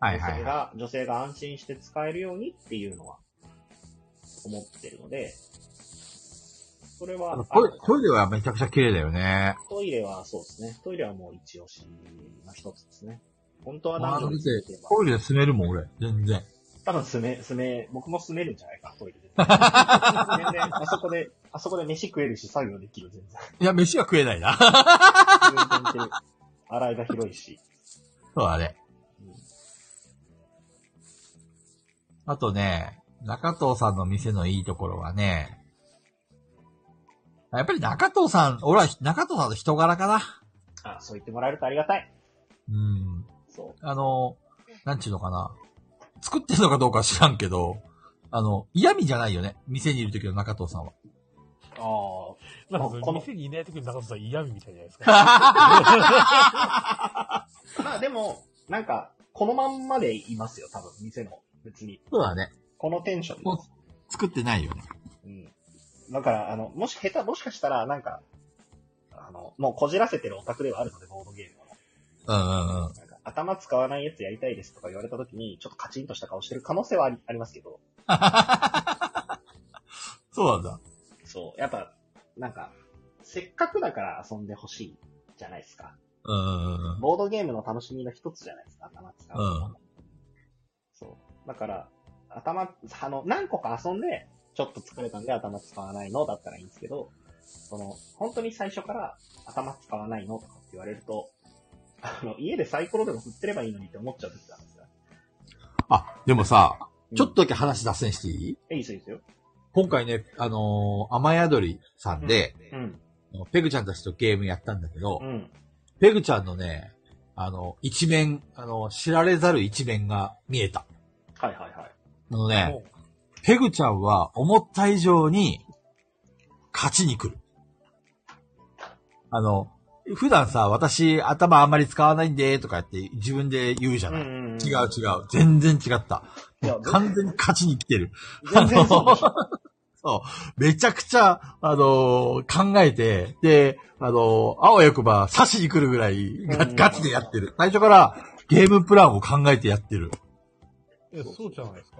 はい
女
はい
性
はい。
が、女性が安心して使えるようにっていうのは、思ってるので、それ
あ
は
の、トイ
あ
レトイレはめちゃくちゃ綺麗だよね。
トイレはそうですね。トイレはもう一押しの一つですね。本当は
あ
男
の
女
見
で
て
ついてれ、ば
トイレで住めるもん、俺。全然。
多分住め、住め、僕も住めるんじゃないか、トイレで。全然、あそ こで、あそこで飯食えるし、作業できる、全然。
いや、飯は食えないな。
全然洗いが広いし。
そうだね
うん。
あとね、中藤さんの店のいいところはね、やっぱり中藤さん、俺は中藤さんの人柄かな。
あ、そう言ってもらえるとありがたい。
うん。
そ
あの、なんちゅうのかな。作ってるのかどうかは知らんけど、あの、嫌味じゃないよね。店にいる時の中藤さんは。
う。あ
なんか
もう
そ
こ
の
の
店にいない時の中野さん嫌味みたいじゃないですか。
あ。まあでも、なんか、このまんまでいますよ、多分、店の。別に。
そうだね。
このテンションです。
作ってないよね。
うん。だから、あの、もし下手、もしかしたら、なんか、あの、もうこじらせてるオタクではあるので、ボードゲーム
う
は。
んうんうん。
なんか頭使わないやつやりたいですとか言われた時に、ちょっとカチンとした顔してる可能性はありありますけど、
そうなんだ。
そう、やっぱ、なんか、せっかくだから遊んでほしいじゃないですか。
うんうんうんうん。
ボードゲームの楽しみの一つじゃないですか、頭使う。
うん
そう。だから、頭、あの、何個か遊んで、ちょっと疲れたんで頭使わないのだったらいいんですけど、その、本当に最初から頭使わないのとかって言われると、あの、家でサイコロでも振ってればいいのにって思っちゃう時があるんですよ。
あ、でもさ、ちょっ
と、
とだけ話脱線していい
えいいですよ、いいですよ。
今回ね、あのー、雨宿りさんで、
うん。
ペグちゃんたちとゲームやったんだけど、
うん。
ペグちゃんのね、あの、一面、あの、知られざる一面が見えた。
はいはいは
あ
い。
のね、
もう
ペグちゃんは思った以上に、勝ちに来る。あの、普段さ、私頭あんまり使わないんで、とかって自分で言うじゃない、違う違う。全然違った。
いや
完全に勝ちに来てる。
全然そうでし ょ。
そう。めちゃくちゃ、あのー考えて、で、あのーあわよくば刺しに来るぐらいガ、
うん
ガチでやってる。最初からゲームプランを考えてやってる。
え、そうじゃないですか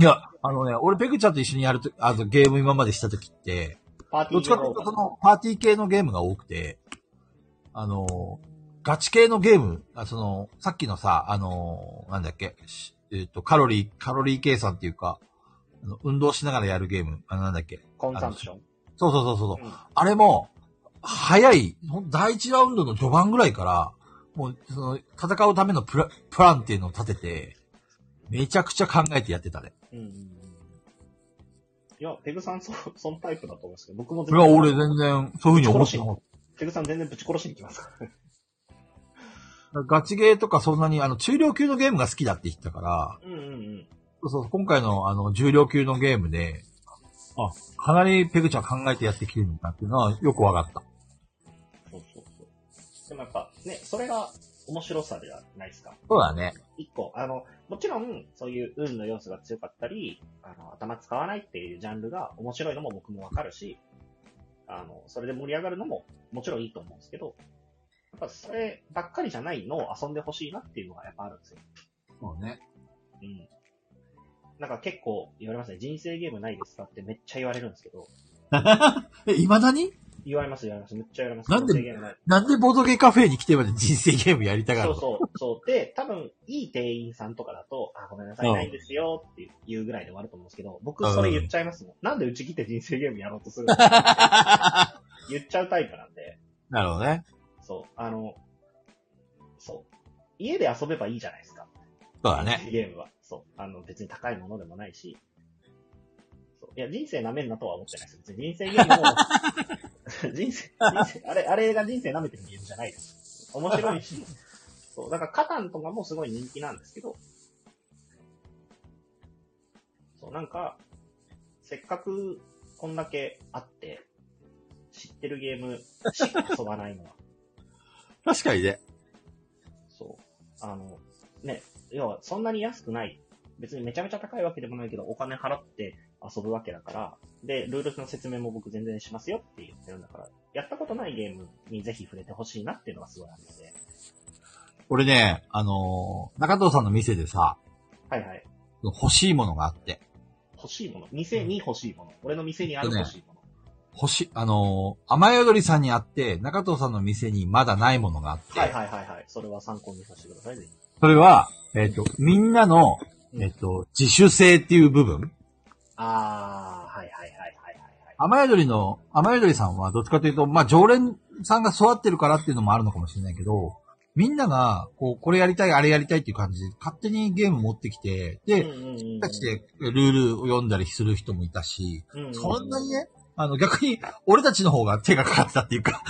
いや、あのね、俺ペグちゃんと一緒にやると、あの、ゲーム今までした時って、
パーテ
ど
ィ
っ
ー
ちかというとその、パーティー系のゲームが多くて、あのーガチ系のゲーム、あその、さっきのさ、あのーなんだっけ、しえっ、と、カロリー、カロリー計算っていうか、あの運動しながらやるゲーム、あなんだっけ。
コンサンプション。
そうそうそうそうそう。
うん
あれも、早い、ほん第一ラウンドの序盤ぐらいから、もう、その、戦うためのプラプランっていうのを立てて、めちゃくちゃ考えてやってたね。
うんうんうんいや、ペグさん、そ、そのタイプだと思うんですけど、僕も
それは俺全然、そういうふうに思ってなかっ
ペグさん全然ぶち殺しに来ますから。
た。ガチゲーとかそんなに、あの、中量級のゲームが好きだって言ってたから、
うんうんうん。
そうそう、今回の、あの、重量級のゲームで、あ、かなりペグちゃん考えてやってきてるんだっていうのはよくわかった。
そうそうそう。でもやっぱ、ね、それが面白さじゃないですか。
そうだね。
一個、あの、もちろん、そういう運の要素が強かったり、あの、頭使わないっていうジャンルが面白いのも僕もわかるし、あの、それで盛り上がるのももちろんいいと思うんですけど、やっぱそればっかりじゃないのを遊んでほしいなっていうのがやっぱあるんですよ。
そうね。
うん。なんか結構言われますね。人生ゲームないですかってめっちゃ言われるんですけど、
え、未だに
言われます、言われます。むっちゃ言われます。
なんで
制限ない
なんでボードゲーカフェに来てまで人生ゲームやりたがる
そ
の
うそう、そう。で、多分、いい店員さんとかだと、あ、ごめんなさい、
うん
ないんですよっていうぐらいで終わると思うんですけど、僕それ言っちゃいますもん。なんでうち来て人生ゲームやろうと するの言っちゃうタイプなんで、
なるほどね。
そう、あの、そう。家で遊べばいいじゃないですか。
そうだね。
ゲームは。そう。あの、別に高いものでもないし。そういや、人生舐めんなとは思ってないです。別に人生ゲームも、 人生、人生、あれ、あれが人生舐めてるゲームじゃないです。面白いし、そう。だから、カタンとかもすごい人気なんですけど、そう、なんか、せっかくこんだけあって、知ってるゲームしか遊ばないのは、
確かにね。
そう。あの、ね、要はそんなに安くない。別にめちゃめちゃ高いわけでもないけど、お金払って遊ぶわけだから、で、ルールの説明も僕全然しますよって言ってるんだから、やったことないゲームにぜひ触れてほしいなっていうのがすごいあるので。
俺ね、あのー中藤さんの店でさ、
はいはい。
欲しいものがあって、
欲しいもの。店に欲しいもの。俺の店にある欲しいもの。
欲しい、あのー雨宿りさんにあって、中藤さんの店にまだないものがあって、
はいはいはいはい。それは参考にさせてください、ぜひ。
それは、えっ、と、みんなの、
うん
えっ、と、自主性っていう部分。
あー、はいはいはいはいはい、はい。
雨宿りの、雨宿りさんはどっちかというと、まあ、常連さんが育ってるからっていうのもあるのかもしれないけど、みんなが、こう、これやりたい、あれやりたいっていう感じで、勝手にゲーム持ってきて、で、
うんうんうんうん
たちでルールを読んだりする人もいたし、
ううう
そんなにね、あの逆に俺たちの方が手がかかってたっていうか、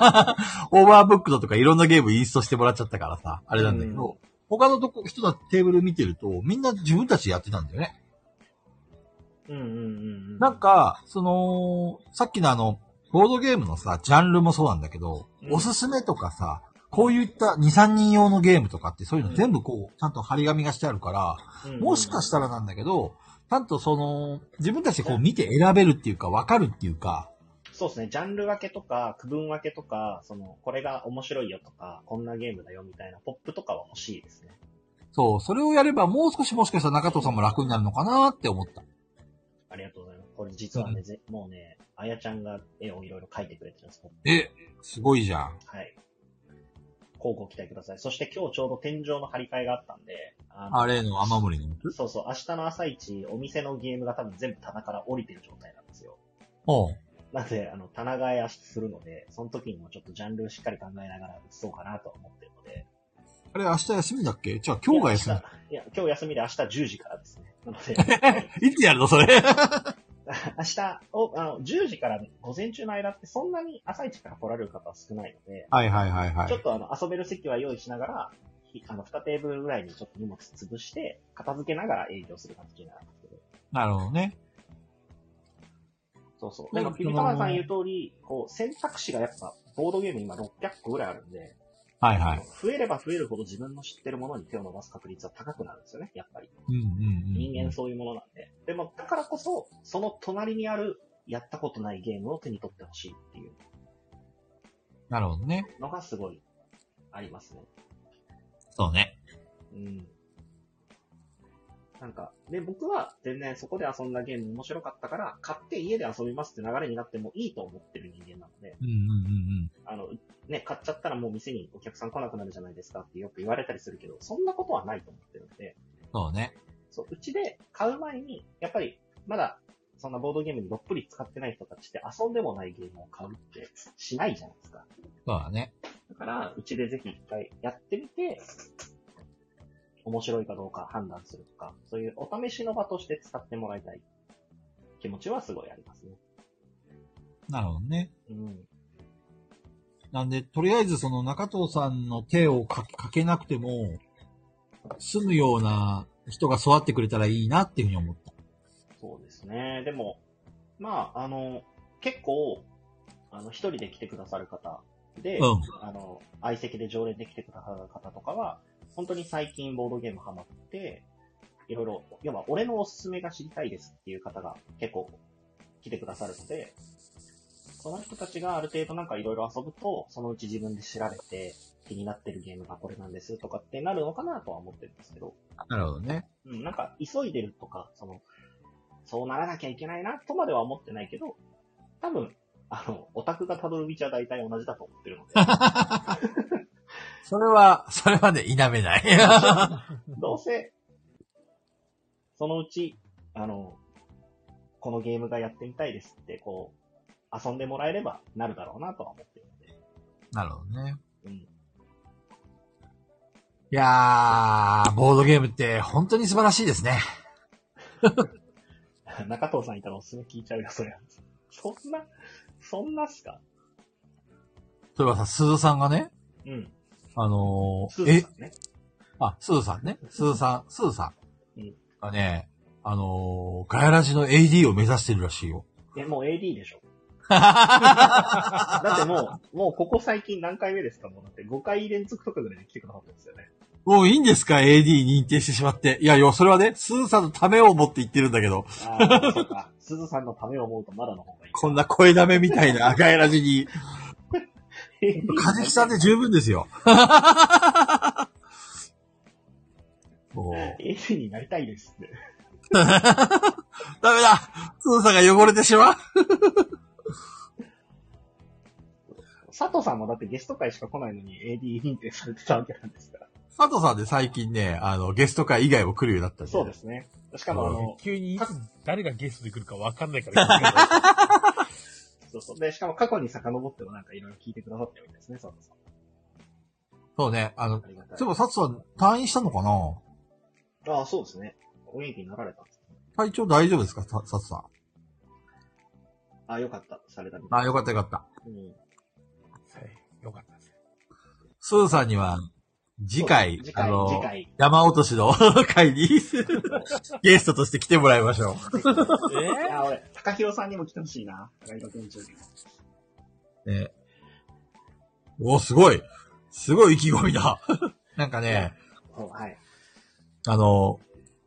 オーバーブックドとかいろんなゲームインストしてもらっちゃったからさ、あれなんだけど、
う
他のとこ人だテーブル見てると、みんな自分たちでやってたんだよね。
うんうんうんう。
なん、か、その、さっきのあの、ボードゲームのさ、ジャンルもそうなんだけど、
うん
おすすめとかさ、こういった2、3人用のゲームとかってそういうの全部こう、ちゃんと張り紙がしてあるから、もしかしたらなんだけど、ちゃんとその、自分たちでこう見て選べるっていうか、わかるっていうか、
そうですね、ジャンル分けとか、区分分けとか、その、これが面白いよとか、こんなゲームだよみたいなポップとかは欲しいですね。
そう、それをやればもう少しもしかしたら中藤さんも楽になるのかなって思った。
ありがとうございます。これ実はね、ぜもうね、あやちゃんが絵をいろいろ描いてくれてるんです。
え、すごいじゃん。
はい。こうご期待ください。そして今日ちょうど天井の張り替えがあったんで、あの
あれの雨漏りのやつ
そうそう、明日の朝一、お店のゲームが多分全部棚から降りてる状態なんですよ。
おう
なので、あの、棚替え明日するので、その時にもちょっとジャンルしっかり考えながら移そうかなとは思ってるので、
あれ明日休みだっけじゃあ今日が休
いや、今日休みで明日10時からですね。なので、
み。いつやるのそれ。
明日を、あの、10時から午前中の間ってそんなに朝一から来られる方は少ないので、
はいはいはいは
ちょっ
い。
とあの、遊べる席は用意しながら、ひあの、2テーブルぐらいにちょっと荷物潰して、片付けながら営業する形になるんですけど。
なるほどね。
そうそう。
な
で
んか
も、ピリカワさん言う通り、こう、選択肢がやっぱ、ボードゲーム今600個ぐらいあるんで、
はいはい。
増えれば増えるほど自分の知ってるものに手を伸ばす確率は高くなるんですよね、やっぱり。
うんうんうん。
人間そういうものなんで。でも、だからこそ、その隣にある、やったことないゲームを手に取ってほしいっていう
なるほどね。
のがすごい、ありますね。
そうね。
うん。なんか、で、僕は全然そこで遊んだゲーム面白かったから、買って家で遊びますって流れになってもいいと思ってる人間なので、
うんうんうん
あの、ね、買っちゃったらもう店にお客さん来なくなるじゃないですかってよく言われたりするけど、そんなことはないと思ってるので、
うん。そうね。
そう、うちで買う前に、やっぱり、まだ、そんなボードゲームにどっぷり使ってない人たちって遊んでもないゲームを買うってしないじゃないですか。
そうだね。
だから、うちでぜひ一回やってみて、面白いかどうか判断するとか、そういうお試しの場として使ってもらいたい気持ちはすごいありますね。
なるほどね。
うん。
なんで、とりあえずその中藤さんの手をかかけなくても、住むような人が育ってくれたらいいなっていうふうに思った。
そうですね。でも、まあ、あの、結構、あの、一人で来てくださる方で、
うん
あの、相席で常連で来てくださる方とかは、本当に最近ボードゲームハマって、いろいろ、要は俺のおすすめが知りたいですっていう方が結構来てくださるので、その人たちがある程度なんかいろいろ遊ぶと、そのうち自分で調べて気になってるゲームがこれなんですとかってなるのかなとは思ってるんですけど、
なるほどね。
うん、なんか、急いでるとか、その、そうならなきゃいけないな、とまでは思ってないけど、多分、あの、オタクが辿る道は大体同じだと思ってるので、
それは、それはね、否めない。
どうせ、そのうち、あの、このゲームがやってみたいですって、こう、遊んでもらえればなるだろうなとは思ってるので。
なるほどね。
うん。
いやー、ボードゲームって本当に素晴らしいですね。
中藤さんいた らおすすめ聞いちゃうよ、そりゃ。そんな、そんなっすか
そういえばさ、鈴さんがね、
うん。
あの
す
ー、
ず
え
さ、んね。
あ、鈴さんね、鈴さん、鈴さ
うん
んがね、あのー、ガヤラジの AD を目指してるらしいよ。
え、もう AD でしょ。だってもう、もうここ最近何回目ですかもうだって5回連続とかぐらいで来てくださったんですよね。
もういいんですか ?AD 認定してしまって。いや、よ、それはね、鈴さんのためを思って言ってるんだけど、
ああ、そうか。鈴さんのためを思うとまだの方がいい。
こんな声ダメみたい なガヤラジに、
AD
かじきさんで十分です よ。もう
AD になりたいですって。
ダメだ鈴さんが汚れてしまう
佐藤さんもだってゲスト会しか来ないのに AD 認定されてたわけなんですから。
佐藤さんで最近ね、あの、ゲスト会以外も来るようになったん。
そうですすね。しかもあの、
急にいつ誰がゲストで来るかわかんない から。
そうそう。で、しかも過去に遡ってもなんかいろいろ聞いてくださってるんですね、佐藤さん。
そうね、あの、
ありがたい
そういえば佐藤さん退院したのかな。
ああ、そうですね。お元気になられたんですね
体調大丈夫ですかさ佐藤さん。
ああ、よかった。されたみたい
あ、よかったよかった。
うん
はいよかったです。
鈴さんには、次回、
そう次
あ
回、
の、
次回。
山落としの 会にゲストとして来てもらいましょ
いや、俺、高弘さんにも来てほしいな。高弘君中にも。
う。ね、お、すごいすごい意気込みだ なんかね、
そうはい。
あの、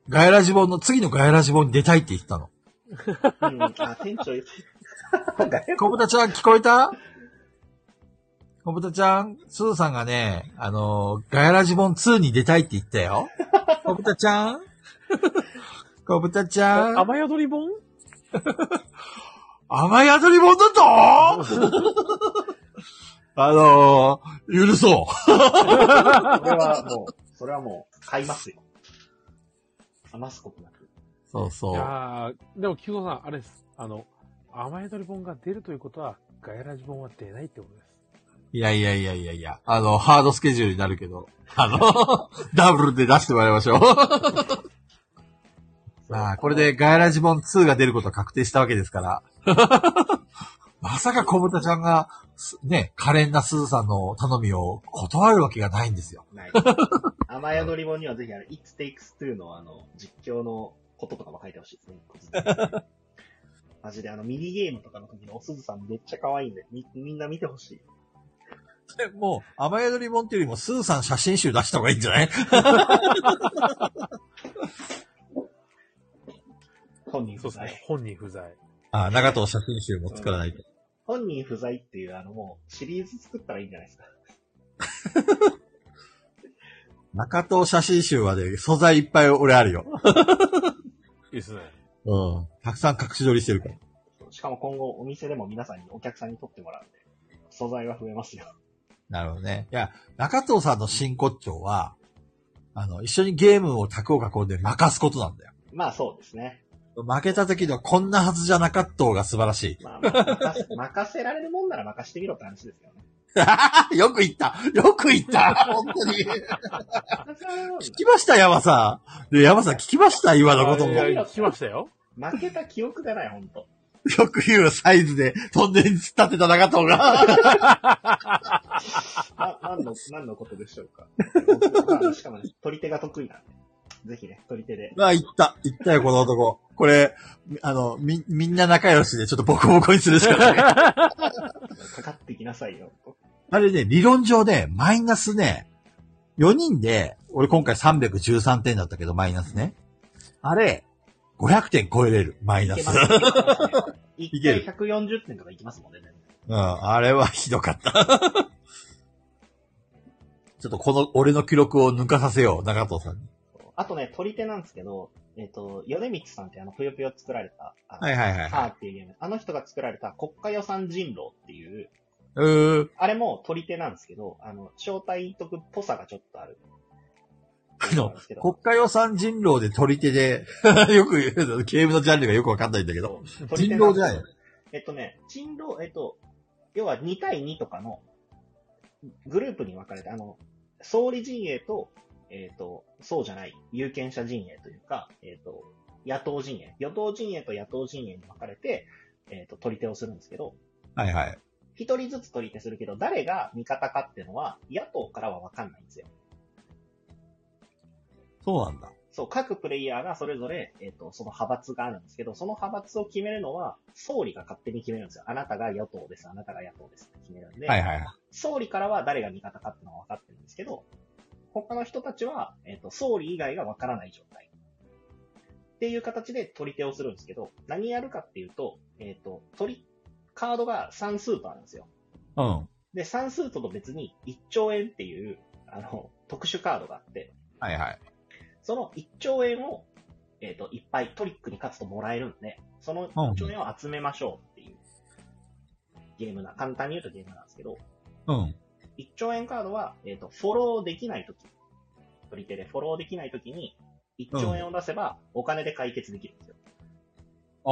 ガヤラジボンの、次のガヤラジボンに出たいって言ってたの。
うん、あ、店長言って。なんか
コブタちゃん聞こえたコブタちゃん、スーさんがね、あの、ガヤラジボン2に出たいって言った よ。コブタちゃ んコブタちゃん
雨宿り本
甘い宿りボンだ とあのー、許そう。
それはもう、それはもう、買いますよ。余すことなく。
そう
い
そう。
やーでも、キュさん、あれです。あの、雨宿り本が出るということは、ガヤラジ本は出ないってことです。
いやいやいやいやいや。あの、ハードスケジュールになるけど、あの、ダブルで出してもらいましょう。まあ、これでガヤラジボン2が出ることは確定したわけです から。まさか小豚ちゃんが、すね、可憐な鈴さんの頼みを断るわけがないんですよ。
ない。雨宿り本にはぜひ、あの、It Takes Two のあの、実況のこととかも書いてほしいですね。一個ずつマジであの、ミニゲームとかの時のおすずさんめっちゃ可愛いんで、み、みんな見てほしい。
でもう、雨宿り本っていうよりも、鈴さん写真集出した方がいいんじゃない
本人
そうです
不在。
ね。本人不在。
あ、長藤写真集も作らないと。
本人不在っていうあの、もう、シリーズ作ったらいいんじゃないですか。
中藤写真集はね、素材いっぱい俺あるよ。
いいですね。
うん。たくさん隠し撮りしてるから。
しかも今後、お店でも皆さんに、お客さんに撮ってもらうんで、素材は増えますよ。
なるほどね。いや、中藤さんの真骨頂は、あの、一緒にゲームを卓を囲んで負かすことなんだよ。
まあそうですね。
負けた時のこんなはずじゃなかったが素晴らし
まあ、まあ任せ、任せられるもんなら任してみろって話ですよね。
い。 よく言ったよく言った本当に
任せられるもん
聞きました山さん。で山さん聞きました今のことも。
いやいや聞きました よ。
なら負けた記憶がない、ほんと。
よく言うサイズで飛んで突っ立てた中藤が。
な、何の、何のことでしょうか。まあしかもね、取り手が得意なんで。ぜひね、取り手で。
まあ言った。言ったよこの男。これ、あの、み、みんな仲良しでちょっとボコボコにするしか ない。
かかってきなさいよ。
あれね、理論上ね、マイナスね、4人で、俺今回313点だったけど、マイナスね。あれ、500点超えれる、マイナ
いけ
ス。
ま
う
す。い
い
け
け
る。
る
一回140点とかいきますもんね。全然
ん、あれはひどかった。 ちょっとこの、俺の記録を抜かさせよう、長藤さんに。
あとね、取り手なんですけど、えっ、と、米光さんってあの、ぷよぷよ作られた、あの
はいはいはい。
サーっていうゲーム。あの人が作られた国家予算人狼っていう、
うー。
あれも取り手なんですけど、あの、招待委託っぽさがちょっとある。
あの、国家予算人狼で取り手で、 よく言うの、ゲームのジャンルがよくわかんないんだけど、
取り手
人
な
狼
ん
じ
で
ゃな
す
いの
えっとね、人狼、えっと、要は2対2とかのグループに分かれて、あの、総理陣営と、えっと、そうじゃない、有権者陣営というか、えっと、野党陣営、与党陣営と野党陣営に分かれて、えっと、取り手をするんですけど、
はいはい。
一人ずつ取り手するけど、誰が味方かっていうのは、野党からは分かんないんですよ。
そうなんだ。
そう、各プレイヤーがそれぞれ、えっ、と、その派閥があるんですけど、その派閥を決めるのは、総理が勝手に決めるんですよ。あなたが野党です、あなたが野党ですって決めるんで、
はいはい。
総理からは誰が味方かっていうのは分かってるんですけど、他の人たちは、えっ、と、総理以外が分からない状態。っていう形で取り手をするんですけど、何やるかっていうと、えっ、と、取り、カードが3スーパーなんですよ。
うん。
で、3スートと別に1兆円っていう、あの、特殊カードがあって、
はいはい。
その1兆円を、えっ、と、いっぱいトリックに勝つともらえるんで、その1兆円を集めましょうっていうゲームな、簡単に言うとゲームなんですけど、
うん。
1兆円カードは、えっ、と、フォローできないとき、取り手でフォローできないときに、1兆円を出せばお金で解決できるんですよ。
あー、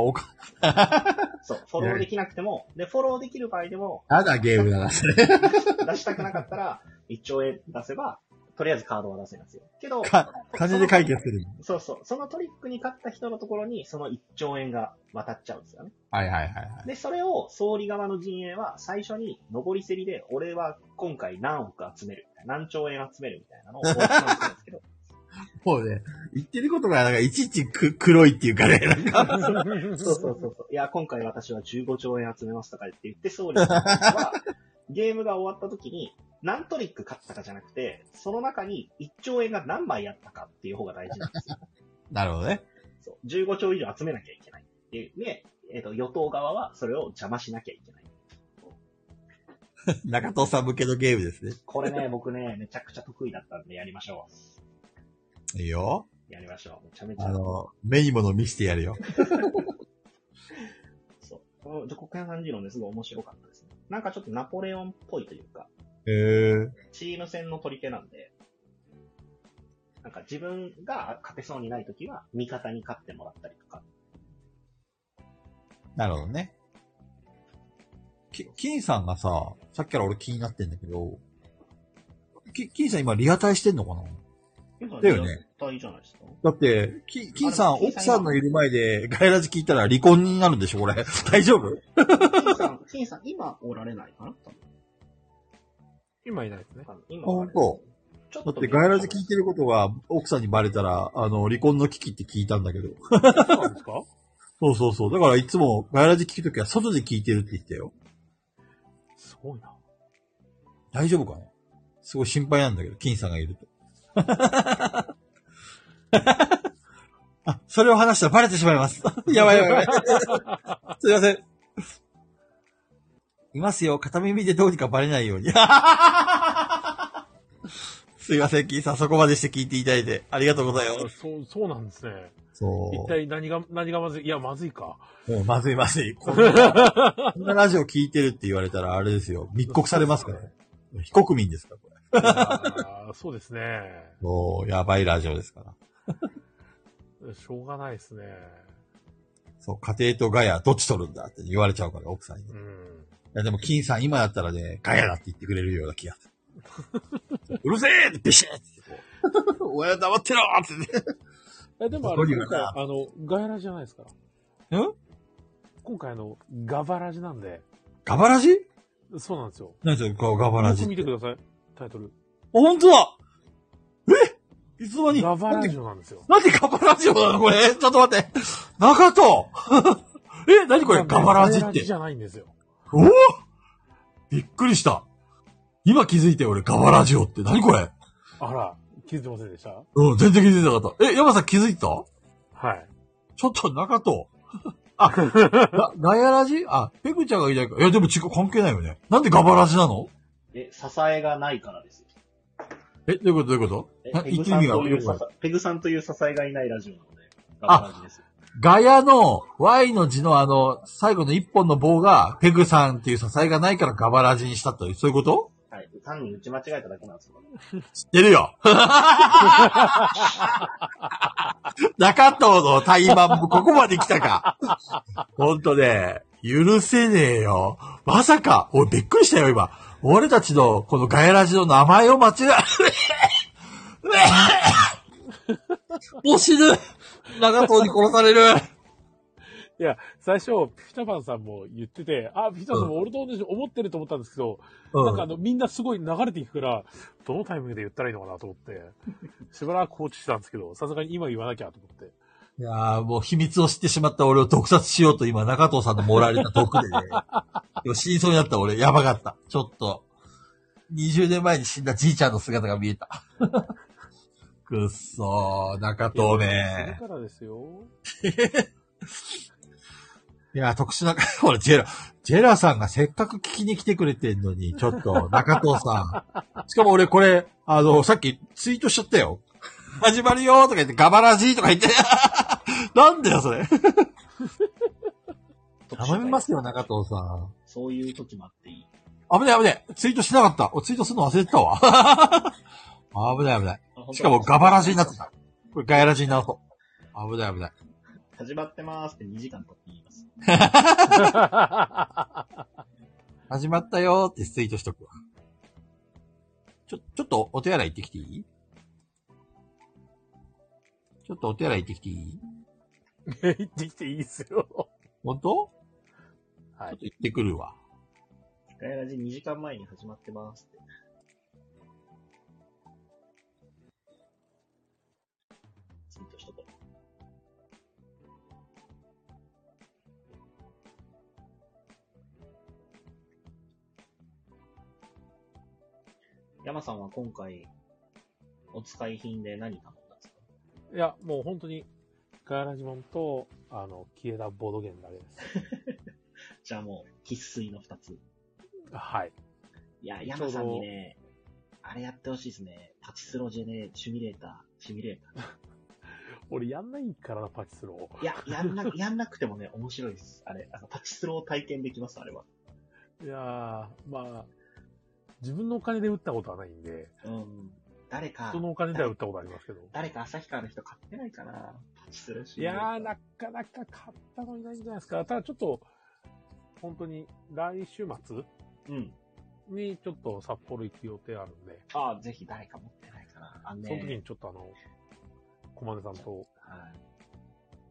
おか、
そう、フォローできなくても、で、フォローできる場合でも、
やだゲームだな、それ。
出したくなかったら、1兆円出せば、とりあえずカードは出せるんですよ。けど、
か金で解決する。
そうそう。そのトリックに勝った人のところに、その1兆円が渡っちゃうんですよね。
はいはいはいはい。
で、それを総理側の陣営は最初に上り競りで、俺は今回何億集めるみたいな、何兆円集めるみたい なのを大木さんするんですけど、
もうね、言ってることが、なんか、いちいちく黒いっていうかね、 なんか、
そうそうそうそう。いや、今回私は15兆円集めましたからって言って、総理の人は、ゲームが終わった時に、何トリック勝ったかじゃなくて、その中に1兆円が何枚あったかっていう方が大事なんですよ。
なるほどね。
そう。15兆以上集めなきゃいけない。で、でえっ、と、与党側はそれを邪魔しなきゃいけない。
中藤さん向けのゲームですね。
これね、僕ね、めちゃくちゃ得意だったんで、やりましょ
いいよ。
う。やりましょう。めちゃめちゃ。
あの、目に物見せてやるよ。
そう。この国家三次郎ね、すごい面白かったですね。なんかちょっとナポレオンっぽいというか、
へえ。
チーム戦の取り手なんで、なんか自分が勝てそうにないときは、味方に勝ってもらったりとか。
なるほどね。き、金さんがさ、さっきから俺気になってんだけど、き、金さん今リアタイしてんのかなだよね。
大いじゃないですか。
だって、き、金さん、
あの金さん
奥さんのいる前で、ガイラジ聞いたら離婚になるんでしょ、これ。 大丈夫
金さん、金さん、今おられないかな多分
今いないですね
わ。かんない今お
本
られない。
当。
ちょっ
だ
と
って、ガイラジ聞いてることが、奥さんにバレたら、あの、離婚の危機って聞いたんだけど。
そうなんですか
そうそうそう。だから、いつも、ガイラジ聞くときは、外で聞いてるって言ってたよ。
すごいな。
大丈夫かねすごい心配なんだけど、金さんがいると。あ、それを話したらバレてしまいます。やばいやばいやばい。すいません。いますよ。片耳でどうにかバレないように。 すいません、金さん。そこまでして聞いていただいて。ありがとうございます。
そう、そうなんですね。
そ
一体何が、何がまずいいや、まずい か。
う。もうまずいまずい。こんなこんなラジオ聞いてるって言われたら、あれですよ。密告されますからね。非国民ですから、これ。
いやーそうですね。
もう、やばいラジオですから。
しょうがないですね。
そう、家庭とガヤ、どっち取るんだって言われちゃうから、奥さんに。い
うん。
や、でも、金さん、今だったらね、ガヤだって言ってくれるような気がする。 うるせえってビシッってこう。 親黙ってろってね。
え、でもあ
そこ
れ、
には
今回あ
な
の、ガヤラジじゃないですか。
ん
今回あの、ガバラジなんで、
ガバラジ
そうなんですよ。
何それ、こうガバラ
よ
ジ
く
って。
見てください、タイトル。
あ、本当だえいつの間に
ガバラ
なん
ジ
で
オなんですよ。
なんでガバラジオなのこれ。ちょっと待って。中藤 え、何これガバラジ
ガ
って。
じゃないんですよ。
おおびっくりした。今気づいて俺、ガバラジオって何これ
あら、気づいてませんでした
うん、全然気づいてなかった。え、山さん気づいた
はい。
ちょっと中藤。あ、なガヤラジあ、ペグちゃんがいないから。いや、でも違う、関係ないよね。なんでガバラジなの
え、支えがないからですよ。
え、どういうことどういうこと
え
な
ペグ
一
さん
味は
という
よくわ
さ
かる、
ペグさんという支えがいないラジオなので、
あ
ラジです。
ガヤの Y の字のあの、最後の一本の棒が、ペグさんっていう支えがないからガバラジにしたという、そういうこと
はい。単に打ち間違えただけなんですけど。
知ってるよ中藤の対マンもここまで来たか。ほんとね、許せねえよ。まさか、俺びっくりしたよ、今。俺たちの、このガヤラジの名前を間違え、うえもう死ぬ長藤に殺される
いや、最初、ピピタパンさんも言ってて、あ、ピピタパンさんも俺と同じ思ってると思ったんですけど、
う
なんかあ
ん。
の、みんなすごい流れていくから、どのタイミングで言ったらいいのかなと思って、しばらく放置してたんですけど、さすがに今言わなきゃと思って。
いやーもう秘密を知ってしまった俺を毒殺しようと今、中藤さんの盛られた毒 でね。でも死にそうになった俺、やばかった。ちょっと、20年前に死んだじいちゃんの姿が見え た。くっそー、中藤
いや
ね
それからですよ。
いやー、特殊な、 ほら、ジェラ、ジェラさんがせっかく聞きに来てくれてんのに、ちょっと、中藤さん。しかも俺これ、あの、さっきツイートしちゃったよ。始まるよーとか言って、ガバラジーとか言って、 なんだよ、それ。頼みますよ、中藤さん。
そういう時もあっていい。
危ない危ない。ツイートしなかった。おツイートするの忘れてたわ。 危ない危ない。しかもガバラジになってた。これガヤラジになそう。危ない危ない。
始まってますって2時間経って言います。
始まったよーってツイートしとくわ。ちょ、ちょっとお手洗い行ってきていいちょっとお手洗い行ってきていい
言ってきていい ですよ。
本当
は
ちょっ
い。
と行ってくるわ。
ガヤラジ2時間前に始まってますって。ツイートしとこう。山さんは今回、お使い品で何頼んだんですか
いや、もう本当に、ガヤラジモンと、あの、消えたボードゲームだけです。
じゃあもう、喫水の2つ。
はい。
いや、山さんにね、あれやってほしいですね。パチスロジェネ、シミュレーター、シミュレータ
俺やんないからな、パチスロ
ー。いや、やんな、やんなくてもね、面白いです。あれ、あのパチスロを体験できます、あれは。
ー。いやー、まあ、自分のお金で打ったことはないんで、
うん。誰か
人、のお金では打ったことありますけど。
誰か旭川の人買ってないかなパチスロシ
い
ミュレーター。
やー、なかなか買ったのいないんじゃないですか。ただちょっと、本当に来週末
うん。
にちょっと札幌行く予定あるんで、
ああ、ぜひ誰か持ってないかな。あの
その時に
ね、
ちょっとあの、駒根さんと、
はい。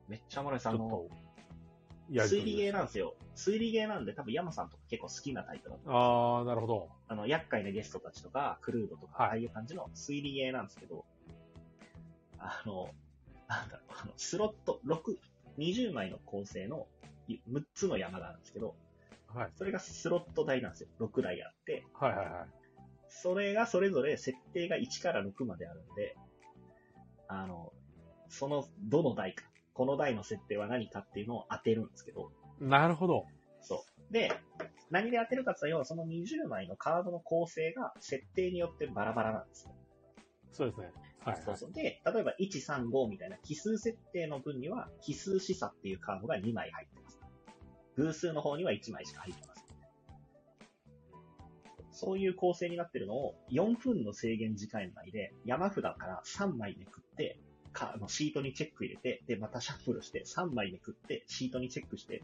めっちゃおもろいです。
ち
あの、
ょっと、やりと
推
り
理
で
ゲー
す
なんですよ。推理ゲーなんで、多分山さんとか結構好きなタイプだと思う
あー、なるほど。
あの、厄介なゲストたちとか、クルードとか、
はい
ああいう感じの推理ゲーなんですけど、あの、なんだろう、あの、スロット6、20枚の構成のい6つの山なんですけど、
はい。
それがスロット台なんですよ。6台あって、
はいはいはい。
それがそれぞれ設定が1から6まであるんで、あの、その、どの台か、この台の設定は何かっていうのを当てるんですけど、
なるほど。
そう。で、何で当てるかって言ったら、要はその20枚のカードの構成が設定によってバラバラなんですよ。
そうですね。はい、はい。
そうそう。で、例えば1、3、5みたいな奇数設定の分には、奇数示唆っていうカードが2枚入ってます。偶数の方には1枚しか入ってません。そういう構成になってるのを、4分の制限時間内で、山札から3枚めくって、かあのシートにチェック入れて、で、またシャッフルして、3枚めくって、シートにチェックして、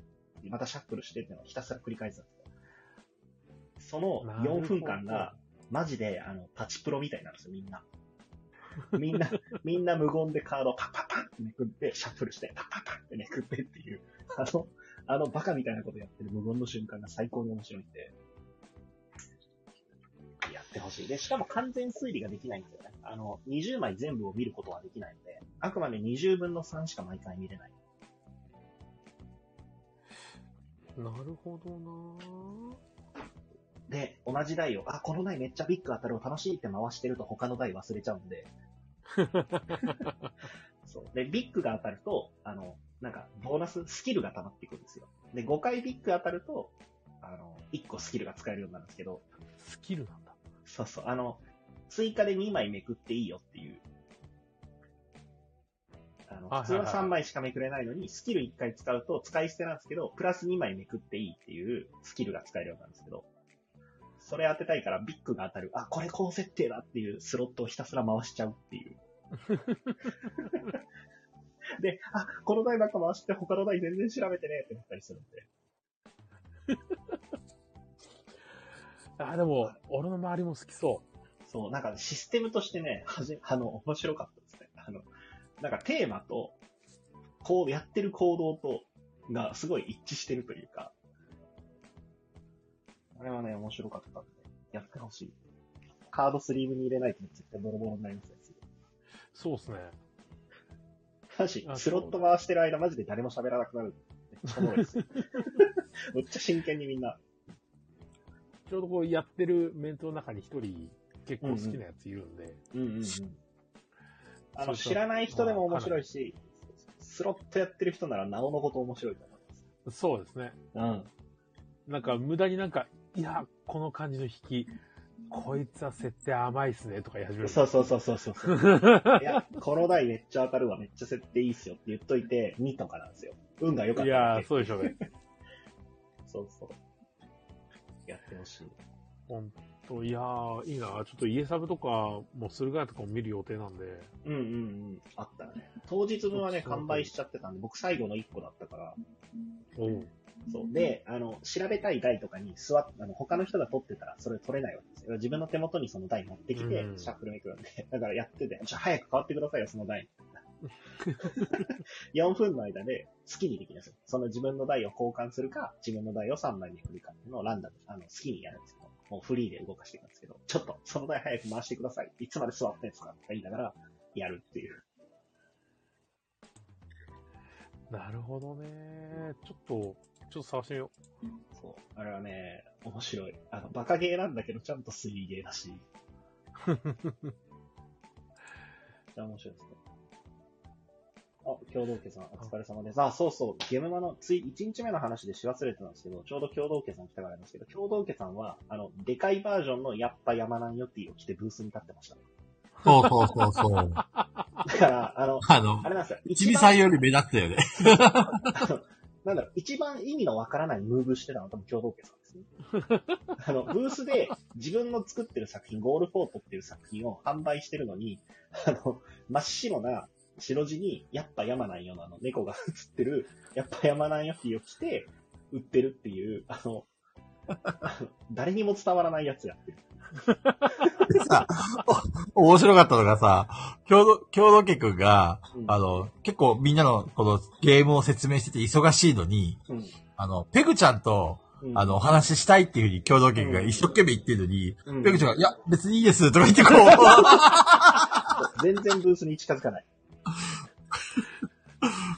またシャッフルしてっていうのをひたすら繰り返すんですよ。その
なるほ
4
ど
分間が、マジで、あの、パチプロみたいなんですよ、みんな。 みんな、みんな無言でカードをパッパッパッってめくって、シャッフルして、パッパッパッってめくってっていう、あの、あのバカみたいなことやってる無言の瞬間が最高に面白いんで、やってほしい。で、しかも完全推理ができないんですよね。あの、20枚全部を見ることはできないので、あくまで20分の3しか毎回見れない。
なるほどな
で、同じ台を、あ、この台めっちゃビッグ当たるを楽しいって回してると他の台忘れちゃうんで。そう。で、ビッグが当たると、あの、なんか、ボーナス、スキルが溜まっていくんですよ。で、5回ビッグ当たると、あの、1個スキルが使えるようになるんですけど、
スキルなんだ。
そうそう、あの、追加で2枚めくっていいよっていう。あの
はいはいはい
普通は3枚しかめくれないのに、スキル1回使うと使い捨てなんですけど、プラス2枚めくっていいっていうスキルが使えるようになるんですけど、それ当てたいからビッグが当たる、あ、これ高設定だっていうスロットをひたすら回しちゃうっ ていう。で、あ、この台ばっか回して他の台全然調べてねってなったりするんで。
あ、でも、俺の周りも好きそ
そう、なんかシステムとしてね、はじ、 あの、面白かったですね。あの、なんかテーマと、こうやってる行動と、がすごい一致してるというか、あれはね、面白かったんで、やってほしい。カードスリーブに入れないと絶対ボロボロになりますね。
う。そうっすね。
だし
あ、
スロット回してる間マジで誰も喋らなくなる。めっちゃおもろいですよ。めっちゃ真剣にみんな。
ちょうどこうやってるメントの中に一人結構好きなやついるんで。
うんうんうん。あ
そう
の、
そう
知らない人でも面白いし、スロットやってる人ならなおのこと面白いと思います。
そうですね。
うん。
なんか無駄になんか、いや、この感じの引き、こいつは設定甘いっすねとか言い始める。
そうそうそうそうそうそう。 いや、この台めっちゃ当たるわ、めっちゃ設定いいっすよって言っといて、2とかなんですよ。運が良かっ
い
た
や
だ
ー、
け
そうでしょうね。
そうそう。やってほしい。
ほんと、いやー、いいな。ちょっと家サブとか、もうするぐらいとかも見る予定なんで。
うんうんうん。あったね。当日分はね、完売しちゃってたんで、僕最後の1個だったから。
おう。
そう。で、あの、調べたい台とかに座っあの、他の人が取ってたら、それ取れないわけですよ。自分の手元にその台持ってきて
う、ん
シャッフルめくるんで。 だからやってて、じゃ早く変わってくださいよ、その台。4分の間で好きにできるんですよ。その自分の台を交換するか、自分の台を3枚に振るかっていうのをランダム、あの、好きにやるんですけど、もうフリーで動かしていくんですけど、ちょっと、その台早く回してください。いつまで座ってんすかって言いながら、やるっていう。
なるほどね。ちょっと、ちょっと探してみよ
そう。あれはね、面白い。あの、バカゲーなんだけど、ちゃんとスリーゲーだし。めっちゃ面白いですね。あ、共同家さん、お疲れ様です。あ、そうそう、ゲムマのつい、1日目の話でし忘れてたんですけど、ちょうど共同家さん来たからなんですけど、共同家さんは、あの、でかいバージョンのやっぱ山なんよっていうを着てブースに立ってました。
そうそうそうそう。
だから、あの、
あの
あ、れなんですよ。
ちび
番
さんより目立ったよね。
あの なんだろう、一番意味のわからないムーブしてたのは多分共同家さんですね。あの、ブースで自分の作ってる作品、ゴールフォートっていう作品を販売してるのに、あの、真っ白な白地に、やっぱ山なんよのあの、猫が写ってる、やっぱ山なんよっていうのを着て、売ってるっていう、あの、あの誰にも伝わらないやつやってる。
さ、お面白かったのがさ、共同、共同家くんが、
うん
あの、結構みんなのこのゲームを説明してて忙しいのに、
うん
あの、ペグちゃんと、
うん
あの、お話ししたいっていうふうに共同家くんが一生懸命言ってるのに、
うん
ペグちゃんが、いや、別にいいです、とか言ってこう、
全然ブースに近づ かない。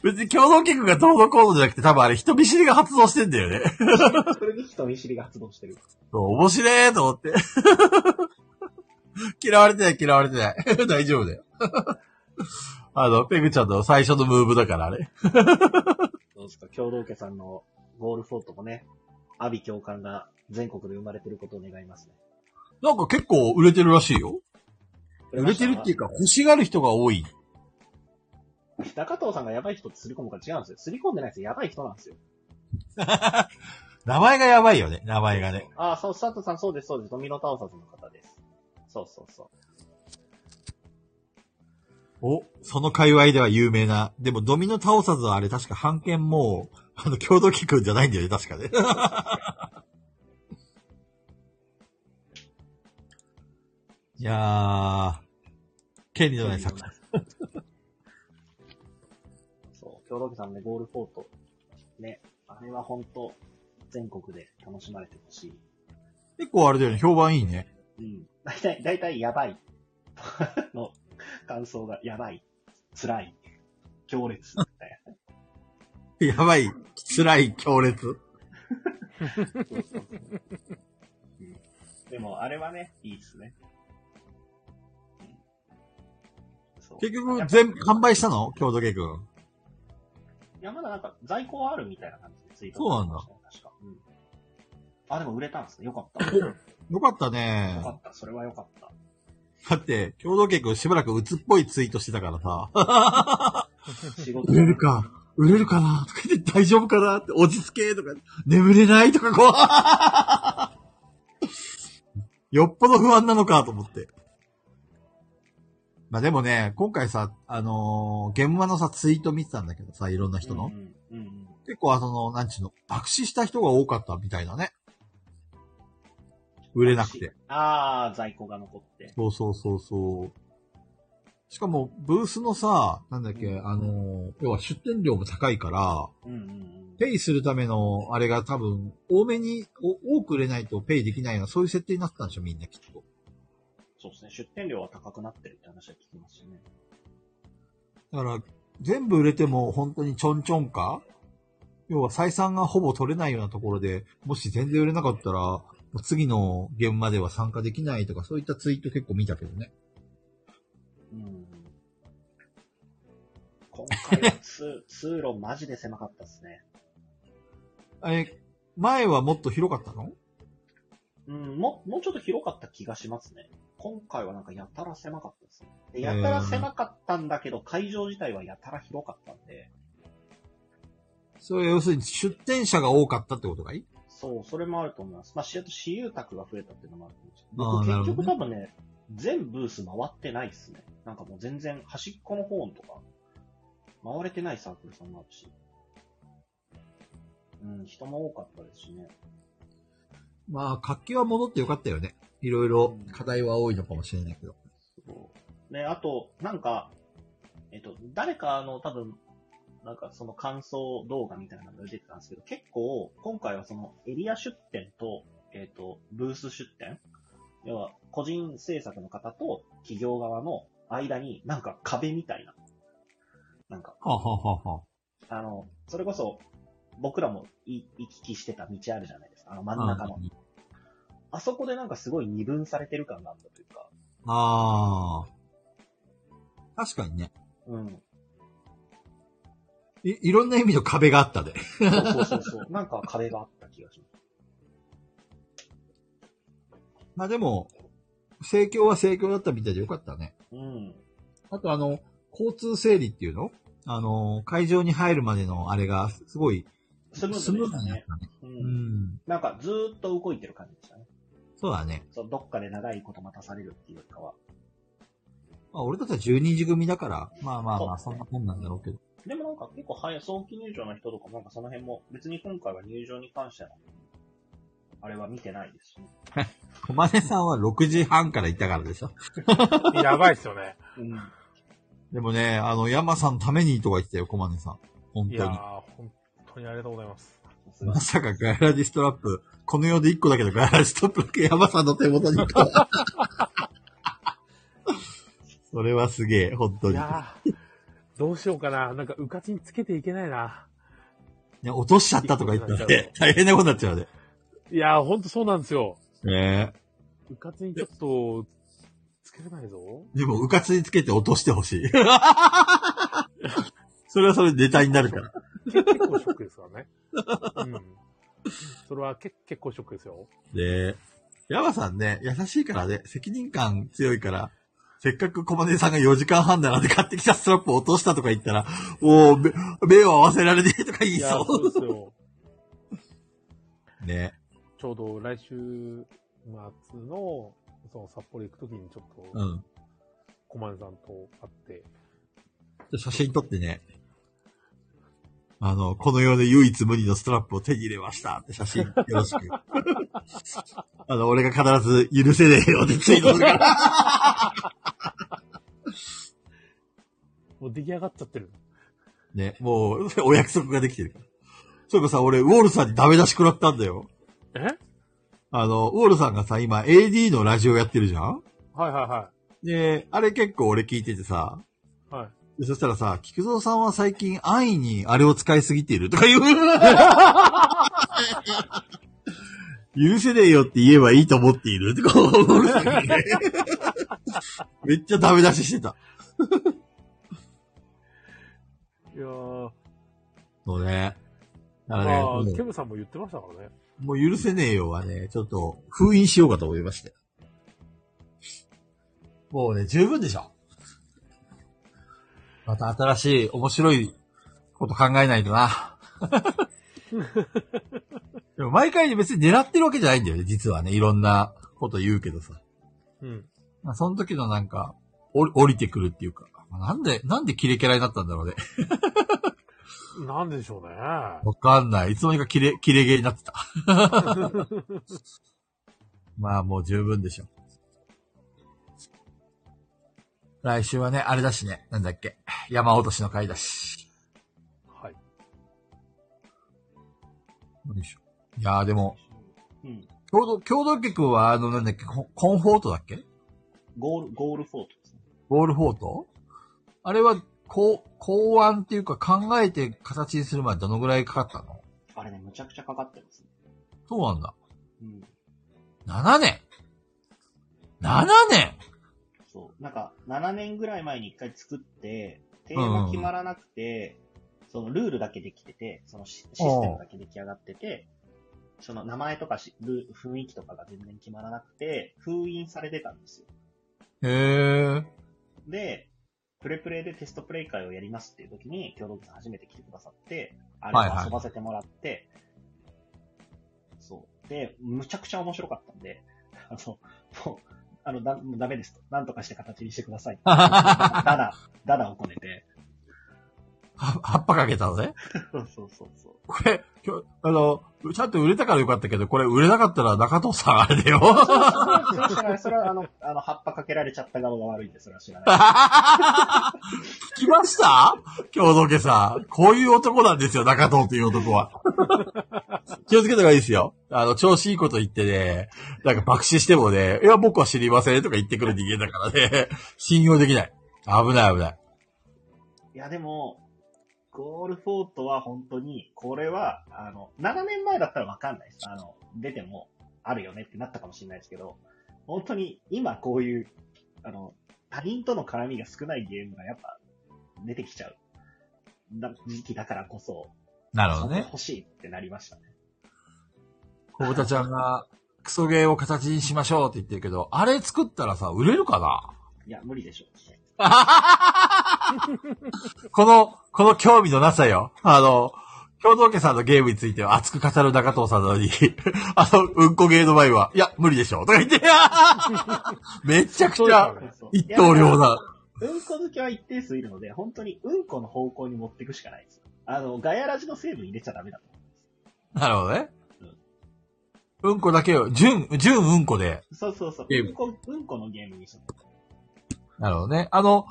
別に共同家くんがどうのこうのじゃなくて、多分あれ人見知りが発動してんだよね。
それに人見知りが発動してる。
そう面白いと思って。 嫌われてない、嫌われてない。 大丈夫だよ。あの、ペグちゃんの最初のムーブだから、あれ。
どうですか、共同家さんのゴールフォートもね、阿ビ教官が全国で生まれてることを願いますね。
なんか結構売れてるらしいよ。売れてるっていう
う。
か、欲しがる人が多い。
中藤さんがやばい人ってすり込むか違うんですよ。すり込んでないですよ。やばい人なんですよ。
名前がやばいよね、名前がね。
ああ、そう、佐藤さんそうです、そうです。ドミノ倒さずの方です。そうそうそう。
お、その界隈では有名な。でも、ドミノ倒さずはあれ確か判件もう、あの、共同機くんじゃないんだよね、確 かね。いやー、権利のない作戦。
そう、共同家さんのね、ゴールフォート。ね、あれは本当全国で楽しまれてほしい。
結構あれだよね、評判いいね。
うん。大体、大体やばい。の感想が、やばい。辛い。強 烈。みたいな。
やばい、辛い、強烈。
うんでも、あれはね、いいですね。うんそう
結
い
局
や、
全、完売したの共同家くん。
いや、まだなんか、在庫はあるみたいな感じでツイート
そうなんだ
してましたね。確か。うん。あ、でも売れたんですね。よかった。よ
よかったね
かった。それはよかった。
だって、共同計画しばらく鬱っぽいツイートしてたからさ、
仕事
売れるか、売れるかなとか言って大丈夫かなって、落ち着けとか、眠れないとかこう。 よっぽど不安なのかと思って。まあでもね、今回さ、あのー、ゲームマのさ、ツイート見てたんだけどさ、いろんな人の。
うんうんうん
結構あの、なんちゅうの、爆死した人が多かったみたいだね。売れなくて。。
ああ、在庫が残って。
そうそうそうそう。しかも、ブースのさ、なんだっけ、あの、要は出店料も高いから、
うんうんうん。
ペイするための、あれが多分、多めに、お多く売れないとペイできないような、そういう設定になってたんでしょ、みんなきっと。
そうですね。出店料は高くなってるって話は聞きますしね。
だから、全部売れても本当にちょんちょんか要は採算がほぼ取れないようなところで、もし全然売れなかったら、もう次の現場では参加できないとか、そういったツイート結構見たけどね。
うん。今回は通 通路マジで狭かったですね。
え、前はもっと広かったの
うん、も、もうちょっと広かった気がしますね。今回はなんかやたら狭かったですね。でやたら狭かったんだけど、会場自体はやたら広かったんで、
それは要するに出店者が多かったってことがいい
そう、それもあると思います。まあ、し私有宅が増えたっていうのもあると
あ
思うん
ー
です
な
け
るほ
ど、
ど
僕
ね
結局多分ね、全ブース回ってないっすね。なんかもう全然端っこの方とか、回れてないサークルさんもあるし。うん、人も多かったですしね。
まあ、活気は戻ってよかったよね。いろいろ課題は多いのかもしれないけど。
で、あと、なんか、えっと、誰かあの、多分、なんかその感想動画みたいなのが出てたんですけど、結構、今回はそのエリア出店と、えっと、ブース出店要は、個人制作の方と企業側の間になんか壁みたいな。なんか、
はあ、はあはあは
あの、それこそ、僕らもい行き来してた道あるじゃないですか。あの真ん中の。あそこでなんかすごい二分されてる感があったというか、
ああ。確かにね。
うん。
い、いろんな意味の壁があったで。
そうそうそうそう。 なんか壁があった気がします。
まあでも、盛況は盛況だったみたいでよかったね。
うん。
あとあの、交通整理っていうのあの、会場に入るまでのあれが、すごい、
スムー
ス
ズ
ム
で
ーズ
した
になっ
ね。
たね。
う。
うんん。
なんかずーっと動いてる感じでしたね。
そうだね。
そう、どっかで長いこと待たされるっていうよりかは。
まあ俺たちは12時組だから、まあまあまあ、
そ
そう
で
んな
すね
もんなんだろうけど。
でもなんか結構早い、早期入場の人とかもなんかその辺も、別に今回は入場に関しての、あれは見てないですね。
マネさんは6時半から行ったからでしょ。
やばいっすよね。
うん。
でもね、あの、山さんのためにとか言ってたよ、コマネさん。本
いや
当
ー
に。、
本当にありがとうございます。
まさかガヤラディストラップ、この世で1個だけどガヤラディストラップだけ山さんの手元にい た。それはすげえ、本当
い
に。
やー、どうしようかな。なんか、うかちにつけていけないな。
ね、落としちゃったとか言ったらね、大変なことになっちゃうで。
いやー、ほんとそうなんですよ。
ね
うかちにちょっと、つけれないぞ。
え。でも、うかつにつけて落としてほしい。 それはそれでネタになるから。
け結構ショックですからね。うん。それはけ結構ショックですよ。
で、山さんね、優しいからね、責任感強いから、せっかく小金井さんが4時間半だなんて買ってきたストラップを落としたとか言ったら、おお目、目を合わせられねえとか言い
いや
そ
ー、そう
う。
ですよ。
ね。
ちょうど来週末の、その札幌行くときにちょっ
う
と、
ん。
コマネさんと会って、
で写真撮ってね、あの、この世で唯一無二のストラップを手に入れましたって写真よろしく。 あの、俺が必ず許せねえよってツイートする から。
もう出来上がっちゃってる。
ね、もう、お約束ができてるから。そういえばさ、俺、ウォールさんにダメ出し食らったんだよ。
え
あの、ウォールさんがさ、今 AD のラジオやってるじゃん
はいはいは
で、あれ結構俺聞いててさ、
い。はい。
でそしたらさ、菊蔵さんは最近安易にあれを使いすぎているとか言う。許せねえよって言えばいいと思っているとか思うさっきねめっちゃダメ出ししてた。
いやー、
そうね。だからね、
ま
も
あ、
う
ケムさんも言ってましたからね。
もう許せねえよはね、ちょっと封印しようかと思いましたよ。もうね、十分でしょ。また新しい、面白いこと考えないとな。でも毎回別に狙ってるわけじゃないんだよね、実はね。いろんなこと言うけどさ。
うん。
まあ、その時のなんか、おり降りてくるっていうか。なんで、なんでキレキャラになったんだろうね。
なんでし ょうね。
わかんない。いつの間にかキレ、キレゲーになってた。まあもう十分でしょ。来週はね、あれだしね、なんだっけ。山落としの回だし。
はい。
よいしょいやーでも、
うん。
共同、共同曲はあのなんだっけ、コンコンフォートだっけ
ゴール、ゴールフォートですね。
ゴールフォートあれは、こう、考案っていうか考えて形にするまでどのぐらいかかったの
あれね、むちゃくちゃかかってますね。
そうなんだ。
うん。
7年 !7 年
そう。なんか、7年ぐらい前に一回作って、テーマ決まらなくて、そのルールだけできてて、そのシシステムだけ出来上がってて、その名前とかしルー雰囲気とかが全然決まらなくて、封印されてたんですよ。
へー。
で、プレプレでテストプレイ会をやりますっていう時に、共同さん初めて来てくださって、あ
はい
れ
はい
を遊ばせてもらって、そう。で、むちゃくちゃ面白かったんで、あの、もう、あの、だもうダメですと。なんとかして形にしてくだ さい。だだ、だだをこねて。
は葉っぱかけたのね。
そうそうそうそう。
これ、今日、あの、ちゃんと売れたからよかったけど、これ売れなかったら中藤さんあれだよ。
それは知らない。それはあの、あの、葉っぱかけられちゃった側が悪いんで、それは知らない。
聞きました共同家さん。こういう男なんですよ、中藤という男は。気をつけた方がいいですよ。あの、調子いいこと言ってね、なんか爆死してもね、いや、僕は知りませんとか言ってくる人間だからね、信用できない。危ない危ない。
いや、でも、ゴールフォートは本当に、これは、あの、7年前だったらわかんないです。あの、出ても、あるよねってなったかもしれないですけど、本当に今こういう、あの、他人との絡みが少ないゲームがやっぱ出てきちゃう。だ時期だからこそ、
なるほ
そ
ど
こ
ね。
欲しいってなりましたね。
小豚ちゃんが、クソゲーを形にしましょうって言ってるけど、あれ作ったらさ、売れるかない
や、無理でしょ
この、この興味のなさよ。あの、共同家さんのゲームについては熱く語る中藤さんなのに、 あの、うんこゲーの前は、いや、無理でしょう。とか言って、 めちゃくちゃ
そう、
う。そう
一刀両断。
うんこ好きは一定数いるので、本当にうんこの方向に持っていくしかないです。あの、ガヤラジの成分入れちゃダメだと思うんです。
なるほどね。うんこだけを、純、純うんこで。
そうそうそう。
ゲーム
うんこ、うんこのゲームにしよ
なるほどね。あの、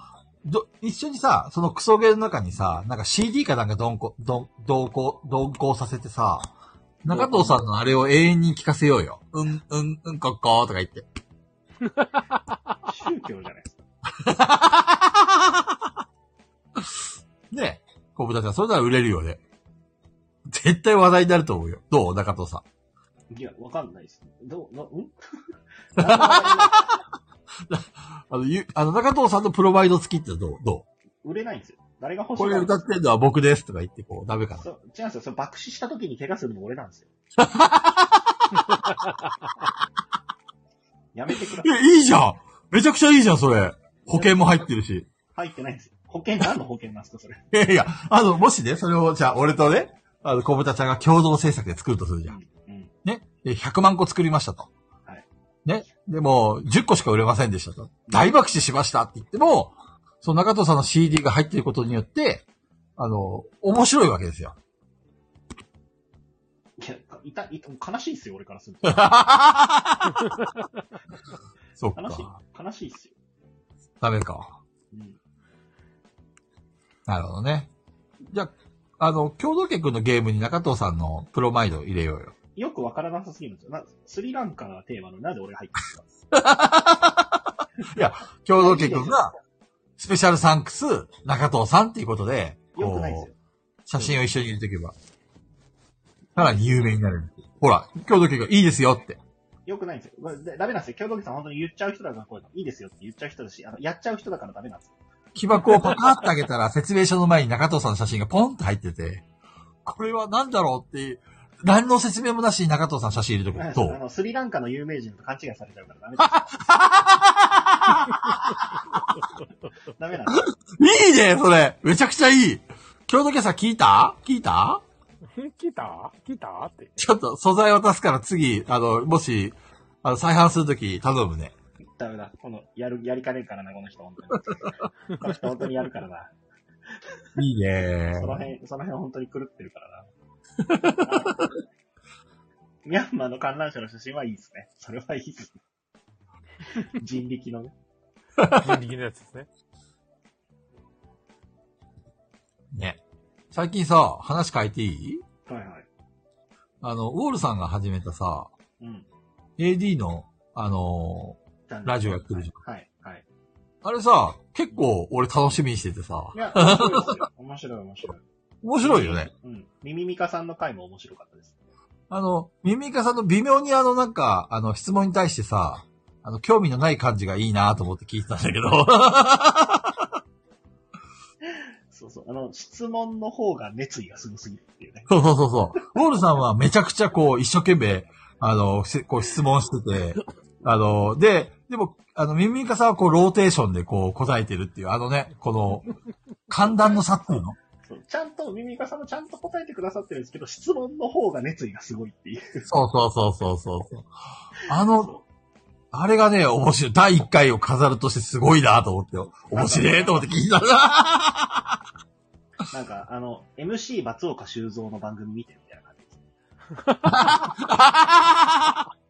ど、一緒にさ、そのクソゲーの中にさ、なんか CD かなんか鈍行、どん、同行、同行させてさ、中藤さんのあれを永遠に聞かせようよ。うん、うん、うんこっこーとか言って。
う。宗教じゃないですか。
ねえ、小豚ちゃん、それなら売れるよね。絶対話題になると思うよ。どう中藤さ
いや、わかんないです。どう、な、うん
ん。あの、ゆ、あの、中藤さんのプロバイド付きってどうど
売れないんですよ。誰が
う
欲しい
これ歌ってんのは僕ですとか言って、こう、ダメかな。
そう、違うんですよ。それ爆死した時に怪我するの俺なんですよ。 やめてください。
え、いいじゃんめちゃくちゃいいじゃん、それ。保険も入ってるし。
入ってないんですよ。保険、何の保険なんですか、それ。
いやいや、あの、もしね、それを、じゃあ、俺とね、あの、小豚ちゃんが共同制作で作るとするじ
う
ゃん。
ん。うん。
ね。で、100万個作りましたと。
はい。
ね。でも、10個しか売れませんでしたと。大爆死しましたって言っても、その中藤さんの CD が入っていることによって、あの、面白いわけです よ。
いや、いた、いた、悲しいっすよ、俺から すると。悲
そっ
しい
か。。
悲しいっすよ。
ダメか。
うん。
なるほどね。じゃあ、あの、共同家君のゲームに中藤さんのプロマイド入れようよ。
よくわからなさすぎるんですよ。な、スリランカがテーマの、なぜ俺が入ってるんですか。
共同家君が、スペシャルサンクス、中藤さんっていうことで、
よくないですよ。
写真を一緒に入れておけば、さらに有名になれる。ほら、共同家がいいですよって。
よくないんですよ。これでダメなんですよ。共同家さん本当に言っちゃう人だからこういうのいいですよって言っちゃう人だし、あの、やっちゃう人だからダメなんですよ。
木箱をパカッと開けたら、説明書の前に中藤さんの写真がポンって入ってて、これは何だろうっていう、何の説明もなしに中藤さんの写真入れておく
あ
と、
の、スリランカの有名人と勘違いされちゃうからダメですよ。ダメなの
いいね、それ。めちゃくちゃいい。今日の今朝聞いた聞いた
来た来た って。
ちょっと素材渡すから次、あの、もし、あの、再販するとき頼むね。
ダメだ。この、やる、やりかねえからな、この人、本当に。この人、本当にやるからな。
いいね
その辺、その辺本当に狂ってるからな。 ミャンマーの観覧車の写真はいいですね。それはいいです ね。人力のね。
人力のやつですね。
ね。最近さ、話変えていい
はいはい。
あの、ウォールさんが始めたさ、
うん。
AD の、あのラジオやってるじ
ゃん。はい、はい。
ーあれさ、結構俺楽しみにしててさ
い、や、面白いですよ。面白い、面白い。
面白いよね。
うん。ミミミカさんの回も面白かったです。
あの、ミミカさんの微妙にあの、なんか、あの、質問に対してさ、あの、興味のない感じがいいなと思って聞いてたんだけど、
そうそう。あの、質問の方が熱意がすごすぎるっていうね。
そうそうそうそう。ウォールさんはめちゃくちゃこう、一生懸命、あの、せこう質問してて、あの、で、でも、あの、ミミカさんはこう、ローテーションでこう、答えてるっていう、あのね、この、寒暖の差っていうの
そう。ちゃんと、ミミカさんもちゃんと答えてくださってるんですけど、質問の方が熱意がすごいっていう。
そうそうそうそうそう。あの、あれがね、面白い。第1回を飾るとしてすごいなと思ってよ。面白いと思って聞いたな。
なんか、あの、MC 松岡修造の番組見てるみたいな感じです。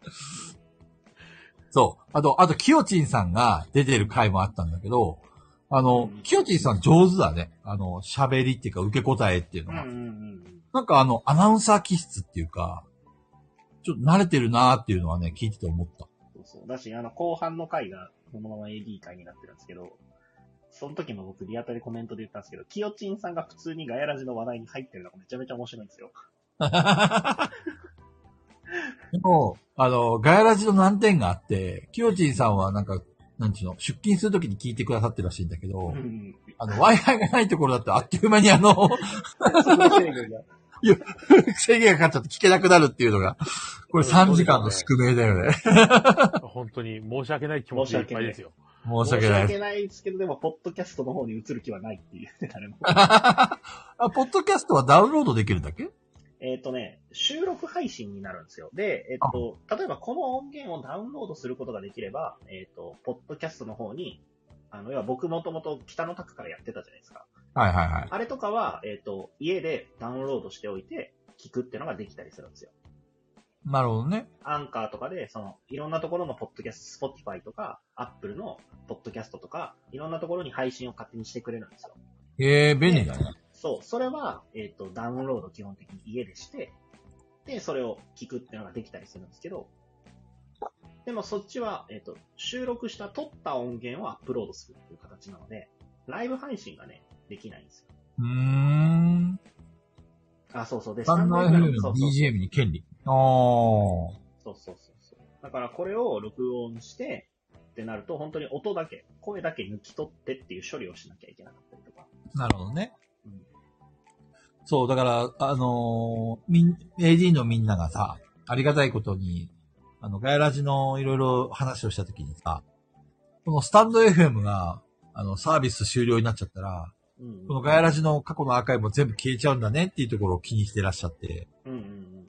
そう。あと、あと、キヨチンさんが出てる回もあったんだけど、あの、キヨチンさん上手だね。あの、喋りっていうか、受け答えっていうの
うん
が。
うんうん。
なんかあの、アナウンサー気質っていうか、ちょっと慣れてるなーっていうのはね、聞いてて思った。
そうそう。だし、あの、後半の回が、そのまま AD 回になってるんですけど、その時も僕、リアタでコメントで言ったんですけど、キヨチンさんが普通にガヤラジの話題に入ってるのがめちゃめちゃ面白いんですよ。
でも、あの、ガヤラジの難点があって、キヨチンさんはなんか、なんちゅうの、出勤するときに聞いてくださってるらしいんだけ
う
ど、
ん。
あの、Wi-Fi がないところだとあっという間にあ の、
そこ制御が
制限がかかっちゃって聞けなくなるっていうのが、これ3時間の宿命だよね。
本当に申し訳ない気持ちでいっぱいですよ。
申し訳
申し
ない
訳ないですけど、でも、ポッドキャストの方に移る気はないっていう、誰も。
あ、ポッドキャストはダウンロードできるんだっけ
えっ、とね、収録配信になるんですよ。で、えっ、と、例えばこの音源をダウンロードすることができれば、えっ、と、ポッドキャストの方に、あの、要は僕もともと北の卓からやってたじゃないですか。
はいはいはい。
あれとかは、えっ、と、家でダウンロードしておいて、聞くってのができたりするんですよ。
なるほどね。
アンカーとかで、その、いろんなところのポッドキャスト、Spotify とか、Apple のポッドキャストとか、いろんなところに配信を勝手にしてくれるんですよ。
へえ、便利だね。
そう、それは、えっ、と、ダウンロード基本的に家でして、で、それを聞くっていうのができたりするんですけど、でもそっちは、えっ、と、収録した、撮った音源をアップロードするっていう形なので、ライブ配信がね、できないんですよ。
うーん。
あ、そうそう。で、
サンド FM
そ
の
うそう
BGM に権利。あー。
そうそうそうそう。だからこれを録音して、ってなると、本当に音だけ、声だけ抜き取ってっていう処理をしなきゃいけなかったりとか。
なるほどね
うん。
そう、だから、あのーみん、AD のみんながさ、ありがたいことに、あの、ガヤラジのいろいろ話をしたときにさ、このスタンド FM が、あの、サービス終了になっちゃったら、
うん。
このガヤラジの過去のアーカイブも全部消えちゃうんだねっていうところを気にしてらっしゃって、
うんうんうん。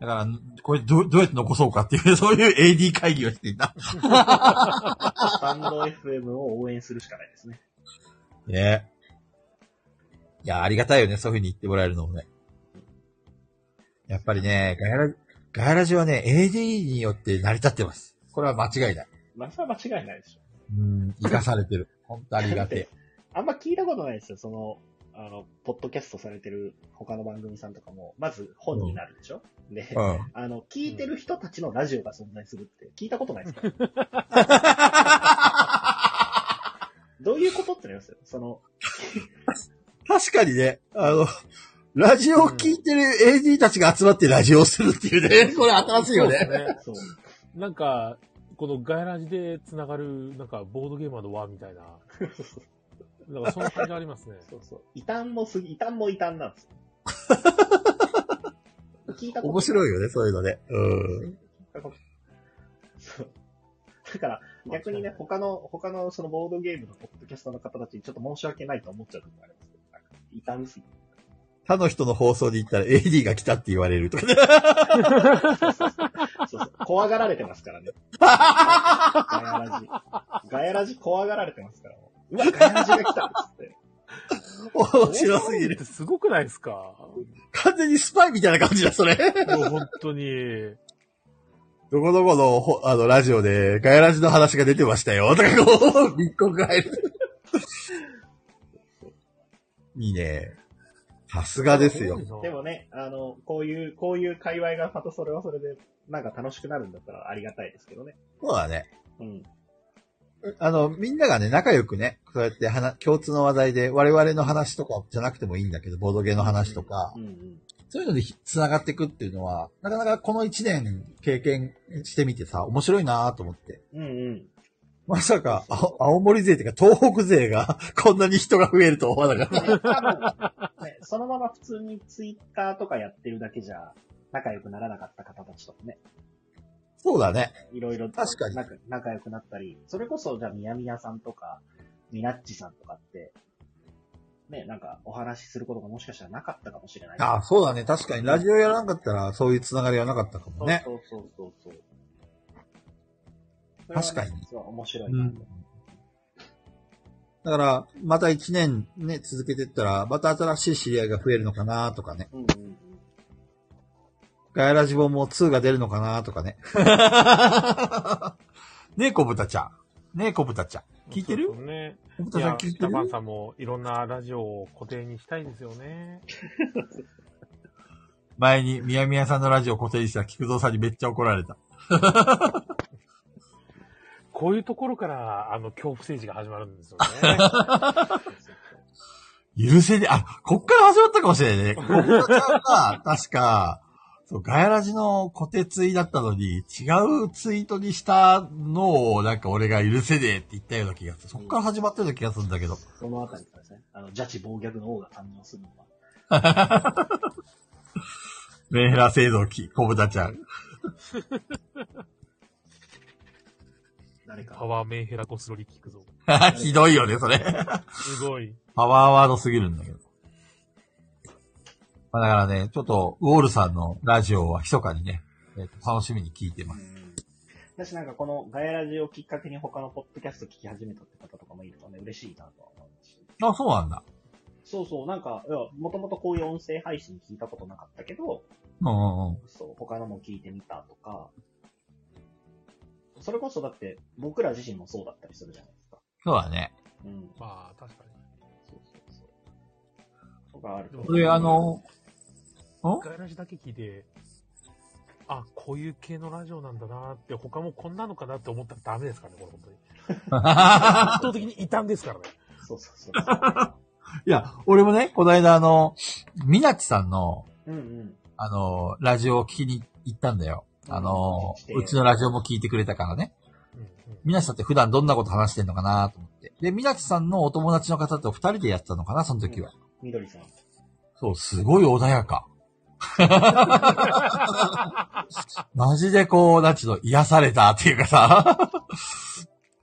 だから、これどどうやって残そうかっていう、そういう AD 会議をしていた。
スタンド FM を応援するしかないですね。
ねいや、ありがたいよね、そういう風に言ってもらえるのもね。やっぱりね、ガヤラジ、ガヤラジはね、AD によって成り立ってます。これは間違いない。
まあ、それは間違いないでしょ。
うん、生かされてる。本 当ありがて
あんま聞いたことないですよ。その、あの、ポッドキャストされてる他の番組さんとかも、まず本になるでしょ、で
え。、うん。
あの、聞いてる人たちのラジオが存在するって聞いたことないです から。どういうことってなりますよ。その、
確かにね、あの、ラジオを聞いてる AD たちが集まってラジオをするっていうね、これ新しいよ
そう
ね。
ですね。
そう。
なんか、このガヤラジで繋がる、なんか、ボードゲーマーの輪みたい な。なんか、そんな感じありますね。
そうそう。異端もすぎ、異端も異端 なんですよ。聞いたこと
面白いよね、そういうのね。うん。
そう。だから、逆にね、他の、他のそのボードゲームのポッドキャスターの方たちにちょっと申し訳ないと思っちゃうところがありますけど、なんか痛みす ぎて。
他の人の放送で言ったら AD が来たって言われるとかね。
そうそうそうそう。怖がられてますからね。ガヤラジ。ガヤラジ怖がられてますから。うわ、ガヤラジが来たっつって。
面白すぎ
っ
る。
てすごくないですか
完全にスパイみたいな感じだ、それ。
もう本当に。
どこどこのほ、あの、ラジオで、ガヤラジの話が出てましたよ。 とか、こう、密告が入る。いいね。さすがですよ。
でもね、あの、こういう、こういう界隈がまたそれはそれで、なんか楽しくなるんだったらありがたいですけどね。
そうだね。
うん。
あの、みんながね、仲良くね、そうやって話、共通の話題で、我々の話とかじゃなくてもいいんだけど、ボードゲーの話とか
う、んうん。
そういうのでひ繋がっていくっていうのは、なかなかこの一年経験してみてさ、面白いなぁと思って。
うんうん。
まさか、あ青森勢っていうか東北勢がこんなに人が増えると思わ なかった。
多分ね、そのまま普通にツイッターとかやってるだけじゃ、仲良くならなかった方たちともね、
そうだね。
いろいろ
確かに
仲仲良くなったり、それこそじゃあみやみやさんとか、みなっちさんとかって、ね、なんかお話しすることがもしかしたらなかったかもしれない。
あそうだね。確かにラジオやらなかったらそういうつながりはなかったかもね。
そうそうそうそうそう。
確かに
そう、面白いなと。
だから、また一年ね、続けてったら、また新しい知り合いが増えるのかなとかね。
うんうんうん。
ガヤラジボンも2が出るのかなとか ね。ねえ、コブタちゃん。ねえ、コブタちゃん。聞いてる
そうそうね。
コブ
い
タちゃん
や、
聞いて
北
る
ンさんもいろんなラジオを固定にしたいですよね。
前に、みやみやさんのラジオ固定した菊蔵さんにめっちゃ怒られた。
こういうところから、あの、恐怖政治が始まるんですよ ね。
許せねえ。あ、こっから始まったかもしれないね。コブタちゃんは、確か、そう、ガヤラジの固定ツイだったのに、違うツイートにしたのを、なんか俺が許せねえって言ったような気がする。そっから始まったような気がするんだけど。
そのあたりからですね、あの、ジャッジ暴虐の王が誕生するのは。
メンヘラ製造機、コブタちゃん。
誰か
パ。ワーメンヘラゴスロリ聞くぞ。
ひどいよね、それ。
すごい。
パワーワードすぎるんだけど。まあ、だからね、ちょっと、ウォールさんのラジオは密かにね、えっと楽しみに聞いてます。
私なんかこのガヤラジをきっかけに他のポッドキャスト聞き始めたって方とかもいるとね、嬉しいなとは思うし。
あ、そうなんだ。
そうそう、なんか、いや、もともとこういう音声配信聞いたことなかったけど、
うんうんうん。
そう、他のも聞いてみたとか、それこそだって僕ら自身もそうだったりするじゃないですか。
そうだね。
うん。
まあ、確かに。
そうそうそう。とかあると。
これ、あの、 ん
ガイラジだけ聞いて、あ、こういう系のラジオなんだなって、他もこんなのかなって思ったらダメですからね、これ本 当に。圧倒的に異端ですからね。
そうそう そうそう。
いや、俺もね、この間あの、みなちさんの、
うんうん。
あの、ラジオを聞きに行ったんだよ。あの、うちのラジオも聞いてくれたからね。
うん
みなちさんって普段どんなこと話してんのかなと思って。で、みなちさんのお友達の方と二人でやってたのかな、その時は。
みどりさん。
そう、すごい穏やか。マジでこう、なんちゅうの、癒されたっていうかさ。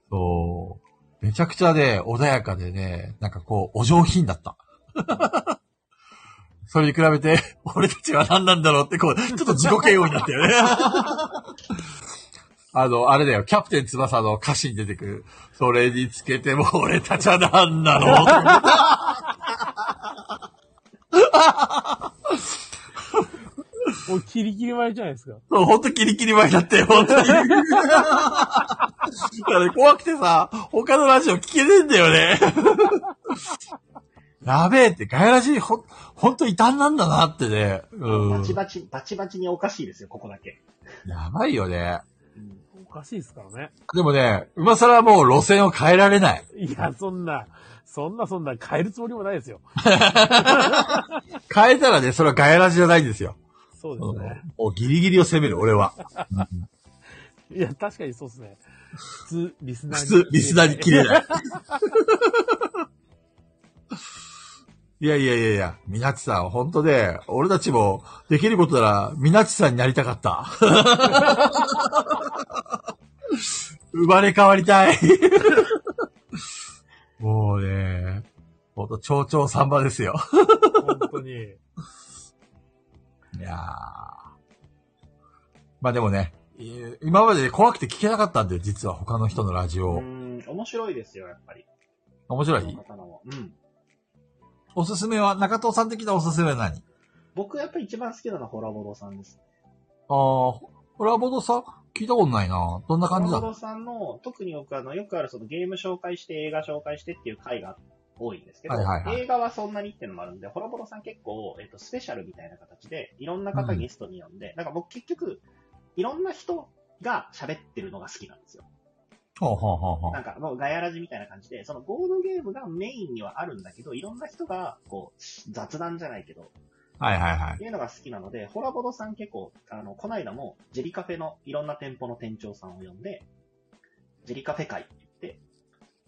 そう。めちゃくちゃね、穏やかでね、なんかこう、お上品だった。それに比べて、俺たちは何なんだろうって、こう、ちょっと自己嫌悪になったよね。あの、あれだよ、キャプテン翼の歌詞に出てくる。それにつけても俺たちは何なの
うん。もう、キリキリ前じゃないですか。
そう、ほんとキリキリ前だってよ、ほんとに。だからね、怖くてさ、他のラジオ聞けねえんだよね。やべえって、ガヤラジ、ほん、ほんと異端なんだなってね。う
バ
ん
チ。バチ、バチバチにおかしいですよ、ここだけ。
やばいよね。
うん。
おかしいですからね。
でもね、今更もう路線を変えられない。
いや、そんな、そんなそんな変えるつもりもないですよ。
変えたらね、それはガヤラジじゃないんですよ。
そう
うん
ですね。
もうギリギリを攻める、俺は。
いや、確かにそうですね。普通、リスナー
普
に。
通、リスナーに切れない。 いやいやいやいや、みなちさん、本当で、俺たちも、できることなら、みなちさんになりたかった。 生まれ変わりたい。 もうね、ほんと、蝶々サンバですよ。
本当に。
いやー。まあでもね、い今まで怖くて聞けなかったんで、実は他の人のラジ
う
オ。
ん、面白いですよ、やっぱり。
面白
この
い
方のうん。
おすすめは、中藤さん的なおすすめは何
僕やっぱり一番好きなのはホラボドさんです。
あー、ホラボドさん聞いたことないなどんな感じだ
ホラボドさんの、特によくあの、よくあるそのゲーム紹介して映画紹介してっていう回が多いんですけど、
はいはいはい
映画はそんなにっていうのもあるんで、ホラボドさん結構、えっと、スペシャルみたいな形で、いろんな方
うん
ゲストに呼んで、なんか僕結局、いろんな人が喋ってるのが好きなんですよ。
ほうほうほうほう
なんかもうガヤラジみたいな感じで、そのボードゲームがメインにはあるんだけど、いろんな人が、こう、雑談じゃないけど、
はいはいはい
っ。ていうのが好きなので、ホラボドさん結構、あの、こないだも、ジェリカフェのいろんな店舗の店長さんを呼んで、ジェリカフェ会って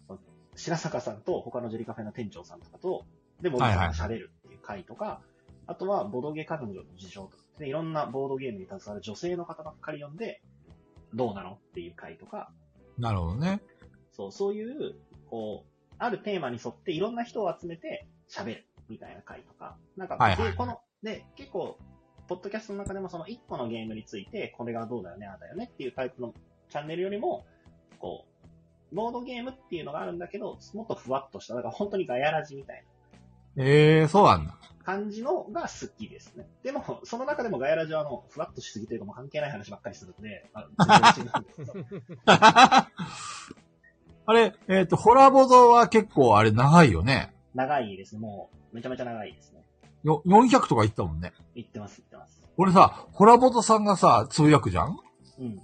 言って、白坂さんと他のジェリカフェの店長さんとかと、で、僕さんが喋るっていう会とか、あとは、ボドゲ彼女の事情とか、で、いろんなボードゲームに携わる女性の方ばっかり呼んで、どうなのっていう会とか、
なるほどね。
そう、そういう、こう、あるテーマに沿っていろんな人を集めて喋るみたいな回とか、なんか、
はいはい
で、この、で、結構、ポッドキャストの中でもその1個のゲームについて、これがどうだよね、ああだよねっていうタイプのチャンネルよりも、こう、ボードゲームっていうのがあるんだけど、もっとふわっとした、だから本当にガヤラジみたい
ええー、そうなんだ。
な感じのが好きですね。でも、その中でもガヤラジはあの、ふわっとしすぎというかもう関係ない話ばっかりするんで、まあ、全然違うんですけど。
あれ、えっ、と、ホラボドは結構あれ長いよね。
長いですね、もう、めちゃめちゃ長いですね。
よ、400とか言ったもんね。
言ってます、言ってます。
俺さ、ホラボドさんがさ、通訳じゃん
うん。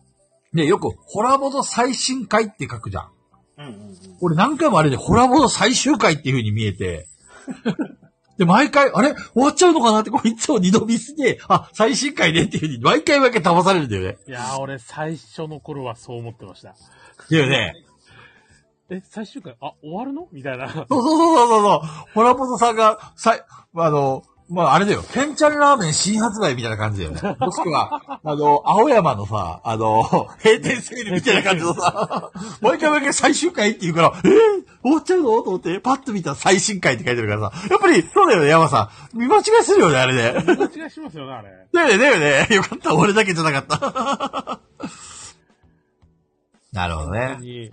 ね、よく、ホラボド最新回って書くじゃん。
うんうんうん。
俺何回もあれで、ホラボド最終回っていう風に見えて。で、毎回、あれ終わっちゃうのかなって、こういつも二度見して、あ、最新回ねっていう風に、毎回毎回騙されるんだよね。
いやー、俺、最初の頃はそう思ってました。
だよね。
え、最終回、あ、終わるのみたいな。
そうそうそうそうそう。ホラボソさんが、さい、あの、まあ、あれだよ。ケンチャンラーメン新発売みたいな感じだよ ね。もしくは、あの、青山のさ、あの、閉店セールみたいな感じの さ、毎回毎回最終回って言うから、えー、終わっちゃうのと思って、パッと見たら最新回って書いてるからさ、やっぱり、そうだよね、山さん。見間違いするよね、あれね。
見間違いしますよね、あれ。
だよね、だよね。よかった、俺だけじゃなかった。 なるほど
本当
ね。
に。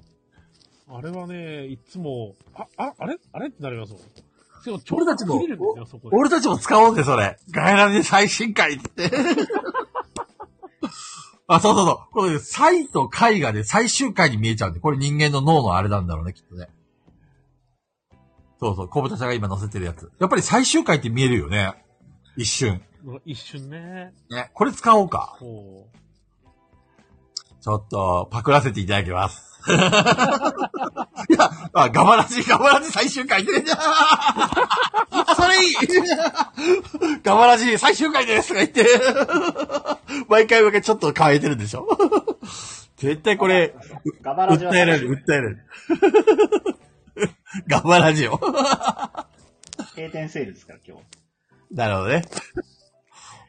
あれはね、いつも、あ、あ、あれあれってなりますもん。しかも、ちょうど切れるんですよ、そこで。
俺たちも使おうぜ、それ。ガイラで最新回って。あ、そうそうそう。この最と回がね、最終回に見えちゃうんで、これ人間の脳のあれなんだろうね、きっとね。そうそう、小豚さんが今載せてるやつ。やっぱり最終回って見えるよね。一瞬。
一瞬ね、
ね。これ使おうか。
こ
ちょっと、パクらせていただきます。 いや、あ、ガマラジ、ガマラジ最終回で、 あ、それい いガマラジ最終回ですとか言って、 毎回毎回ちょっと変えてるんでしょ 絶対これ、
ガバラジは
訴えられる、訴えられる。 ガマラジオ。
閉店セールですから、今日。
なるほどね。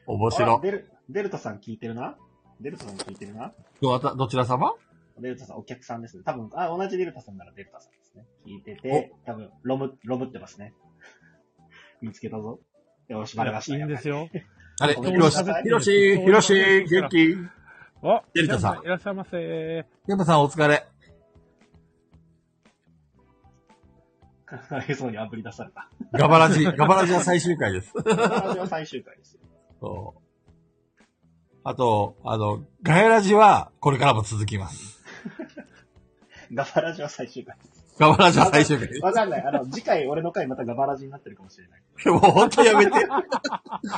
面白
あ。デル、デルタさん聞いてるなデルタさん聞いてるな
どなた、どちら様
デルタさんお客さんですね。多分、あ、同じデルタさんならデルタさんですね。聞いてて、多分、ロム、ロムってますね。見つけたぞ。よし、
う。
バレました。
いやいいんで すよ。
あれ、
お
ひろし、ひろし、ひろし、元気
あ、
デルタさん
いらっしゃいませ。
ヤマさんお疲れ。
やっぱり。かわいそうに炙り出された。
ガバラジ、ガバラジは最終回です。
ガバラジは最終回ですよ。
そうあと、あの、ガヤラジはこれからも続きます。
ガバラジは最終回です。
ガバラジは最終回です。
わかんない。あの、次回俺の回またガバラジになってるかもしれない。
もう本当やめて。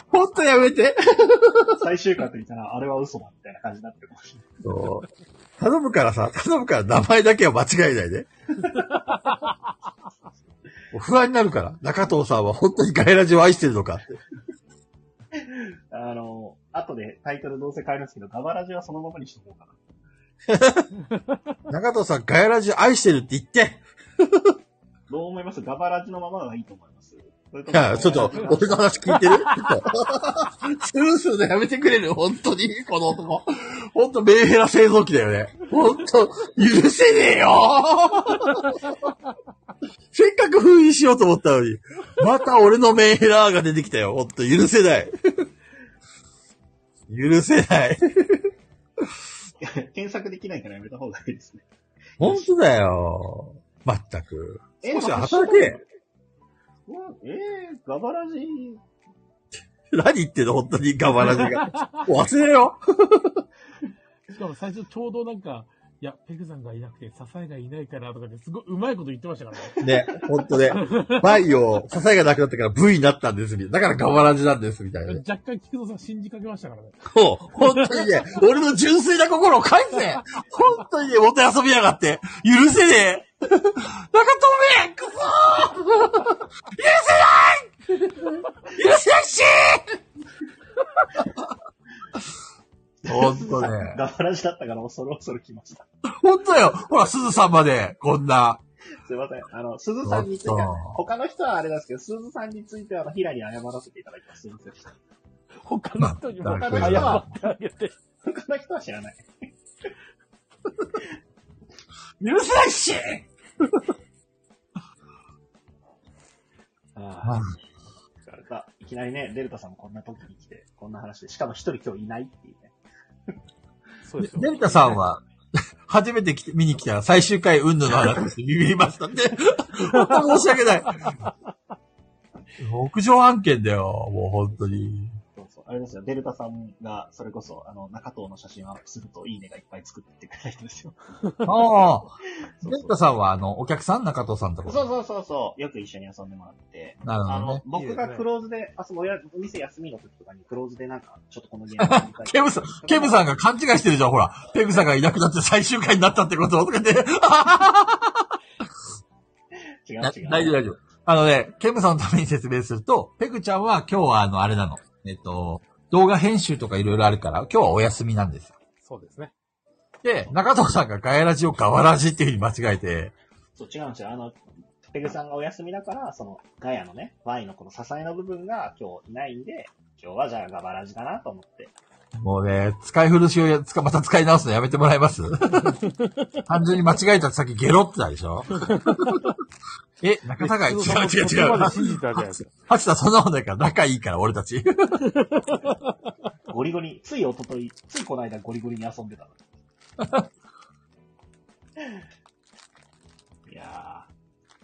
本当やめて。
最終回と言ったら、あれは嘘だ、みたいな感じになってるかもしれない。
そう頼むからさ、頼むから名前だけは間違えないで。もう不安になるから、中藤さんは本当にガヤラジを愛してるのかって。
あの、後でタイトルどうせ変えるんですけど、ガバラジはそのままにしとこうかな。
中藤さん、ガヤラジ愛してるって言って。
どう思いますガバラジのままがいいと思います。それと
いや、ちょっと、俺 の話聞いてるちょっとスルーするのやめてくれる本当にこの男。ほんとメンヘラ製造機だよね。ほんと、許せねえよ せっかく封印しようと思ったのに、また俺のメンヘラが出てきたよ。ほんと、許せない。許せない。
検索できないからやめた方がいいですね。
ほんとだよ。まったく。
え
少しは働け。
うんえー、ガバラジ
何言ってんの本当にガバラジが。もう忘れろ。
しかも最初ちょうどなんか、いや、ペグさんがいなくて、支えがいないからとかですごいうまいこと言ってましたからね。
ね、ほんとね。バイオ、支えがなくなったから V になったんです、みたいな。だからガバラジなんです、みたいなね。
若干菊蔵さん信じかけましたから ね。
そう、本当にね、俺の純粋な心を返せ本当にね、元遊びやがって許せねえ中止めくそー許せない許せないし本当ね。
ガバラジだったから恐る恐る来ました。
本当よほら、鈴さんまで、こんな。
すいません。あの、鈴さんについ
ち
て
ょっと
は、他の人はあれなんですけど、鈴さんについては、あの、平に謝らせていただきます。すいませんでした。
他の人にも
ま
謝
あ
ってあげて。
他の人は知らない。
許せないし
ああ。れた。いきなりね、デルタさんもこんな時に来て、こんな話で、しかも一人今日いないっていうね。
そうですよ。
デルタさんは、 初めて来て見に来たら最終回、うんぬの話です。ビビりましたね。本当申し訳ない。屋上案件だよ、もう本当に。
そうそう。あれですよ、デルタさんが、それこそ、あの、中藤の写真をアップすると、いいねがいっぱい作ってくれた人ですよ。
ああ、
そう
デルタさんは、あの、お客さん中藤さんと
そうそう
か。
そうそうそう。よく一緒に遊んでもらって。
なる
あ
ほど
の
ね、。
僕がクローズで、あ、その、おやお店休みの時とかにクローズでなんか、ちょっとこのゲームやりたい
ケムさん、ケムさんが勘違いしてるじゃん、ほら。ペグさんがいなくなって最終回になったってこととかね。
違う
な
違う。
大丈夫、大丈夫。あのね、ケムさんのために説明すると、ペグちゃんは今日はあの、あれなの。えっと、動画編集とかいろいろあるから、今日はお休みなんですよ。
そうですね。
で、中藤さんがガヤラジをガワラジっていう風に間違えて、
そう、違うんですよ。あの、ペグさんがお休みだから、その、ガヤのね、Y のこの支えの部分が今日いないんで、今日はじゃあガバラジだなと思って。
もうね、使い古しをやつかまた使い直すのやめてもら えます単純に間違えたってさっきゲロってたでしょえ、仲違い違う
菊蔵
違う
さんもそこ
違
ま
う
で。信じたじゃないですか。
ハチさんそんなことないから仲いいから俺たち。
ゴリゴリ、つい一昨日ついこの間ゴリゴリに遊んでたの。 いや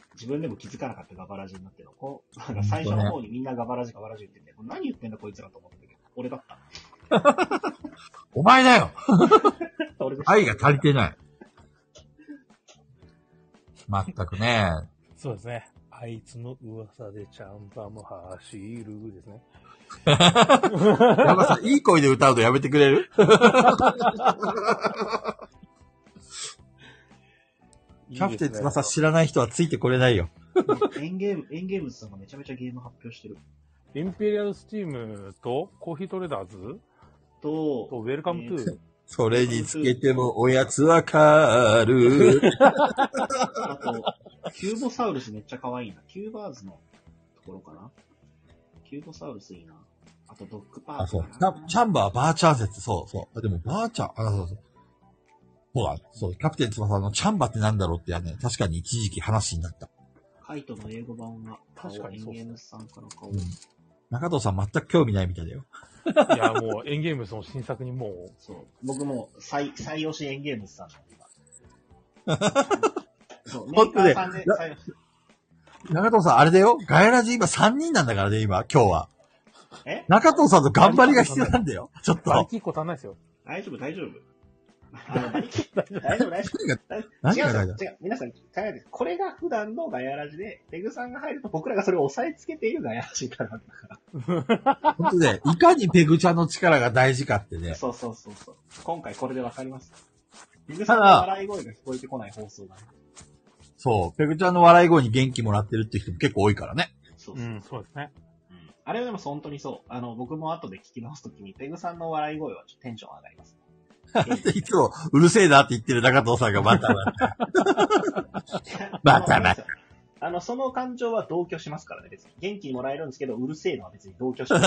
ー、自分でも気づかなかったガバラジになってるの。こう、なんか最初の方にみんなガバラジガバラジ言ってて、これ何言ってんだこいつらと思ってるけど、俺だった。
お前だよ
俺でした
愛が足りてない。まったくね。
そうですね。あいつの噂でちゃんぱも走るですね。
やばさん、いい声で歌うのやめてくれるキャプテン翼知らない人はついてこれないよ。
エンゲーム、エンゲームズさんがめちゃめちゃゲーム発表してる。
インペリアルスチームとコーヒートレーダーズ
と、
とウェルカムトゥー。
それにつけてもおやつわかる。
あと、キューボサウルスめっちゃ可愛いな。キューバーズのところかな。キューボサウルスいいな。あと、ドッグパー
あ、そ
ク
う。
か
チャ
な。
チャンバーバーチャー説、そうそう。あ、でもバーチャー、あ、そうそう。ほら、そう、キャプテン翼のチャンバってなんだろうってね、確かに一時期話になった。
カイトの英語版は、確
確
か
か
に
に
そ。
そうう
エ
っすね
ンゲームズさんから顔
うん中藤さん全く興味ないみたいだよ。
いや、もうエンゲームその新作にもう、
そう。僕もう、最、最推しエンゲームズ さんだ、今。そう、メーカーさん
本当
で
ねな
最推し
中藤さん、あれだよ。ガヤラジ今3人なんだからね、今、今日は。
え
中藤さんの頑張りが必要なんだよ。ちょっと。
バリキー個足んないですよ。
大丈夫、大丈夫。あの大丈夫、大丈夫。
何
違
が
うん
だ
ですよ違う。皆さん考えて、これが普段のガヤラジで、ペグさんが入ると僕らがそれを押さえつけているガヤラジから。
本当ね、いかにペグちゃんの力が大事かってね。
そうそうそうそう。今回これでわかります。ペグさ
た
ん
だ
の笑い声が聞こえてこない放送だね。
そう、ペグちゃんの笑い声に元気もらってるって人も結構多いからね。
そう
う
そう。
ん、そうですね。
うんあれはでも本当にそう。あの、僕も後で聞き直すときに、ペグさんの笑い声はちょっとテンション上が ります。
でいつもうるせえなって言ってる中藤さんがまた、バカな。
あの、その感情は同居しますからね、別に。元気もらえるんですけど、うるせえの は別に同居します。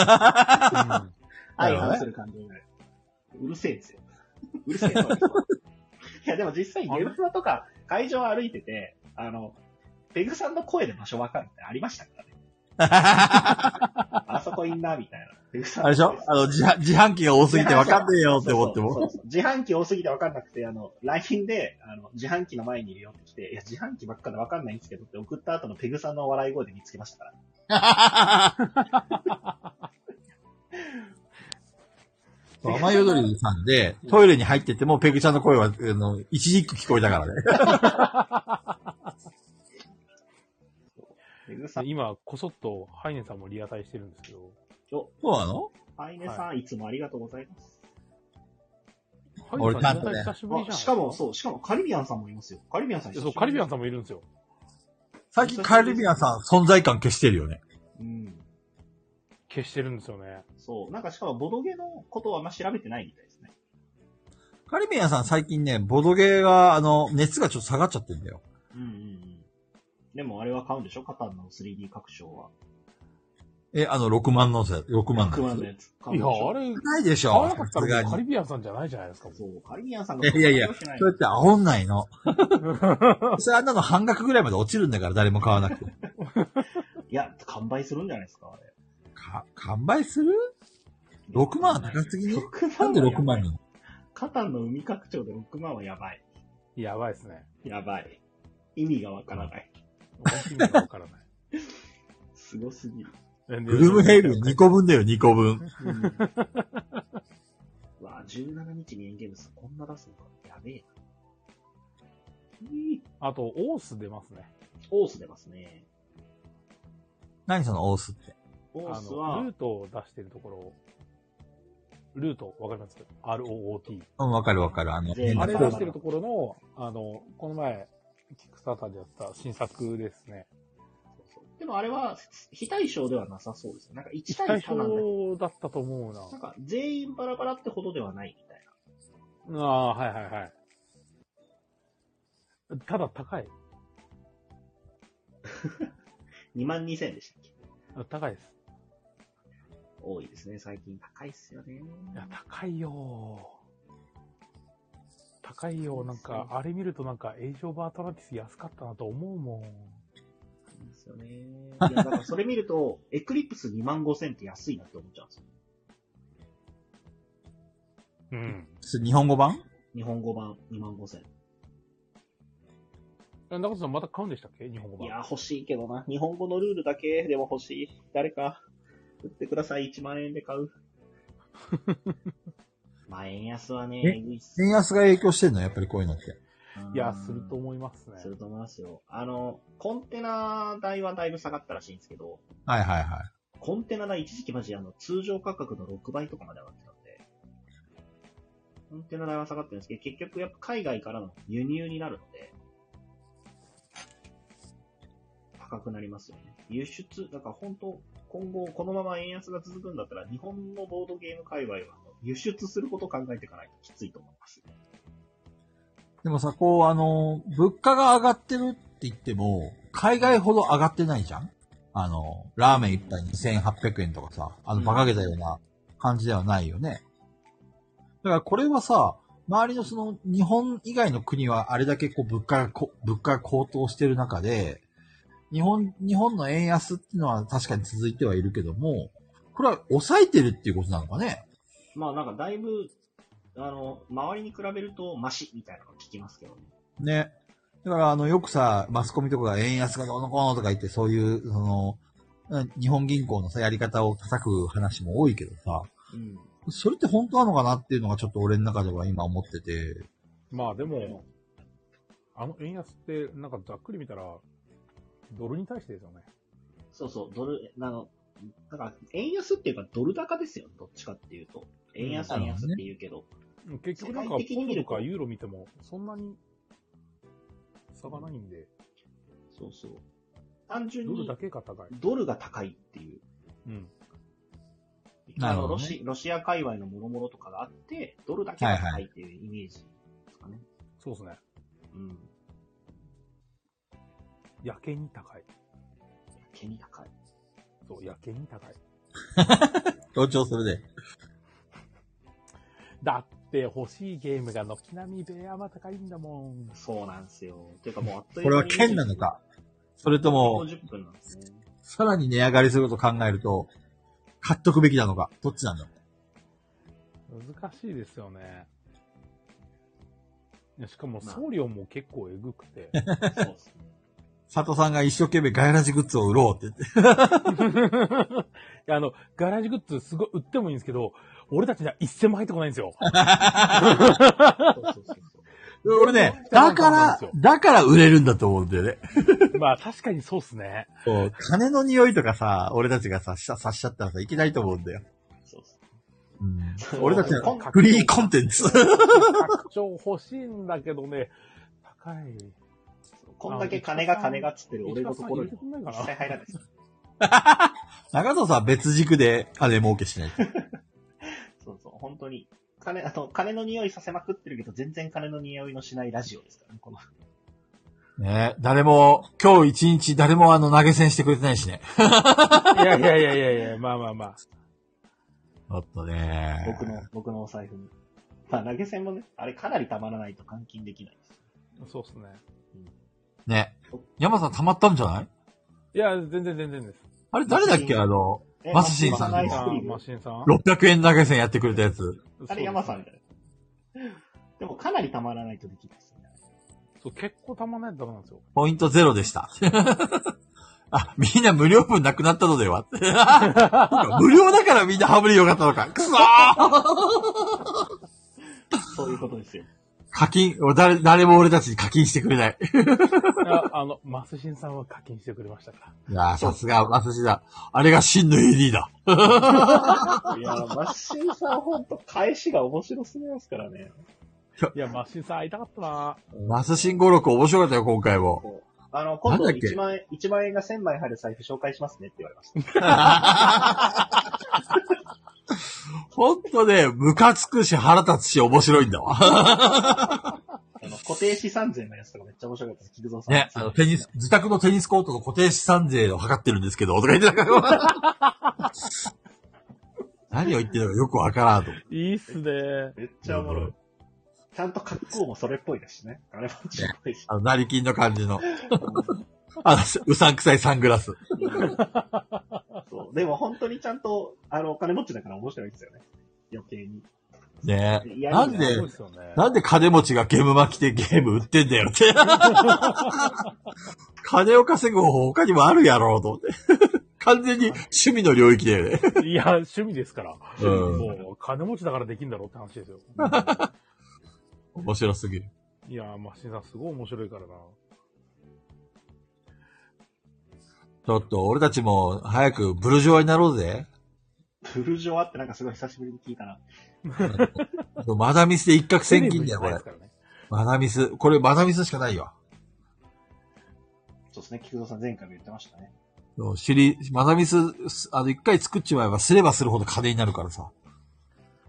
うん
相反する感情になる。うるせえですよ。 うるせえそうですわいや、でも実際、現場とか会場歩いてて、あの、ペグさんの声で場所わかるってありましたからね。あそこいんな、みたいな。ペグ さん
あれでしょあの、自販自販機が多すぎてわかんねえよって思って
そうそう
も。
そう 自販機多すぎて分かんなくて、あの、LINE で、あの、自販機の前にいるよって来て、いや、自販機ばっかで分かんないんですけどって送った後のペグさんの笑い声で見つけましたから。
そう 雨宿りさんで、トイレに入ってても、ペグちゃんの声は、あの、一時一句聞こえたからね。
ペグさん、
今、こそっと、ハイネさんもリアタイしてるんですけど、
お、
そうなの
アイネさん、い、つもありがとうございます。
俺
ハイネさん
ちゃんとね
リアタイ久しぶりじゃ
あ、
ん。
しかも、そう、しかもカリビアンさんもいますよ。カリビアンさん
そう、カリビアンさん
も。
もいるんですよ。
最近カリビアンさん存在感消してるよね。
うん。
消してるんですよね。
そう。なんかしかも、ボドゲのことはあんま調べてないみたいですね。
カリビアンさん最近ね、ボドゲーが、あの、熱がちょっと下がっちゃってんだよ。
うんうんうん。でもあれは買うんでしょカタンの 3D 拡張は。
え、あの、6万のせ、6万
100
の
万の
せ。
やつ。買う
い
んで
や、
しょ
あれ、
ないでし
買わ
ょ
なかっ
さ
た
すが
らもう
に
カ。リビアンさんじゃないじゃないですか。
そう、カリビアンさん
いやいやいや
そんなことしてな
そうやって煽んない の。それあんなの半額ぐらいまで落ちるんだから誰も買わなくて。
いや、完売するんじゃないですか、あれ。
か、完売する ?6 万は高すぎね。
6
なんで6
は
万
やばい
に
カタンの海拡張で6万はやばい。
やばいですね。
やばい。意味がわからない。
意味がわからない。
すごすぎる。
グルムヘイブン
に
2個分だよ、2個分。
うん、わあ、17日にエンゲームさんこんな出すのか。やべえな。いい
あと、オース出ますね。
オース出ますね。
何そのオースって。
オー
あ
ス
の、
は
ルー、トを出してるところルート、わかります ?ROOT。
うん、わかるわかる。あの、
全員
変な
あれ
わ
出
か
し
る
てるところの、あの、この前、キックスターターでやった新作ですね。
でもあれは、非対称ではなさそうですよ。なんか1対
対
3なんだけど、
象だったと思うな。
なんか全員バラバラってほどではないみたい
ああ、はいはいはい。ただ高い。
な。2万2000でしたっけ
あ高いです。
多いですね。最近高いっすよね。
いや、高いよ高いよなんか、あれ見るとなんか、エイジオブアトランティス安かったなと思うもん。
ですよね。いや、だからそれ見ると、 エクリプス2万5千って安いなって思っちゃうんですよ。
うん。
日本語版
日本語版2万5千。
中田さんまた買うんでしたっけ日本語
い
版。
や、欲しいけどな。日本語のルールだけでも欲しい。誰か、売ってください。1万円で買 う。まあ、円安はね、
え
えぐいっす。
円安が影響してんのやっぱりこういうのって。
うん
いや、すると思いますね。
すると思いますよ。あの、コンテナ代はだいぶ下がったらしいんですけど、
はいはいはい。
コンテナ代一時期マジあの通常価格の6倍とかまで上がってたんで、コンテナ代は下がってるんですけど、結局やっぱ海外からの輸入になるので、高くなりますよね。輸出、だから本当、今後このまま円安が続くんだったら、日本のボードゲーム界隈はあの輸出することを考えていかないときついと思います。
でもさ、こう、あの、物価が上がってるって言っても、海外ほど上がってないじゃんあの、ラーメン一杯2800円とかさ、あの、馬鹿げたような感じではないよね。だからこれはさ、周りのその、日本以外の国はあれだけこう、物価がこ、物価が高騰してる中で、日本、日本の円安っていうのは確かに続いてはいるけども、これは抑えてるっていうことなのかね
まあなんかだいぶ、あの、周りに比べるとマシみたいなの聞きますけどね。
ね。だから、あの、よくさ、マスコミとかが円安がどうのこうのとか言って、そういう、その、うん日本銀行のさ、やり方を叩く話も多いけどさ、
うん。
それって本当なのかなっていうのがちょっと俺の中では今思ってて、
まあでも、あの円安って、なんかざっくり見たら、ドルに対してですよね。
そうそう、ドル、あの、だから、円安っていうか、ドル高ですよ、どっちかっていうと。円安、
うん
円安って言うけど。
結局なん
世
か、
界的に
ポン
見
ド
る
と
と
かユーロ見ても、そんなに差がないんで、
そうそう。単純
ドル
に
だ、けが高い。
ドルが高いっていう。
うん。
なるほどね
あのロシロシア界隈のもろもろとかがあって、ドルだけが高いっていうイメージですかね。
そうですね。
うん。
やけに高い。
毛に高い。
そう、やけに高い。
強調するで。
だっって欲しいゲームが軒並みベアマ高いんだもん。
そうなんですよ。ていうかもうあっという
これは剣なのか。それとも、
10分なんですね。
さらに値上がりすることを考えると、買っとくべきなのか、どっちなんだろう。
難しいですよね。いやしかも送料も結構えぐくて。
そうですね。
佐藤さんが一生懸命ガイラジグッズを売ろうって言って。
いやあの、ガラージグッズすごい売ってもいいんですけど、俺たちには一銭も入ってこないんです よ。
そうそうそうそう。
俺ね、だから、だから売れるんだと思うんだよね。
まあ確かにそうっすね。
そう、金の匂いとかさ、俺たちがさ、さ察しちゃったらさ、いけないと思うんだよ。
そうっすね
うん、俺たちの
コン
フリーコンテンツ。
拡張欲しいんだけどね、高い。
こんだけ金が金がっつってる俺のところに
石川さん入れてくんないかな
一切入らないです。
中藤さんは別軸で金儲けしないと。
そうそう、本当に。金、あと、金の匂いさせまくってるけど、全然金の匂いのしないラジオですからね、この。
ね誰も、今日一日誰もあの投げ銭してくれてないしね。
いやいやいやいやいや、まあまあまあ。
ちょっとね。
僕の、僕のお財布に。まあ、投げ銭もね、あれかなり溜まらないと換金できないです。
そうっすね。
ね。山さん溜まったんじゃない
いや、全然全然です。
あれ誰だっけあの、
え
マスシンさん
マ
の
スシンさ
あ
んの
マシンさん
600円投げ銭やってくれたやつ。
あれ山さんみたいな。でも、かなり溜まらないとできないですね。
そう、結構たまんないとダメなんですよ。
ポイントゼロでした。 あ、みんな無料分なくなったのでは 無料だからみんなハブりよかったのか。くそー
そういうことで すよ。
課金、誰、誰も俺たちに課金してくれない。
いやあの、マスシンさんは課金してくれましたから。
いやー、さすが、マスシだ。あれが真の AD だ。
いやー、マッシンさんほんと返しが面白すぎますからね。
いや、マシンさん会いたかったな
マスシン語録面白かったよ、今回も。
こうあの、今度
なんだっけ
1万円、1万円が1000枚入る財布紹介しますねって言われました。
ほんとね、ムカつくし腹立つし面白いんだわ。
あの、固定資産税のやつとかめっちゃ面白かったです。菊蔵さん。
ね、あの、テニス、自宅のテニスコートの固定資産税を測ってるんですけど、とか言ってたから。 何を言ってるのかよくわからんと思って。
いいっすね。
めっちゃおもろい。ちゃんと格好もそれっぽいですしね。あれもちっぽいし。
あの、成金の感じ の。あの、うさんくさいサングラス。
そう。でも本当にちゃんと、あの、お金持ちだから面白いですよね。余計に。
ね
いや
なん
いい
で
そうですよね。
なんで金持ちがゲーム巻きでゲーム売ってんだよ って。金を稼ぐ方法他にもあるやろうと思って。完全に趣味の領域だよね。
いや、趣味ですから。
うん
もう、金持ちだからできんだろうって話ですよ。
面白すぎる。
いや、マシンさんすごい面白いからな。
ちょっと俺たちも早くブルジョワになろうぜ。
ブルジョワってなんかすごい久しぶりに聞いたな。
マダミスで一攫千金だよ、こ
テレビじゃないで
れ
す。からね。
マダミス。これマダミスしかないよ。
そうですね。菊蔵さん前回も言ってましたね。
そう知り、マダミス、あの、一回作っちまえばすればするほど金になるからさ。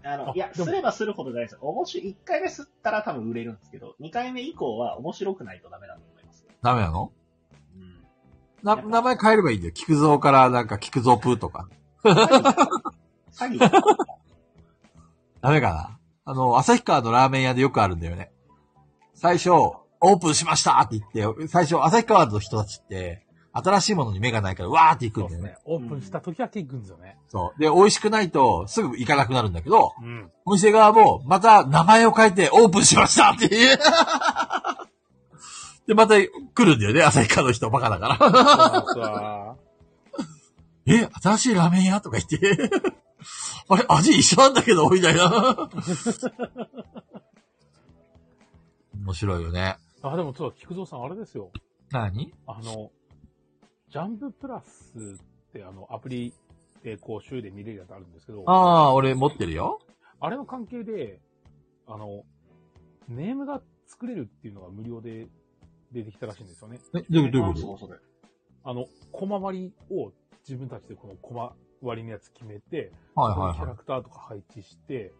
あの、
あ
いや、
ですも
ればするほど大事です。面白い、1回目吸ったら多分売れるんですけど、2回目以降は面白くないとダメだと思います。
ダメなの
うん。
な、名前変えればいいんだよ。菊蔵からなんか菊蔵プーとか。
詐欺だ。詐欺だ
ダメかなあの、旭川のラーメン屋でよくあるんだよね。最初、オープンしましたって言って、最初、旭川の人たちって、新しいものに目がないから、わーって行く
そ
ん
う
だ
で
よ
す
ね。
ね。オープンした時だけ行くんですよね。
そう。で、美味しくないと、すぐ行かなくなるんだけど、
うん。
お店側も、また名前を変えて、オープンしましたって言う。 で、また来るんだよね、旭川の人、バカだから。
そうなんですわ
え、新しいラーメン屋とか言って。あれ、味一緒なんだけど、みたいな。面白いよね。
あ、でもちょっと、菊蔵さんあれですよ。
何
あの、ジャンププラスってあの、アプリでこう、週で見れるやつあるんですけど、
ああ、俺持ってるよ。
あれの関係で、あの、ネームが作れるっていうのが無料で出てきたらしいんですよね。
え、どういうどういう
そ
こ
うそう
あの、コマ割りを自分たちでこのコマ割りのやつ決めて、
とはい
この
は
キャ
いは
ラ
い。
クターとか配置して、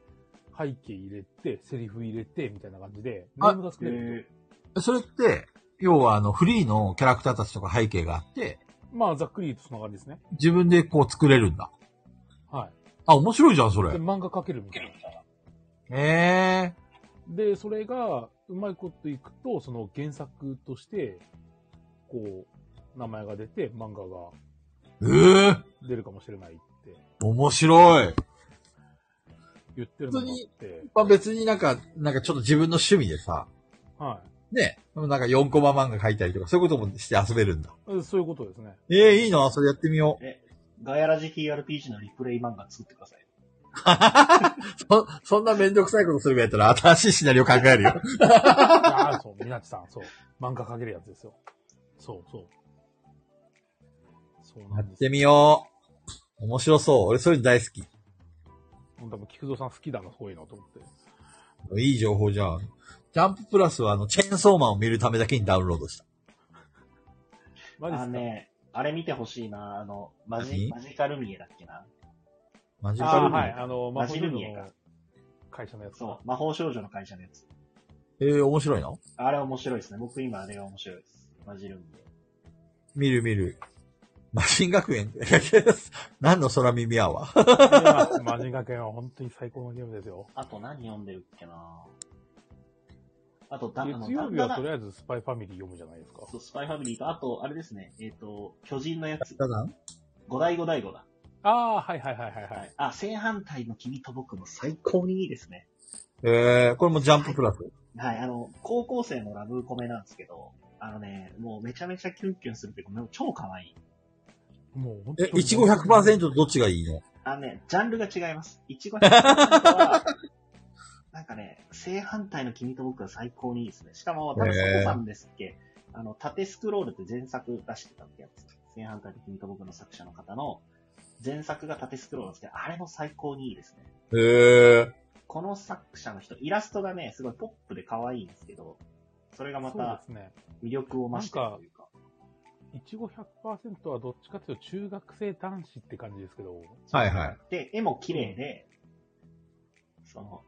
背景入れて、セリフ入れて、みたいな感じで、ネ
あ
ームが作
え
れるんですよ。
ー
それって、要はあの、フリーのキャラクターたちとか背景があって、
まあ、ざっくり言うとそんな感じですね。
自分でこう作れるんだ。
は
あ、面白いじゃん、そ
い。で、
れ。
漫画描けるみたいな。
へえ。
で、それが、うまいこといくと、その原作として、こう、名前が出て、漫画が
えー、
出るかもしれないって
面白い。
言ってるのがあって、
まあ別になんか、なんかちょっと自分の趣味でさ、
は
ね、なんか4コマ漫画描いたりとか、そういうこともして遊べるんだ。
い。そういうことですね。
ええいいな、それやってみよう。
ガヤラジ TRPG のリプレイ漫画作ってください。
そ、そんなめんどくさいことするぐらいやったら、新しいシナリオ考えるよ。
ああ、そう、みなちさん、そう。漫画描けるやつですよ。そう、そう。そう
や
なん
っ
です
て
よ。
みよう。面白そう。俺そういうの大好き。
多分、菊蔵さん好きだな、こういうのと思って。
いい情報じゃん。ジャンププラスはあの、チェーンソーマンを見るためだけにダウンロードした。
マジっ
あ
すか、
のね、あれ見てほしいな、あの、マジ、
何
マジカルミエだっけな。
マジ
あ
カ
あ、
ル
はい。あの、魔
マ
法
ジ
ル
ル
ー
ミエ
ムの
か。
会社のやつ
そう、魔法少女の会社のやつ。
ええ面白いの
あれ面白いですね。僕今あれが面白いです。マジルミエ。
見る見る。マシン 学園何の空耳アワー
う。 マジ学園は本当に最高のゲームですよ。
あと何読んでるっけなあと、だあの
月曜日はとり
だ
あえずスパイファミリー読むじゃないですか。
そうスパイファミリーと、あと、あれですね、えっ、と、巨人のやつ。
ダダン
五大五大五だ。
ああ、はいはいはいはいは。
はいい。あ、正反対の君と僕も最高にいいですね。
ええこれもジャンププラス。
はい、あの、高校生のラブコメなんですけど、あのね、もうめちゃめちゃキュンキュンするっていうか、もう超可愛い。
もう本当
え
に、。
いちご100%とどっちがいいの
あのね、ジャンルが違います。いちご100%は、 なんかね、正反対の君と僕は最高にいいですね。しかも、多分、
へー
そこさんですっけ、あの、縦スクロールって前作出してたってやつ。正反対の君と僕の作者の方の、前作が縦スクロールなんですけど、あれも最高にいいですね。
ええ
この作者の人、イラストがね、すごいポップで可愛いんですけど、それがま
そう
た
ですね。
魅力を増してるというか。
いちご100%はどっちかというと中学生男子って感じですけど、
はいはい。
で、絵も綺麗で、その、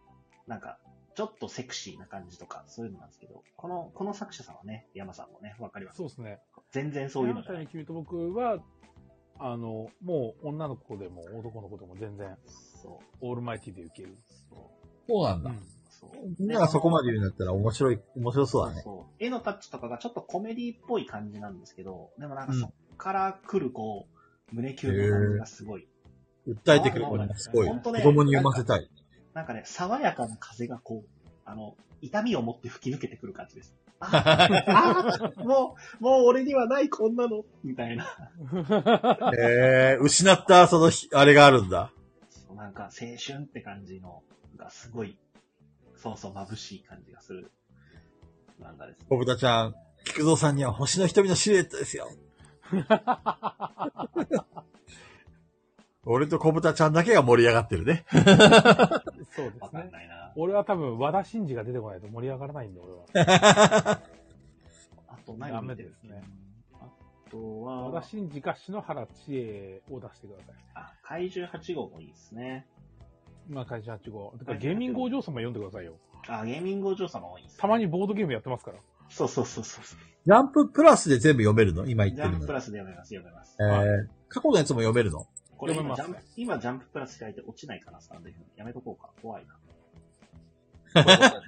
なんか、ちょっとセクシーな感じとか、そういうのなんですけど、この、この作者さんはね、山さんもね、わかります。
そうですね。
全然そういうの
あ
じ
な
ゃ
た
な
に
い。
君と僕は、あの、もう女の子でも男の子でも全然
そう、
オールマイティでいける。
そう、
そうなんだ。
そう。
みんながそこま
で
で言うんだったら面白い、面白そうだね。
そう。絵のタッチとかがちょっとコメディっぽい感じなんですけど、でもなんかそっから来るこう、胸キュンの感じがすごい。
訴えてくるのがすごい。
ほんとね
子供に読ませたい。
なんかね、爽やかな風がこう、あの、痛みを持って吹き抜けてくる感じです。あーもう、もう俺にはないこんなのみたいな。
ええ失った、そのひ、あれがあるんだ。
そうなんか青春って感じのがすごい、そうそう眩しい感じがする漫画です、ね。
ボブタちゃん、菊蔵さんには星の瞳のシルエット ですよ。俺と小豚ちゃんだけが盛り上がってるね。
そうで
わ
す
かん
ね。
ないな。
俺は多分和田真二が出てこないと盛り上がらないんで、俺は。
あと何見てるっけ
ダメですね。
あと
和
は
田、真二か篠原千恵を出してください。
あ、怪獣8号もいいですね。
まあ、会社8号。てか、ゲーミングお嬢様読んでくださいよ。
あ、ゲーミングお嬢様もいいです、ね。
たまに。ボードゲームやってますから。
そうそうそうそう。
ジャンププラスで全部読めるの今言っ
ジ
てる
ャンプ
の。
プラスで読めます、読めます。
えー、過去のやつも読めるの
これ今ジャ
読
ン
めま
プ
す、
今ジャンププラス開いて落ちないかな、スタンド FM やめとこうか。怖いな。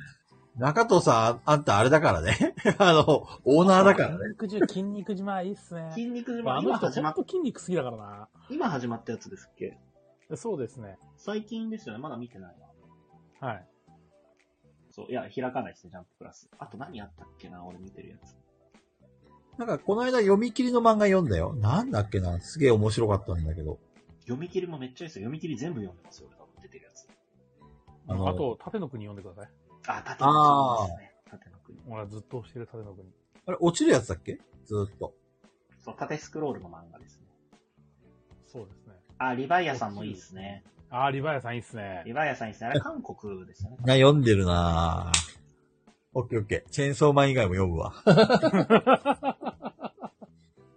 中藤さん、ああんたあれだからね。 あの、オーナーだからね。
肉汁、筋肉島いいっすね
筋肉
まあ
島、
あの
今
人、
始
ほ
ま
ん
っ
と、筋肉好きだからな。
今始まったやつですっけ
そうですね。
最近ですよね、まだ見てないな。
はい。
そう、いや、開かないですね、ジャンププラス。あと何あったっけな、俺見てるやつ。
なんか、この間読み切りの漫画読んだよ。なんだっけなすげえ面白かったんだけど。
読み切りもめっちゃいいですよ。読み切り全部読んでますよ、俺多分出てるやつ。
あ
あ
の
と、縦の国読んでください。
あ、縦の国ですね。縦の国。
俺はずっと推してる縦の国。
あれ、落ちるやつだっけずーっと。
そう、縦スクロールの漫画ですね。
そうですね。
あ、リヴァイアさんもいいですね。
あー、リヴァイアさんいいっすね
リ。ヴァイアさんいいですね。あれ、韓国ですよね。
な、読んでるなぁ。オッケーオッケー。チェーンソーマン以外も読むわ。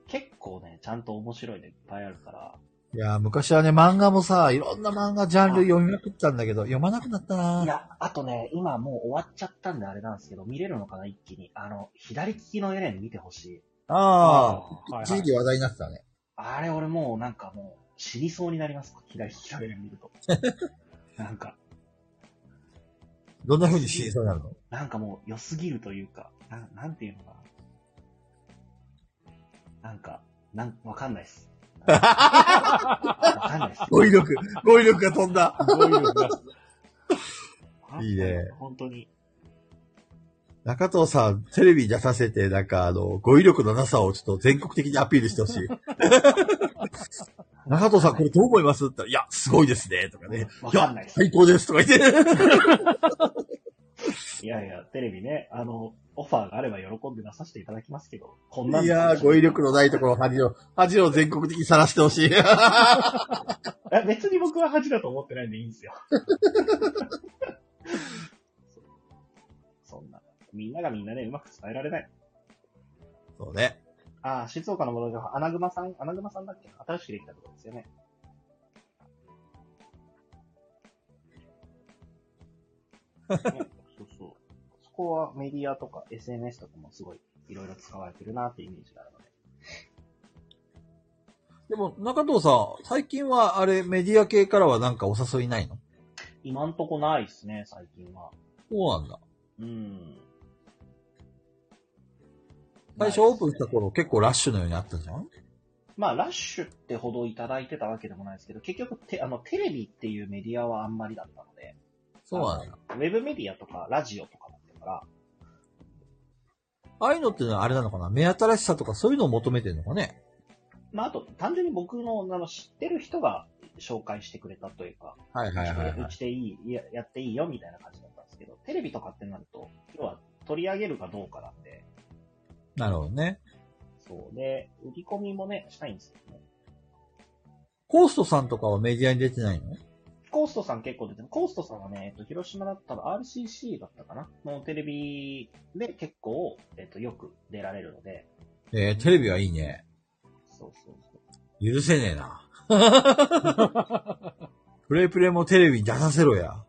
結構ね、ちゃんと面白いのいっぱいあるから。
いやー、昔はね、漫画もさ、いろんな漫画ジャンル読みまくったんだけど、読まなくなったないぁ。
や、あとね、今もう終わっちゃったんであれなんですけど、見れるのかな、一気に。あの、左利きのエレン見てほしい。
あ
ーはい
あ、一
はい
時期話題になってたね。
あれ、俺もうなんかもう、 死にそうになります。左利きのエレン見ると。なんか。
どんな風に死にそうになるの
なんかもう良すぎるというか、なん、なんていうのかな。なんか、なん、わかんないっす。わかんない っす。
語彙力、語彙力が飛んだ。
語彙力が
いいね
本当に。
中藤さん、テレビに出させて、なんかあの、語彙力のなさをちょっと全国的にアピールしてほし い。中藤さん、これどう思いますって言ったら、いや、すごいですね、とかね。
わ
い
か
や
んないっ、す。
最高です、とか言って。
いやいや、テレビね、あの、オファーがあれば喜んで出させていただきますけど、こんなん
いやー、語彙力のないところ、恥を、恥を全国的にさらしてほしい。
え別に僕は恥だと思ってないんでいいんです よ。そんな。みんながみんなね、うまく伝えられない。
そうね。
ああ、静岡の戻りは、アナグマさん、アナグマさんだっけな新しくできたところ ですよね。ねそうそう。そこはメディアとか SNS とかもすごい、いろいろ使われてるなってイメージがあるので。
でも、中藤さん、最近は、あれ、メディア系からはなんかお誘いないの
今んとこないっすね、最近は。
そうなんだ。
うん。
最初
ないっ
オ
すね
ープンした頃、結構ラッシュのようにあったじゃん
まあ、ラッシュってほどいただいてたわけでもないですけど、結局て、あの、テレビっていうメディアはあんまりだったので、
そうなんだ。
ウェブメディアとかラジオとかだったから、
ああいうのってのはあれなのかな目新しさとかそういうのを求めてるのかね
まあ、あと、単純に僕の、あの、知ってる人が紹介してくれたというか、
はいは
う。ちでいい、ややっていいよみたいな感じだったんですけど、テレビとかってなると、要は取り上げるかどうかなんで、
なるほどね。
そう。で、売り込みもね、したいんですけどね。
コーストさんとかはメディアに出てないの
コーストさん結構出てる。コーストさんはね、えっと、広島だったら RCC だったかなのテレビで結構、えっと、よく出られるので、
えー、テレビはいいね。
そうそうそう。
許せねえな。 プレイプレイもテレビに出させろや。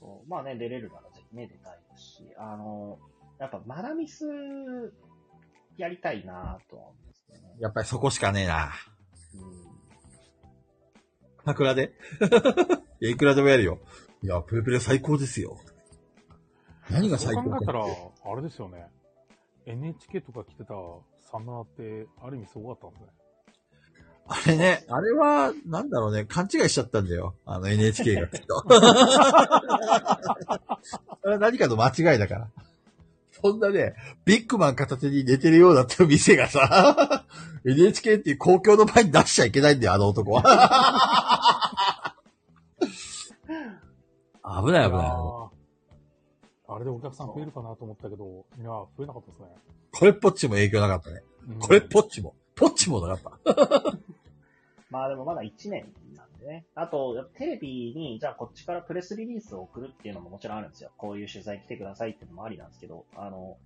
そうまあね、出れるならぜひね、出たいですし、あの、やっぱマダミス、やりたいなぁとは思うんですけどね。
やっぱりそこしかねえな。
うん
桜で いや、いくらでもやるよ。いや、プレプレ最高ですよ。何が最
そう
高
考えた、
から
あれですよね。NHK とか来てたサナーって、ある意味すごかったんですね。
あれね、あれは、なんだろうね、勘違いしちゃったんだよ。あの NHK がきっ と。あれは何かの間違いだから。そんなね、ビッグマン片手に寝てるようだった店がさ、NHK っていう公共の前に出しちゃいけないんだよ、あの男は。 危ない危ない。
あーあれでお客さん増えるかなと思ったけど、いや、増えなかったですね。
これっぽっちも影響なかったね。
うん
これっぽっちも。ぽっちもなかった。
まあでもまだ1年なんでね。あと、やっぱテレビに、じゃあこっちからプレスリリースを送るっていうのももちろんあるんですよ。こういう取材来てくださいっていうのもありなんですけど、あの、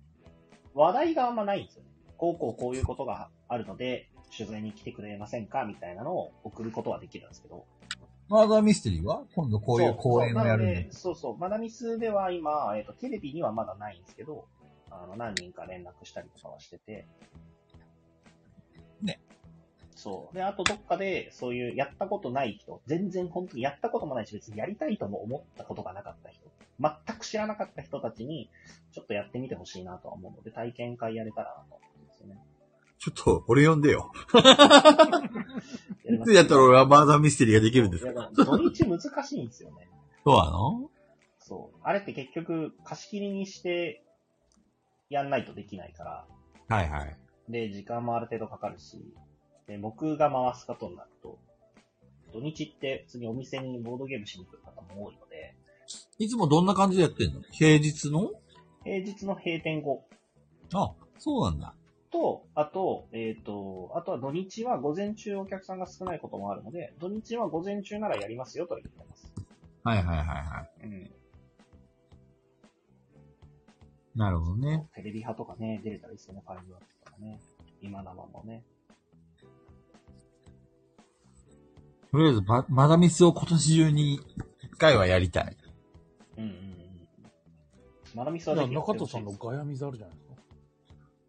話題があんまないんですよね。こうこうこういうことがあるので、取材に来てくれませんかみたいなのを送ることはできるんですけど。
マーダーミステリーは今度こういう公演をやるん
そうそうなの
で
で。そうそう。マナミスでは今、えっ、と、テレビにはまだないんですけど、あの、何人か連絡したりとかはしてて。
ね。
そう。で、あとどっかで、そういうやったことない人、全然本当にやったこともないし、別にやりたいとも思ったことがなかった人、全く知らなかった人たちに、ちょっとやってみてほしいなとは思うので、体験会やれたらなと思うんですよね。
ちょっと、俺呼んでよ。
やりま
いつやったら俺はマーダーミステリーができるんです
い
か
やでも土日難しいんですよね。
そうなの
そう。あれって結局、貸し切りにして、やんないとできないから、
はいはい。
で、時間もある程度かかるし、で、僕が回すことになると、土日って普通にお店にボードゲームしに来る方も多いので、
いつもどんな感じでやってんの平日の
平日の閉店後
あ、そうなんだ。
と、あと、えっ、と、あとは土日は午前中お客さんが少ないこともあるので、土日は午前中ならやりますよとは言ってます。
はいはいはいは
うん。
い。なるほどね。
テレビ派とかね、出れたらいいですよね、会話とかね。今生もね。
とりあえずま、マダミスを今年中に一回はやりたい。
うんうんうん。マナミスは
だか
ぜひ
ら
やって
中
ほ
戸
し
さ
い
ん
で
の
す
ガヤ水あるじゃないですか。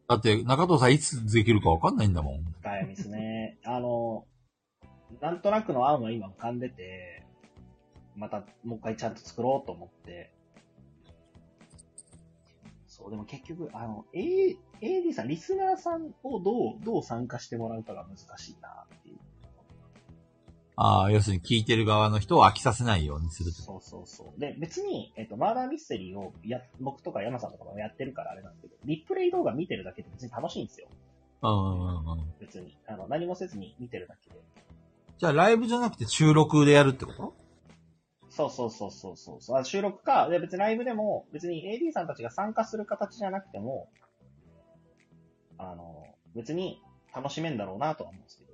だって、中藤さんいつできるかわかんないんだもん。
ガヤミスね。あの、なんとなくの案は今浮かんでて、またもう一回ちゃんと作ろうと思って、そう、でも結局、あの、A、AD さん、リスナーさんをどう、どう参加してもらうかが難しいなっていう。
ああ、要するに聞いてる側の人を飽きさせないようにすると。
そうそうそう。で、別に、えっと、マーダーミステリーをや、僕とか山さんとかもやってるからあれなんだけど、リプレイ動画見てるだけで別に楽しいんですよ。
うんうんうんうん。
別に。あの、何もせずに見てるだけで。
じゃあライブじゃなくて収録でやるってこと
そうそうそうそうそうそうあ。収録か、で別にライブでも、別に AD さんたちが参加する形じゃなくても、あの、別に楽しめんだろうなとは思うんですけど。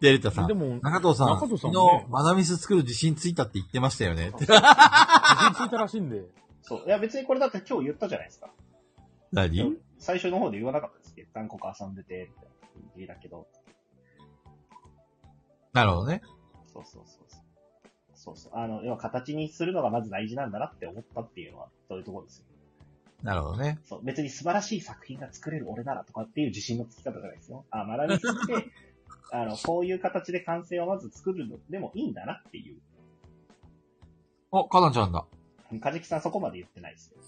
デルタさん。
でも、
中藤さん、
中藤さんね
昨日、マナミス作る自信ついたって言ってましたよね。
自信ついたらしいんで。
そう。いや、別にこれだって今日言ったじゃないですか。
何
最初の方で言わなかったですけど、何個か遊んでて、って言だけど。
なるほどね。
そうそうそうそう。そうそう。あの、要は形にするのがまず大事なんだなって思ったっていうのは、そういうところですよ。
なるほどね。
そう。別に素晴らしい作品が作れる俺ならとかっていう自信のつき方じゃないですよ。あ、学 びすぎて、あの、こういう形で完成をまず作るのでもいいんだなってい
お、かなちゃんだ。
う。かじきさんそこまで言ってないですよ。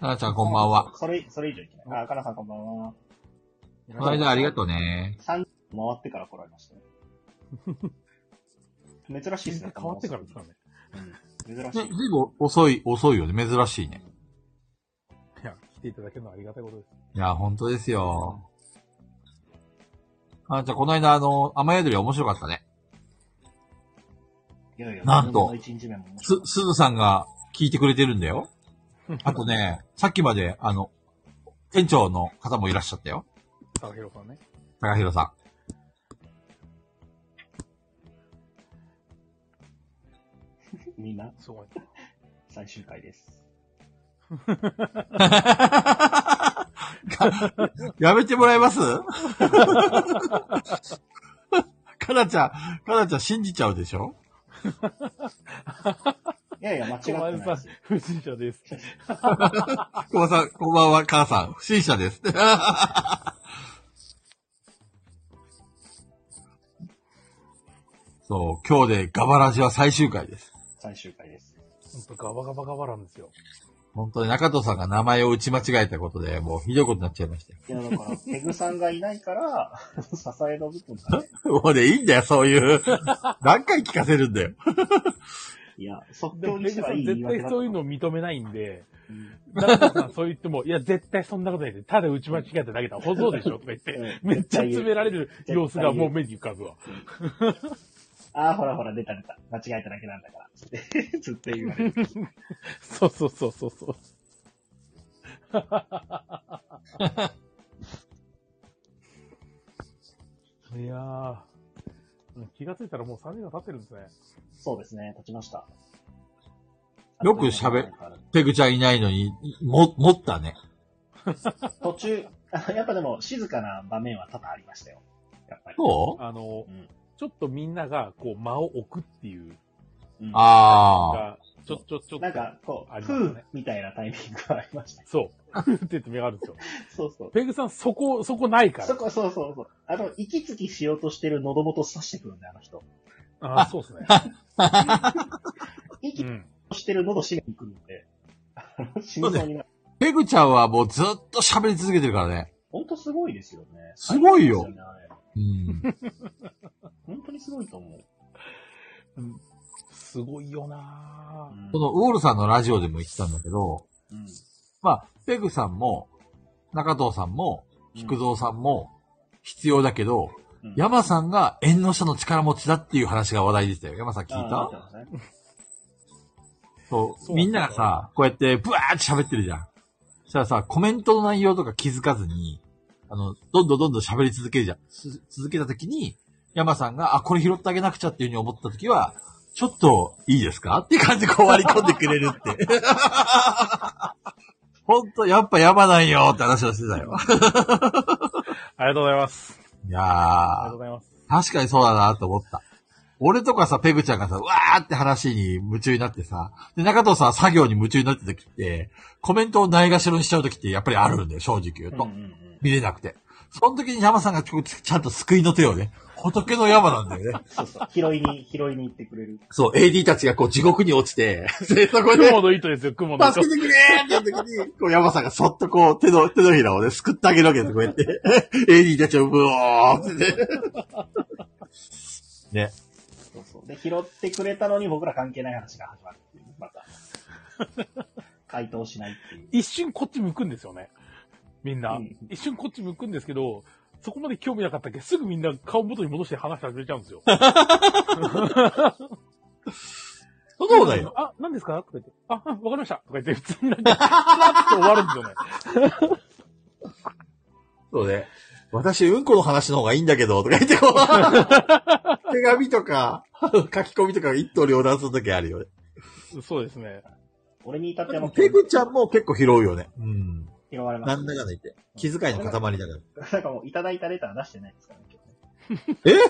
かなちゃんこんばんは。
それ、それ以上いけない。あ、かなさんこんばんは。
この間ありがと
う。
うね。
3回ってから来られました ね。珍しい
全
ですね
然。変わってからですからね。
うん珍
ず
し
い
い。
ぶん遅い、遅いよね。珍しいね。
いや、来ていただけるのはありがたいことです。
いや、本当ですよ。かなちゃん、この間あの、雨宿り面白かったね。
いやいや、
なんと
1日目も面
す
白い、
すずさんが聞いてくれてるんだ よ。あとね、さっきまで、あの、店長の方もいらっしゃったよ。
高弘さんね。
高弘さん。
みんな
すごい。
最終回です。
やめてもらえますかなちゃん、かなちゃん信じちゃうでしょ
いやいや、間違って
小
ない
丸さ
で
ん
すよ。、
不審者です。
こばさん、こんばんは、母さん。不審者です。 そう、今日でガバラジは最終回です。
最終回です。
ほんとガバガバガバなんですよ。
本当に中藤さんが名前を打ち間違えたことで、もうひどいことになっちゃいましたよ。
いや、だから、ペグさんがいないから、 支えの部分がね。
もうね、いいんだよ、そういう。 何回聞かせるんだよ。
いや、即
でも、
興
レ
に
ジ
して
さ
はい
ん
い言
絶
い訳
対
だった
そういうの認めないんで、
うん
中藤さんそう言っても、いや、絶対そんなことないで、ただ打ち間違えただけだ、ほそうでしょとか言って、
うん
めっちゃ詰められる様子がもう目に浮かぶわ。
ああ、ほらほら、出た出た。間違えただけなんだから。 つって、つって言われる。
そうそうそうそうそう。いやー、気がついたらもう3年が経ってるんですね。
そうですね、立ちました。
よく喋ペグちゃんいないのに、も、持ったね。
途中、あやっぱでも、静かな場面は多々ありましたよ。やっぱり。
そう
あの、
うん
ちょっとみんながこう間を置くっていう
うん
の
ああ。
が、ちょ、ちょ、ちょっと。
なんか、こ
あ
う、
り
ふ
ます
ー
ね
みたいなタイミングがありました。
そう。 ふうって言って目があるんですよ。
そうそう。
ペグさん、そこ、そこないから
そ。こ、そうそうそう。あの、息継ぎしようとしてる喉元刺してくるんだよ、あの人。
あーそうですね。う
息
ん。
してる喉締めにくるんで、死にそうになる。
ペグちゃんはもうずっと喋り続けてるからね。
ほんとすごいですよね。
すごいよ
最高ですねあれ
うん。
本当にすごいと思う。
うんすごいよなー
このウォールさんのラジオでも言ってたんだけど、
うん、
まあ、ペグさんも、中藤さんも、菊蔵さんも、必要だけど、
うん、
山さんが縁の下の力持ちだっていう話が話題でしたよ。山さん聞い
あー
た
見てますね
そ。
そうう
みんながさ、こうやってブワーって喋ってるじゃん。そしたらさ、コメントの内容とか気づかずに、あの、どんどんどんどん喋り続けるじゃん。す続けたときに、山さんが、あ、これ拾ってあげなくちゃっていうふうに思ったときは、ちょっと、いいですかっていう感じでこう割り込んでくれるって。ほんと、やっぱ山ないよって話をしてたよ。
ありがとうございます。
いや
ありがとう、
ー
ございます。
確かにそうだなと思った。俺とかさ、ペグちゃんがさ、わーって話に夢中になってさ、で、中藤さんは作業に夢中になってた時って、コメントをないがしろにしちゃう時ってやっぱりあるんだよ、正直言う
う
と。
んうんうん
見れなくて。その時に山さんがちょちゃんと救いの手をね、仏の山なんだよね。
そうそう。拾いに、拾いに行ってくれる。
そう、AD たちがこう地獄に落ちて、で、そこで、
雲の糸ですよ、雲の糸
助。けてくれーって言った時に、こう、山さんがそっとこう、手の、手のひらをね、すくってあげるわけです、こうやって。AD たちをブオーってね。
そうそう。で、拾ってくれたのに僕ら関係ない話が始まるっていう。ま た。回答しないっていう。
一瞬こっち向くんですよね。みんな。
うん
一瞬こっち向くんですけど、そこまで興味なかったっけすぐみんな顔元に戻して話し始めちゃうんですよ。
そうだよ。
あ、何ですかとか言って。あ、あわかりました。とか言って、普通になんか、ふわっと終わるんですよね。
そうね。私、うんこの話の方がいいんだけど、とか言 ってこう、手紙とか、書き込みとか一刀両断するときあるよね。
そうですね。
俺に至ってはもう
ペグちゃんも結構拾うよね。うん。
拾われま
な
す。
んだかんだ言って。気遣いの塊だから。
なんかもういただいたレター出してないですからね。今日ね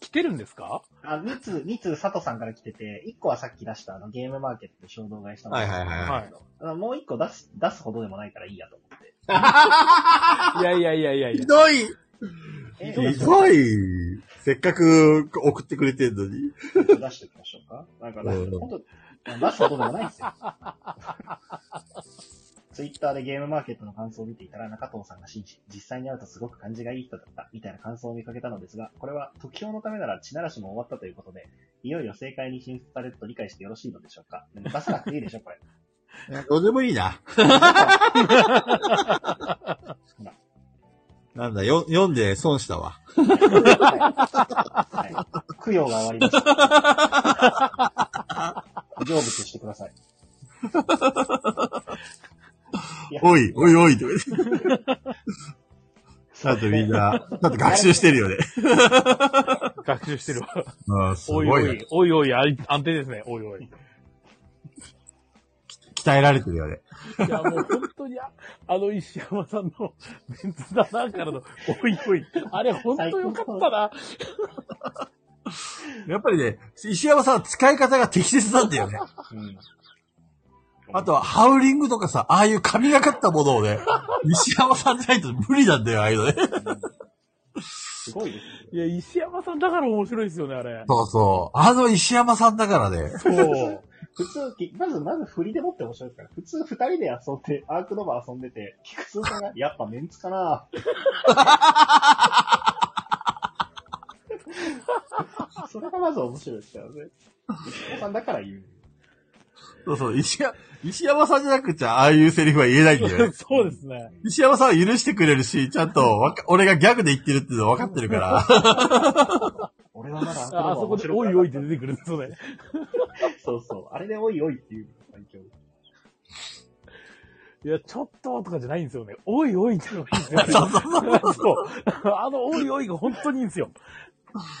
来てるんですか
あ、2通、2通佐藤さんから来てて、1個はさっき出したあのゲームマーケットで衝動買いしたもの
はいはいはいはい
はい
あのもう1個出す、出すほどでもないからいいやと思って。
いやいやいやいやいや
ひ。どい
え
ひどいせっかく送ってくれてんのに。
出しておきましょうか。なんか、
うん
本当、出すことでもないですよ。ツイッターでゲームマーケットの感想を見ていたら中藤さんが信じ、実際に会うとすごく感じがいい人だった、みたいな感想を見かけたのですが、これは時表のためなら地ならしも終わったということで、いよいよ正解に進出されると理解してよろしいのでしょうか。でも出さなくていいでしょ、これ。
どうでもいいな。なんだ、よ、読んで損したわ。
はい。供養が終わりました。成仏してくださ い。や
おい、おいおい、とか言って。ちゃんとみんな、ちゃんと学習してるよね。
学習してるわ。
うん、す
おい
ご
お
いね。
い、おいおい、あい安定ですね。おいおい。い
鍛えられてるよね。
や、もう本当に、ああの石山さんのメンツだな、からの、おいおい。あれ、本当よかったな。
やっぱりね、石山さんは使い方が適切なんだよね。
うん
あとは、ハウリングとかさ、ああいう神がかったものを ね、石山さんじゃないと無理なんだよ、ああいうのね。
すごいですね。
いや、石山さんだから面白いですよね、あれ。
そうそう。あの石山さんだからね。
そう。
普通、きまず、まず振りでもって面白いから、普通二人で遊んで、アークノバ遊んでて、菊池さん が、やっぱメンツかなそれがまず面白いですからね。菊池さんだから言う。
そうそう。石山、石山さんじゃなくちゃ、ああいうセリフは言えないんだよ ね。
そうですね。
石山さんは許してくれるし、ちゃんとわか、俺がギャグで言ってるっていうの分かってるから。
俺はまだアークノバ
ああそこで、おい
お
お
い
いって出てくるんですよね。
そうそう。あれでおいおいっていうのが最強。
いや、ちょっととかじゃないんですよね。おいおいってのがいいんですよね。 そうそう。 あの、おいおいが本当にいいんですよ。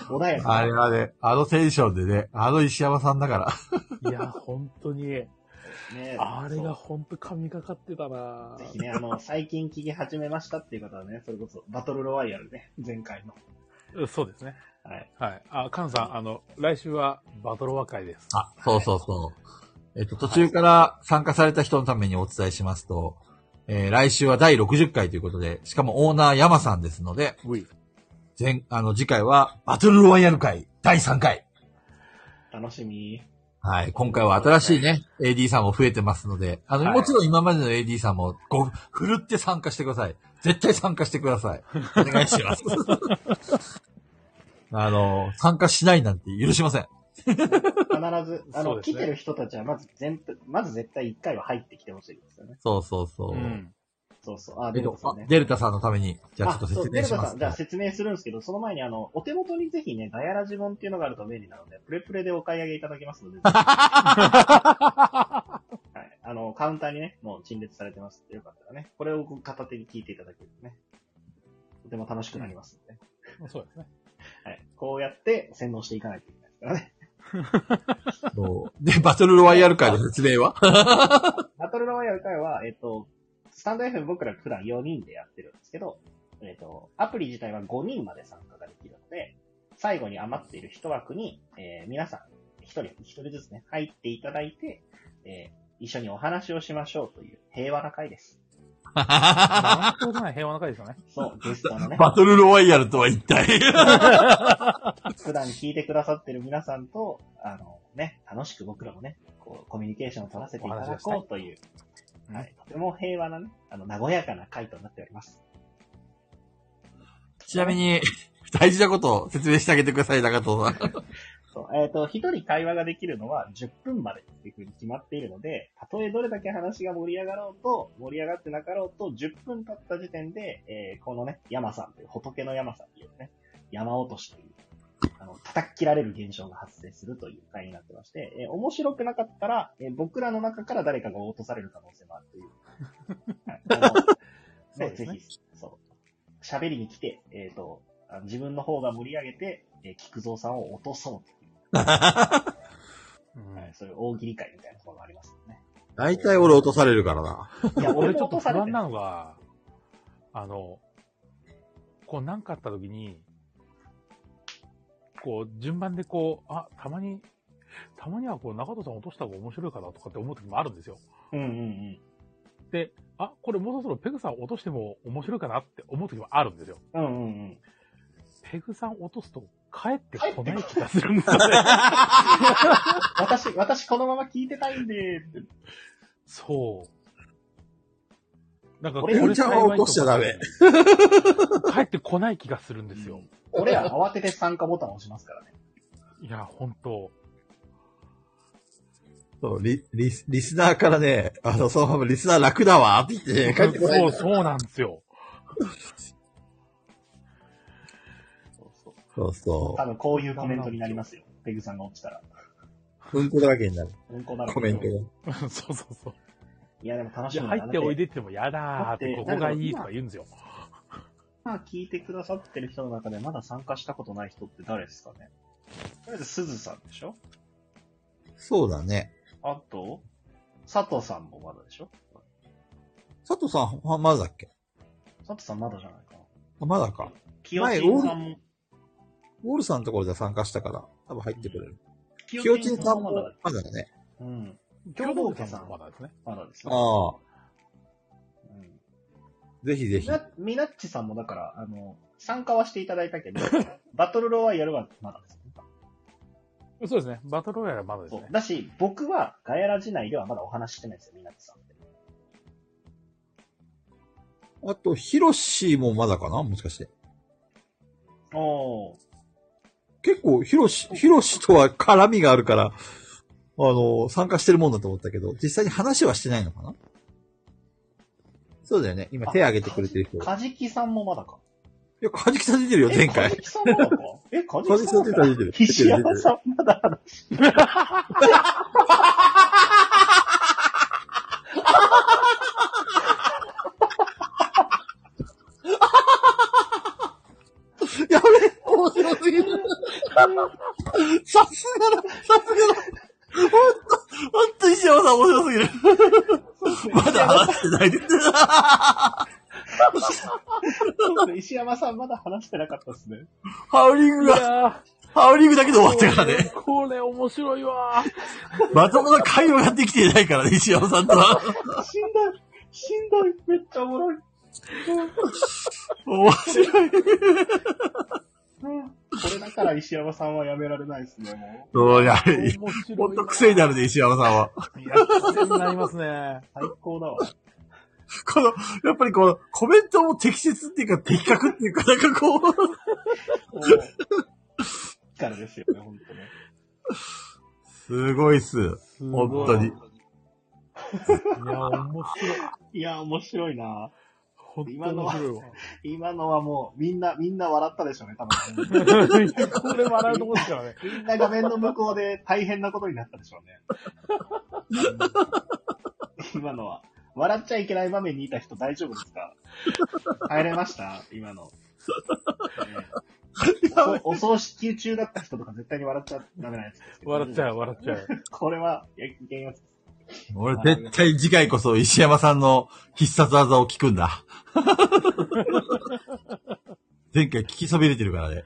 穏やか。
あれはね、あのテンションでね、あの石山さんだから。
いや、本当に。
ね
あれが
そ
本当神がかってたな
うぜひね、あの、最近聞き始めましたっていう方はね、それこそ、バトルロワイヤルね、前回の。
そうですね。
はい。
はい。あ、カンさん、あの、来週はバトロワ会です。
あ、そうそうそう。えっと、途中から参加された人のためにお伝えしますと、えー来週は第60回ということで、しかもオーナー山さんですので、
うい
前、あの、次回はバトルロワイヤル会第3回。
楽しみ。
はい。今回は新しいね、AD さんも増えてますので、あの、
はい
もちろん今までの AD さんも、ご、ふるって参加してください。絶対参加してください。お願いします。 あの、参加しないなんて許しません。
必ず、あ
そ
の、
うです
来
ね
てる人たちはまず全部、まず絶対一回は入ってきてほしいですよね。
そうそうそう。
うん。
そうそう。あ、
え
デ
っ
ルタ
と、
さ
あ
んね。
デルタさんのために、じゃあちょっと
あそ
説
うデ
明
ル
し
タ
ま
さ
す
ん、じゃあ説明するんですけど、その前にあの、お手元にぜひね、ダイヤラジ本っていうのがあると便利なので、プレプレでお買い上げいただけますので、ぜひはい。あの、カウンターにね、もう陳列されてますよかったらね、これを片手に聞いていただけるとね、とても楽しくなりますので、
そう ですね。
はい。こうやって洗脳していかないといけないですからね。
そうで、バトルロワイヤル会の説明 は
バトルロワイヤル会は、えっと、スタンド F 僕ら普段4人でやってるんですけど、えっと、アプリ自体は5人まで参加ができるので、最後に余っている1枠に、えー皆さん、1人、一人ずつね、入っていただいて、えー一緒にお話をしましょうという平和な会です。
なんとない平和な回ですよね。
そう、ゲストのね、
バトルロワイヤルとは一体
普段聞いてくださってる皆さんと、あのね、楽しく僕らもね、こう、コミュニケーションを取らせていただこうという、
うん
はい、とても平和なね、あの、和やかな回となっております。
ちなみに、大事なことを説明してあげてください、中藤さん。
そう、えっ、と、一人会話ができるのは10分までっていうふうに決まっているので、たとえどれだけ話が盛り上がろうと、盛り上がってなかろうと、10分経った時点で、えーこのね、山さんという、仏の山さんというね、山落としという、あの、叩き切られる現象が発生するという回になってまして、えー面白くなかったら、えー僕らの中から誰かが落とされる可能性もあるという。 はいあの
そう
ね、
です
ぜ
ね
ひ、そう。喋りに来て、えっ、と、あの自分の方が盛り上げて、えー、菊蔵さんを落とそうという
うん
はい、そういう大喜利会みたいなところもありますよね。
大体俺落とされるからな。
いや、
俺
俺
ち
ち
ょ
ょ
っと
っと
不
されて
安
る
なのが、あの、こう何かあった時に、こう順番でこう、あ、たまに、たまにはこう中戸さん落とした方が面白いかなとかって思う時もあるんですよ。
うんうんうん。
で、あ、これもうそろそろペグさん落としても面白いかなって思う時もあるんですよ。
うんうんうん。
ペグさん落とすと帰ってこない気がするんですよね。
私、私このまま聞いてたいんで、って
そう。なんか
俺
ちゃんは起こしちゃダメ。
帰ってこない気がするんですよ。
俺ら慌てて参加ボタンを押しますからね。
いや、本当
そう、リ、リス、リスナーからね、あの、そのままリスナー楽だわって言って、帰ってこないん
そう、
だよ。
そうなんですよ。
そうそう。
そうそ
多分こういうコメントになりますよ。ペグさんが落ちたら。
う。うんこだらけになる。
うんこなる
コメントが。
そうそうそう。
いや、でも楽
い
し
や
みだ
入
な
っておいでって言ってもやだーって、
だ
こ
って
こがいいとか言うんですよ。
今聞いてくださってる人の中でまだ参加したことない人って誰ですかねとりあえず、すずさんでしょ
そうだね。
あと、佐藤さんもまだでしょ
佐藤さん、はまだだっけ
佐藤さんまだじゃないかな。
あまだか。
清金さんも、
ウォールさんのところでは参加したから、多分入ってくれる。
清
清ちさん
も
も
まだだ。
まだだね。
うん。
共
共
同
同
家
家
さ
さ
ん
ん
もまだですね。
まだですね。
ああ。
うん
ぜひぜひ。
なミナッチさんもだから、あの、参加はしていただいたけど、 バトルロワイヤルはまだですね。
そうですね。バトルロイヤルはまだです
そう
ね。
だし、僕はガヤラジ内ではまだお話ししてないですよ、ミナッチさんって。
あと、ヒロシもまだかなもしかして。
おー。
結構、ヒロシ、ヒロシとは絡みがあるから、あの、参加してるもんだと思ったけど、実際に話はしてないのかなそうだよね。今手挙げてくれてる人。い
カジキさんもまだか。
や、カジキさん出てるよ、前
えカ
回。
ジキさんまだかえ、カジ
カ
キ
ジキ
さ
さん
ん
出て
まだ
る、
か
出てる。
岸
出てる
山さんまだ話して
やべ、面白すぎる。さすがだ、さすがだ。ほんと、ほんと石山さん面白すぎる。まだ話してないです。
そうですね石山さんまだ話してなかったですね。
ハウリング
い
が、
や
ハウリングだけで終わったからね。
ー、これ面白いわー。
まともな会話ができていないからね、石山さんとは。
しんどい。しんどい。めっちゃおもろい。
面白い。
うんこれだから石山さんはやめられないですね、も
そうや、
面白いわ。
ほんと癖になるね、石山さんは。
いや、癖になりますね。
う。最高だわ。
この、やっぱりこの、コメントも適切っていうか、的確っていうか、なんかこう、
もう疲れですよね、本当ね。
すごいっす。
すごい
本当に。。
いや、面白い。
いや、面白いな
本当に
今の
面
は
白いわ。
今のはもう、みんな、みんな笑ったでしょうね、多分。
いやこれ笑うとこです からね。
みんな画面の向こうで大変なことになったでしょうね。今のは。笑っちゃいけない場面にいた人大丈夫ですか入れました今の。 ねおお葬式中だった人とか絶対に笑っちゃダメなやつですけど
笑っちゃう、笑っちゃう。
これは、いや、いけんやつ。
俺絶対次回こそ石山さんの必殺技を聞くんだ。前回聞きそびれてるからね。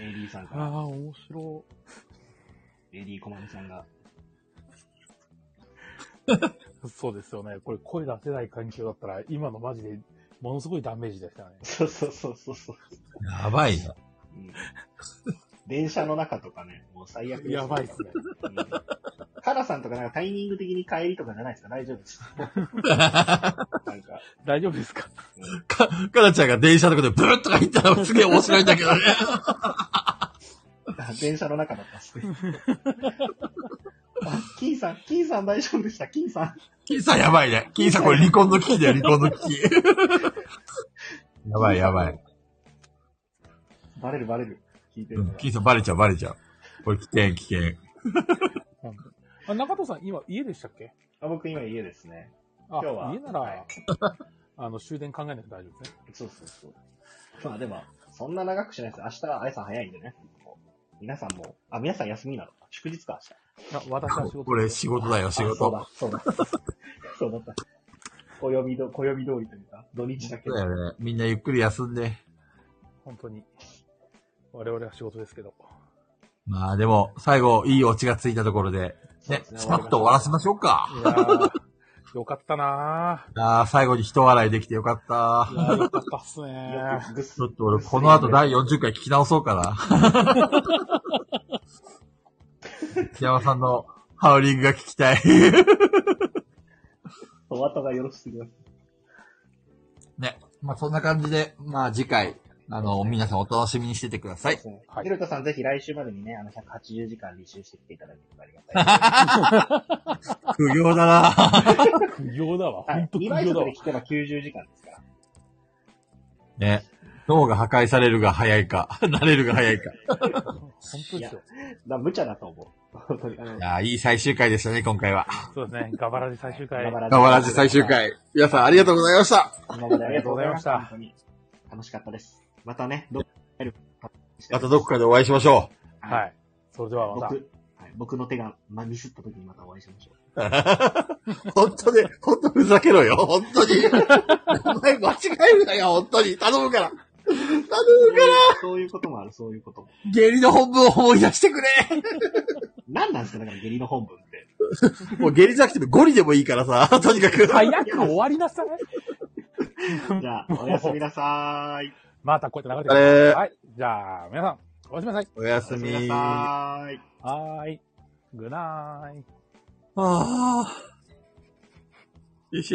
AD さんか
あ
ら、
あ、面白
AD コマミさんが。
そうですよね。これ声出せない環境だったら、今のマジで、ものすごいダメージでしたね。
そうそうそうそうそう。
やばい。
うん電車の中とかね、もう最悪ですよ
やばいっすね。
うんカラさんとかなんかタイミング的に帰りとかじゃないですか大丈 夫です。なんか、
大丈夫ですか
か、かなちゃんが電車のことでブーッとか言ったらすげえ面白いんだけどね。
電車の中だったっすね。あ、キーさん、キーさん大丈夫でした、キーさん。
キーさんやばいね。キーさんこれ離婚の危機だよ、離婚の危機。やばいやばい。
バレるバレる。聞いて
う
るか
ん
ら。
キーさんバレちゃう、バレちゃう。これ危険、危険。
あ中藤さん、今家でしたっけ
あ僕今家ですね。
あ、
今日は
家な
は
ら
い、
あの、終電考えなくて大丈夫ですね。
そうそうそう。まあでも、そんな長くしないです。明日はあやさん早いんでね。皆さんも、あ、皆さん休みなのか。祝日か、
いや、私は仕事。
これ仕事だよ、
明日。
仕事。
あそうだ、そうだ。そうだった。暦ど、暦通りというか、土日だけ
そう
ど
だよね。みんなゆっくり休んで。
本当に。我々は仕事です けど。
まあでも、最後、いいオチがついたところで、
そう
ね
で、すね
スパッと終わらせましょうか。
いやー、よかったな
ああ、最後に人笑いできてよかった
ー。い。やー、よかったっすねー。
よくぐっす
ちょっと俺、この後第40回聞き直そうか な。山さんのハウリングが聞きたい。
お後がよろしすぎます。
ね。まあそんな感じで、まあ次回、あの、皆さんお楽しみにしててください。
はい
ひろたさん、ぜひ来週までにね、あの、180時間履修してきていただければありがたい。
苦行だな
苦行だわ。
は
本
い。
当苦
2倍
行だ
速
わ
で。聞けば90時間ですから。
ね。脳が破壊されるが早いか、 慣れるが早いか。
本当ですよ。
だ無茶だと 思う。本当に。あの
い、やーいい最終回でしたね、今回 は。
そうですね。ガバラジ最終回。
ガバラ
ガバラジ最終。回。皆さんありがとうございました。
今までありがとうございました。
ありが
本当に楽しかったです。またね、どっかで会える
またどこかでお会いしましょ
は。い。それではまた
僕、。はい僕の手が、ま、ミスった時にまたお会いしましょう。
う。本当ね、本当ふざけろよ、本当に。お前間違えるなよ、本当に。頼むから。頼むから。
そういうこともある、そういうことも。
下痢の本文を思い出してくれ。
何なんですかだから下痢の本文って。
もう下痢じゃなくてもゴリでもいいからさ、とにかく。
早く終わりなさい。
じゃあ、おやすみなさーい。
またこうやって
あ
流れて
れ
る。はい。じゃあ、皆さん、おやすみなさい。
おや
お
す
やす
み。
みな
あ
さーい。
はーい。グナーイ。
あ。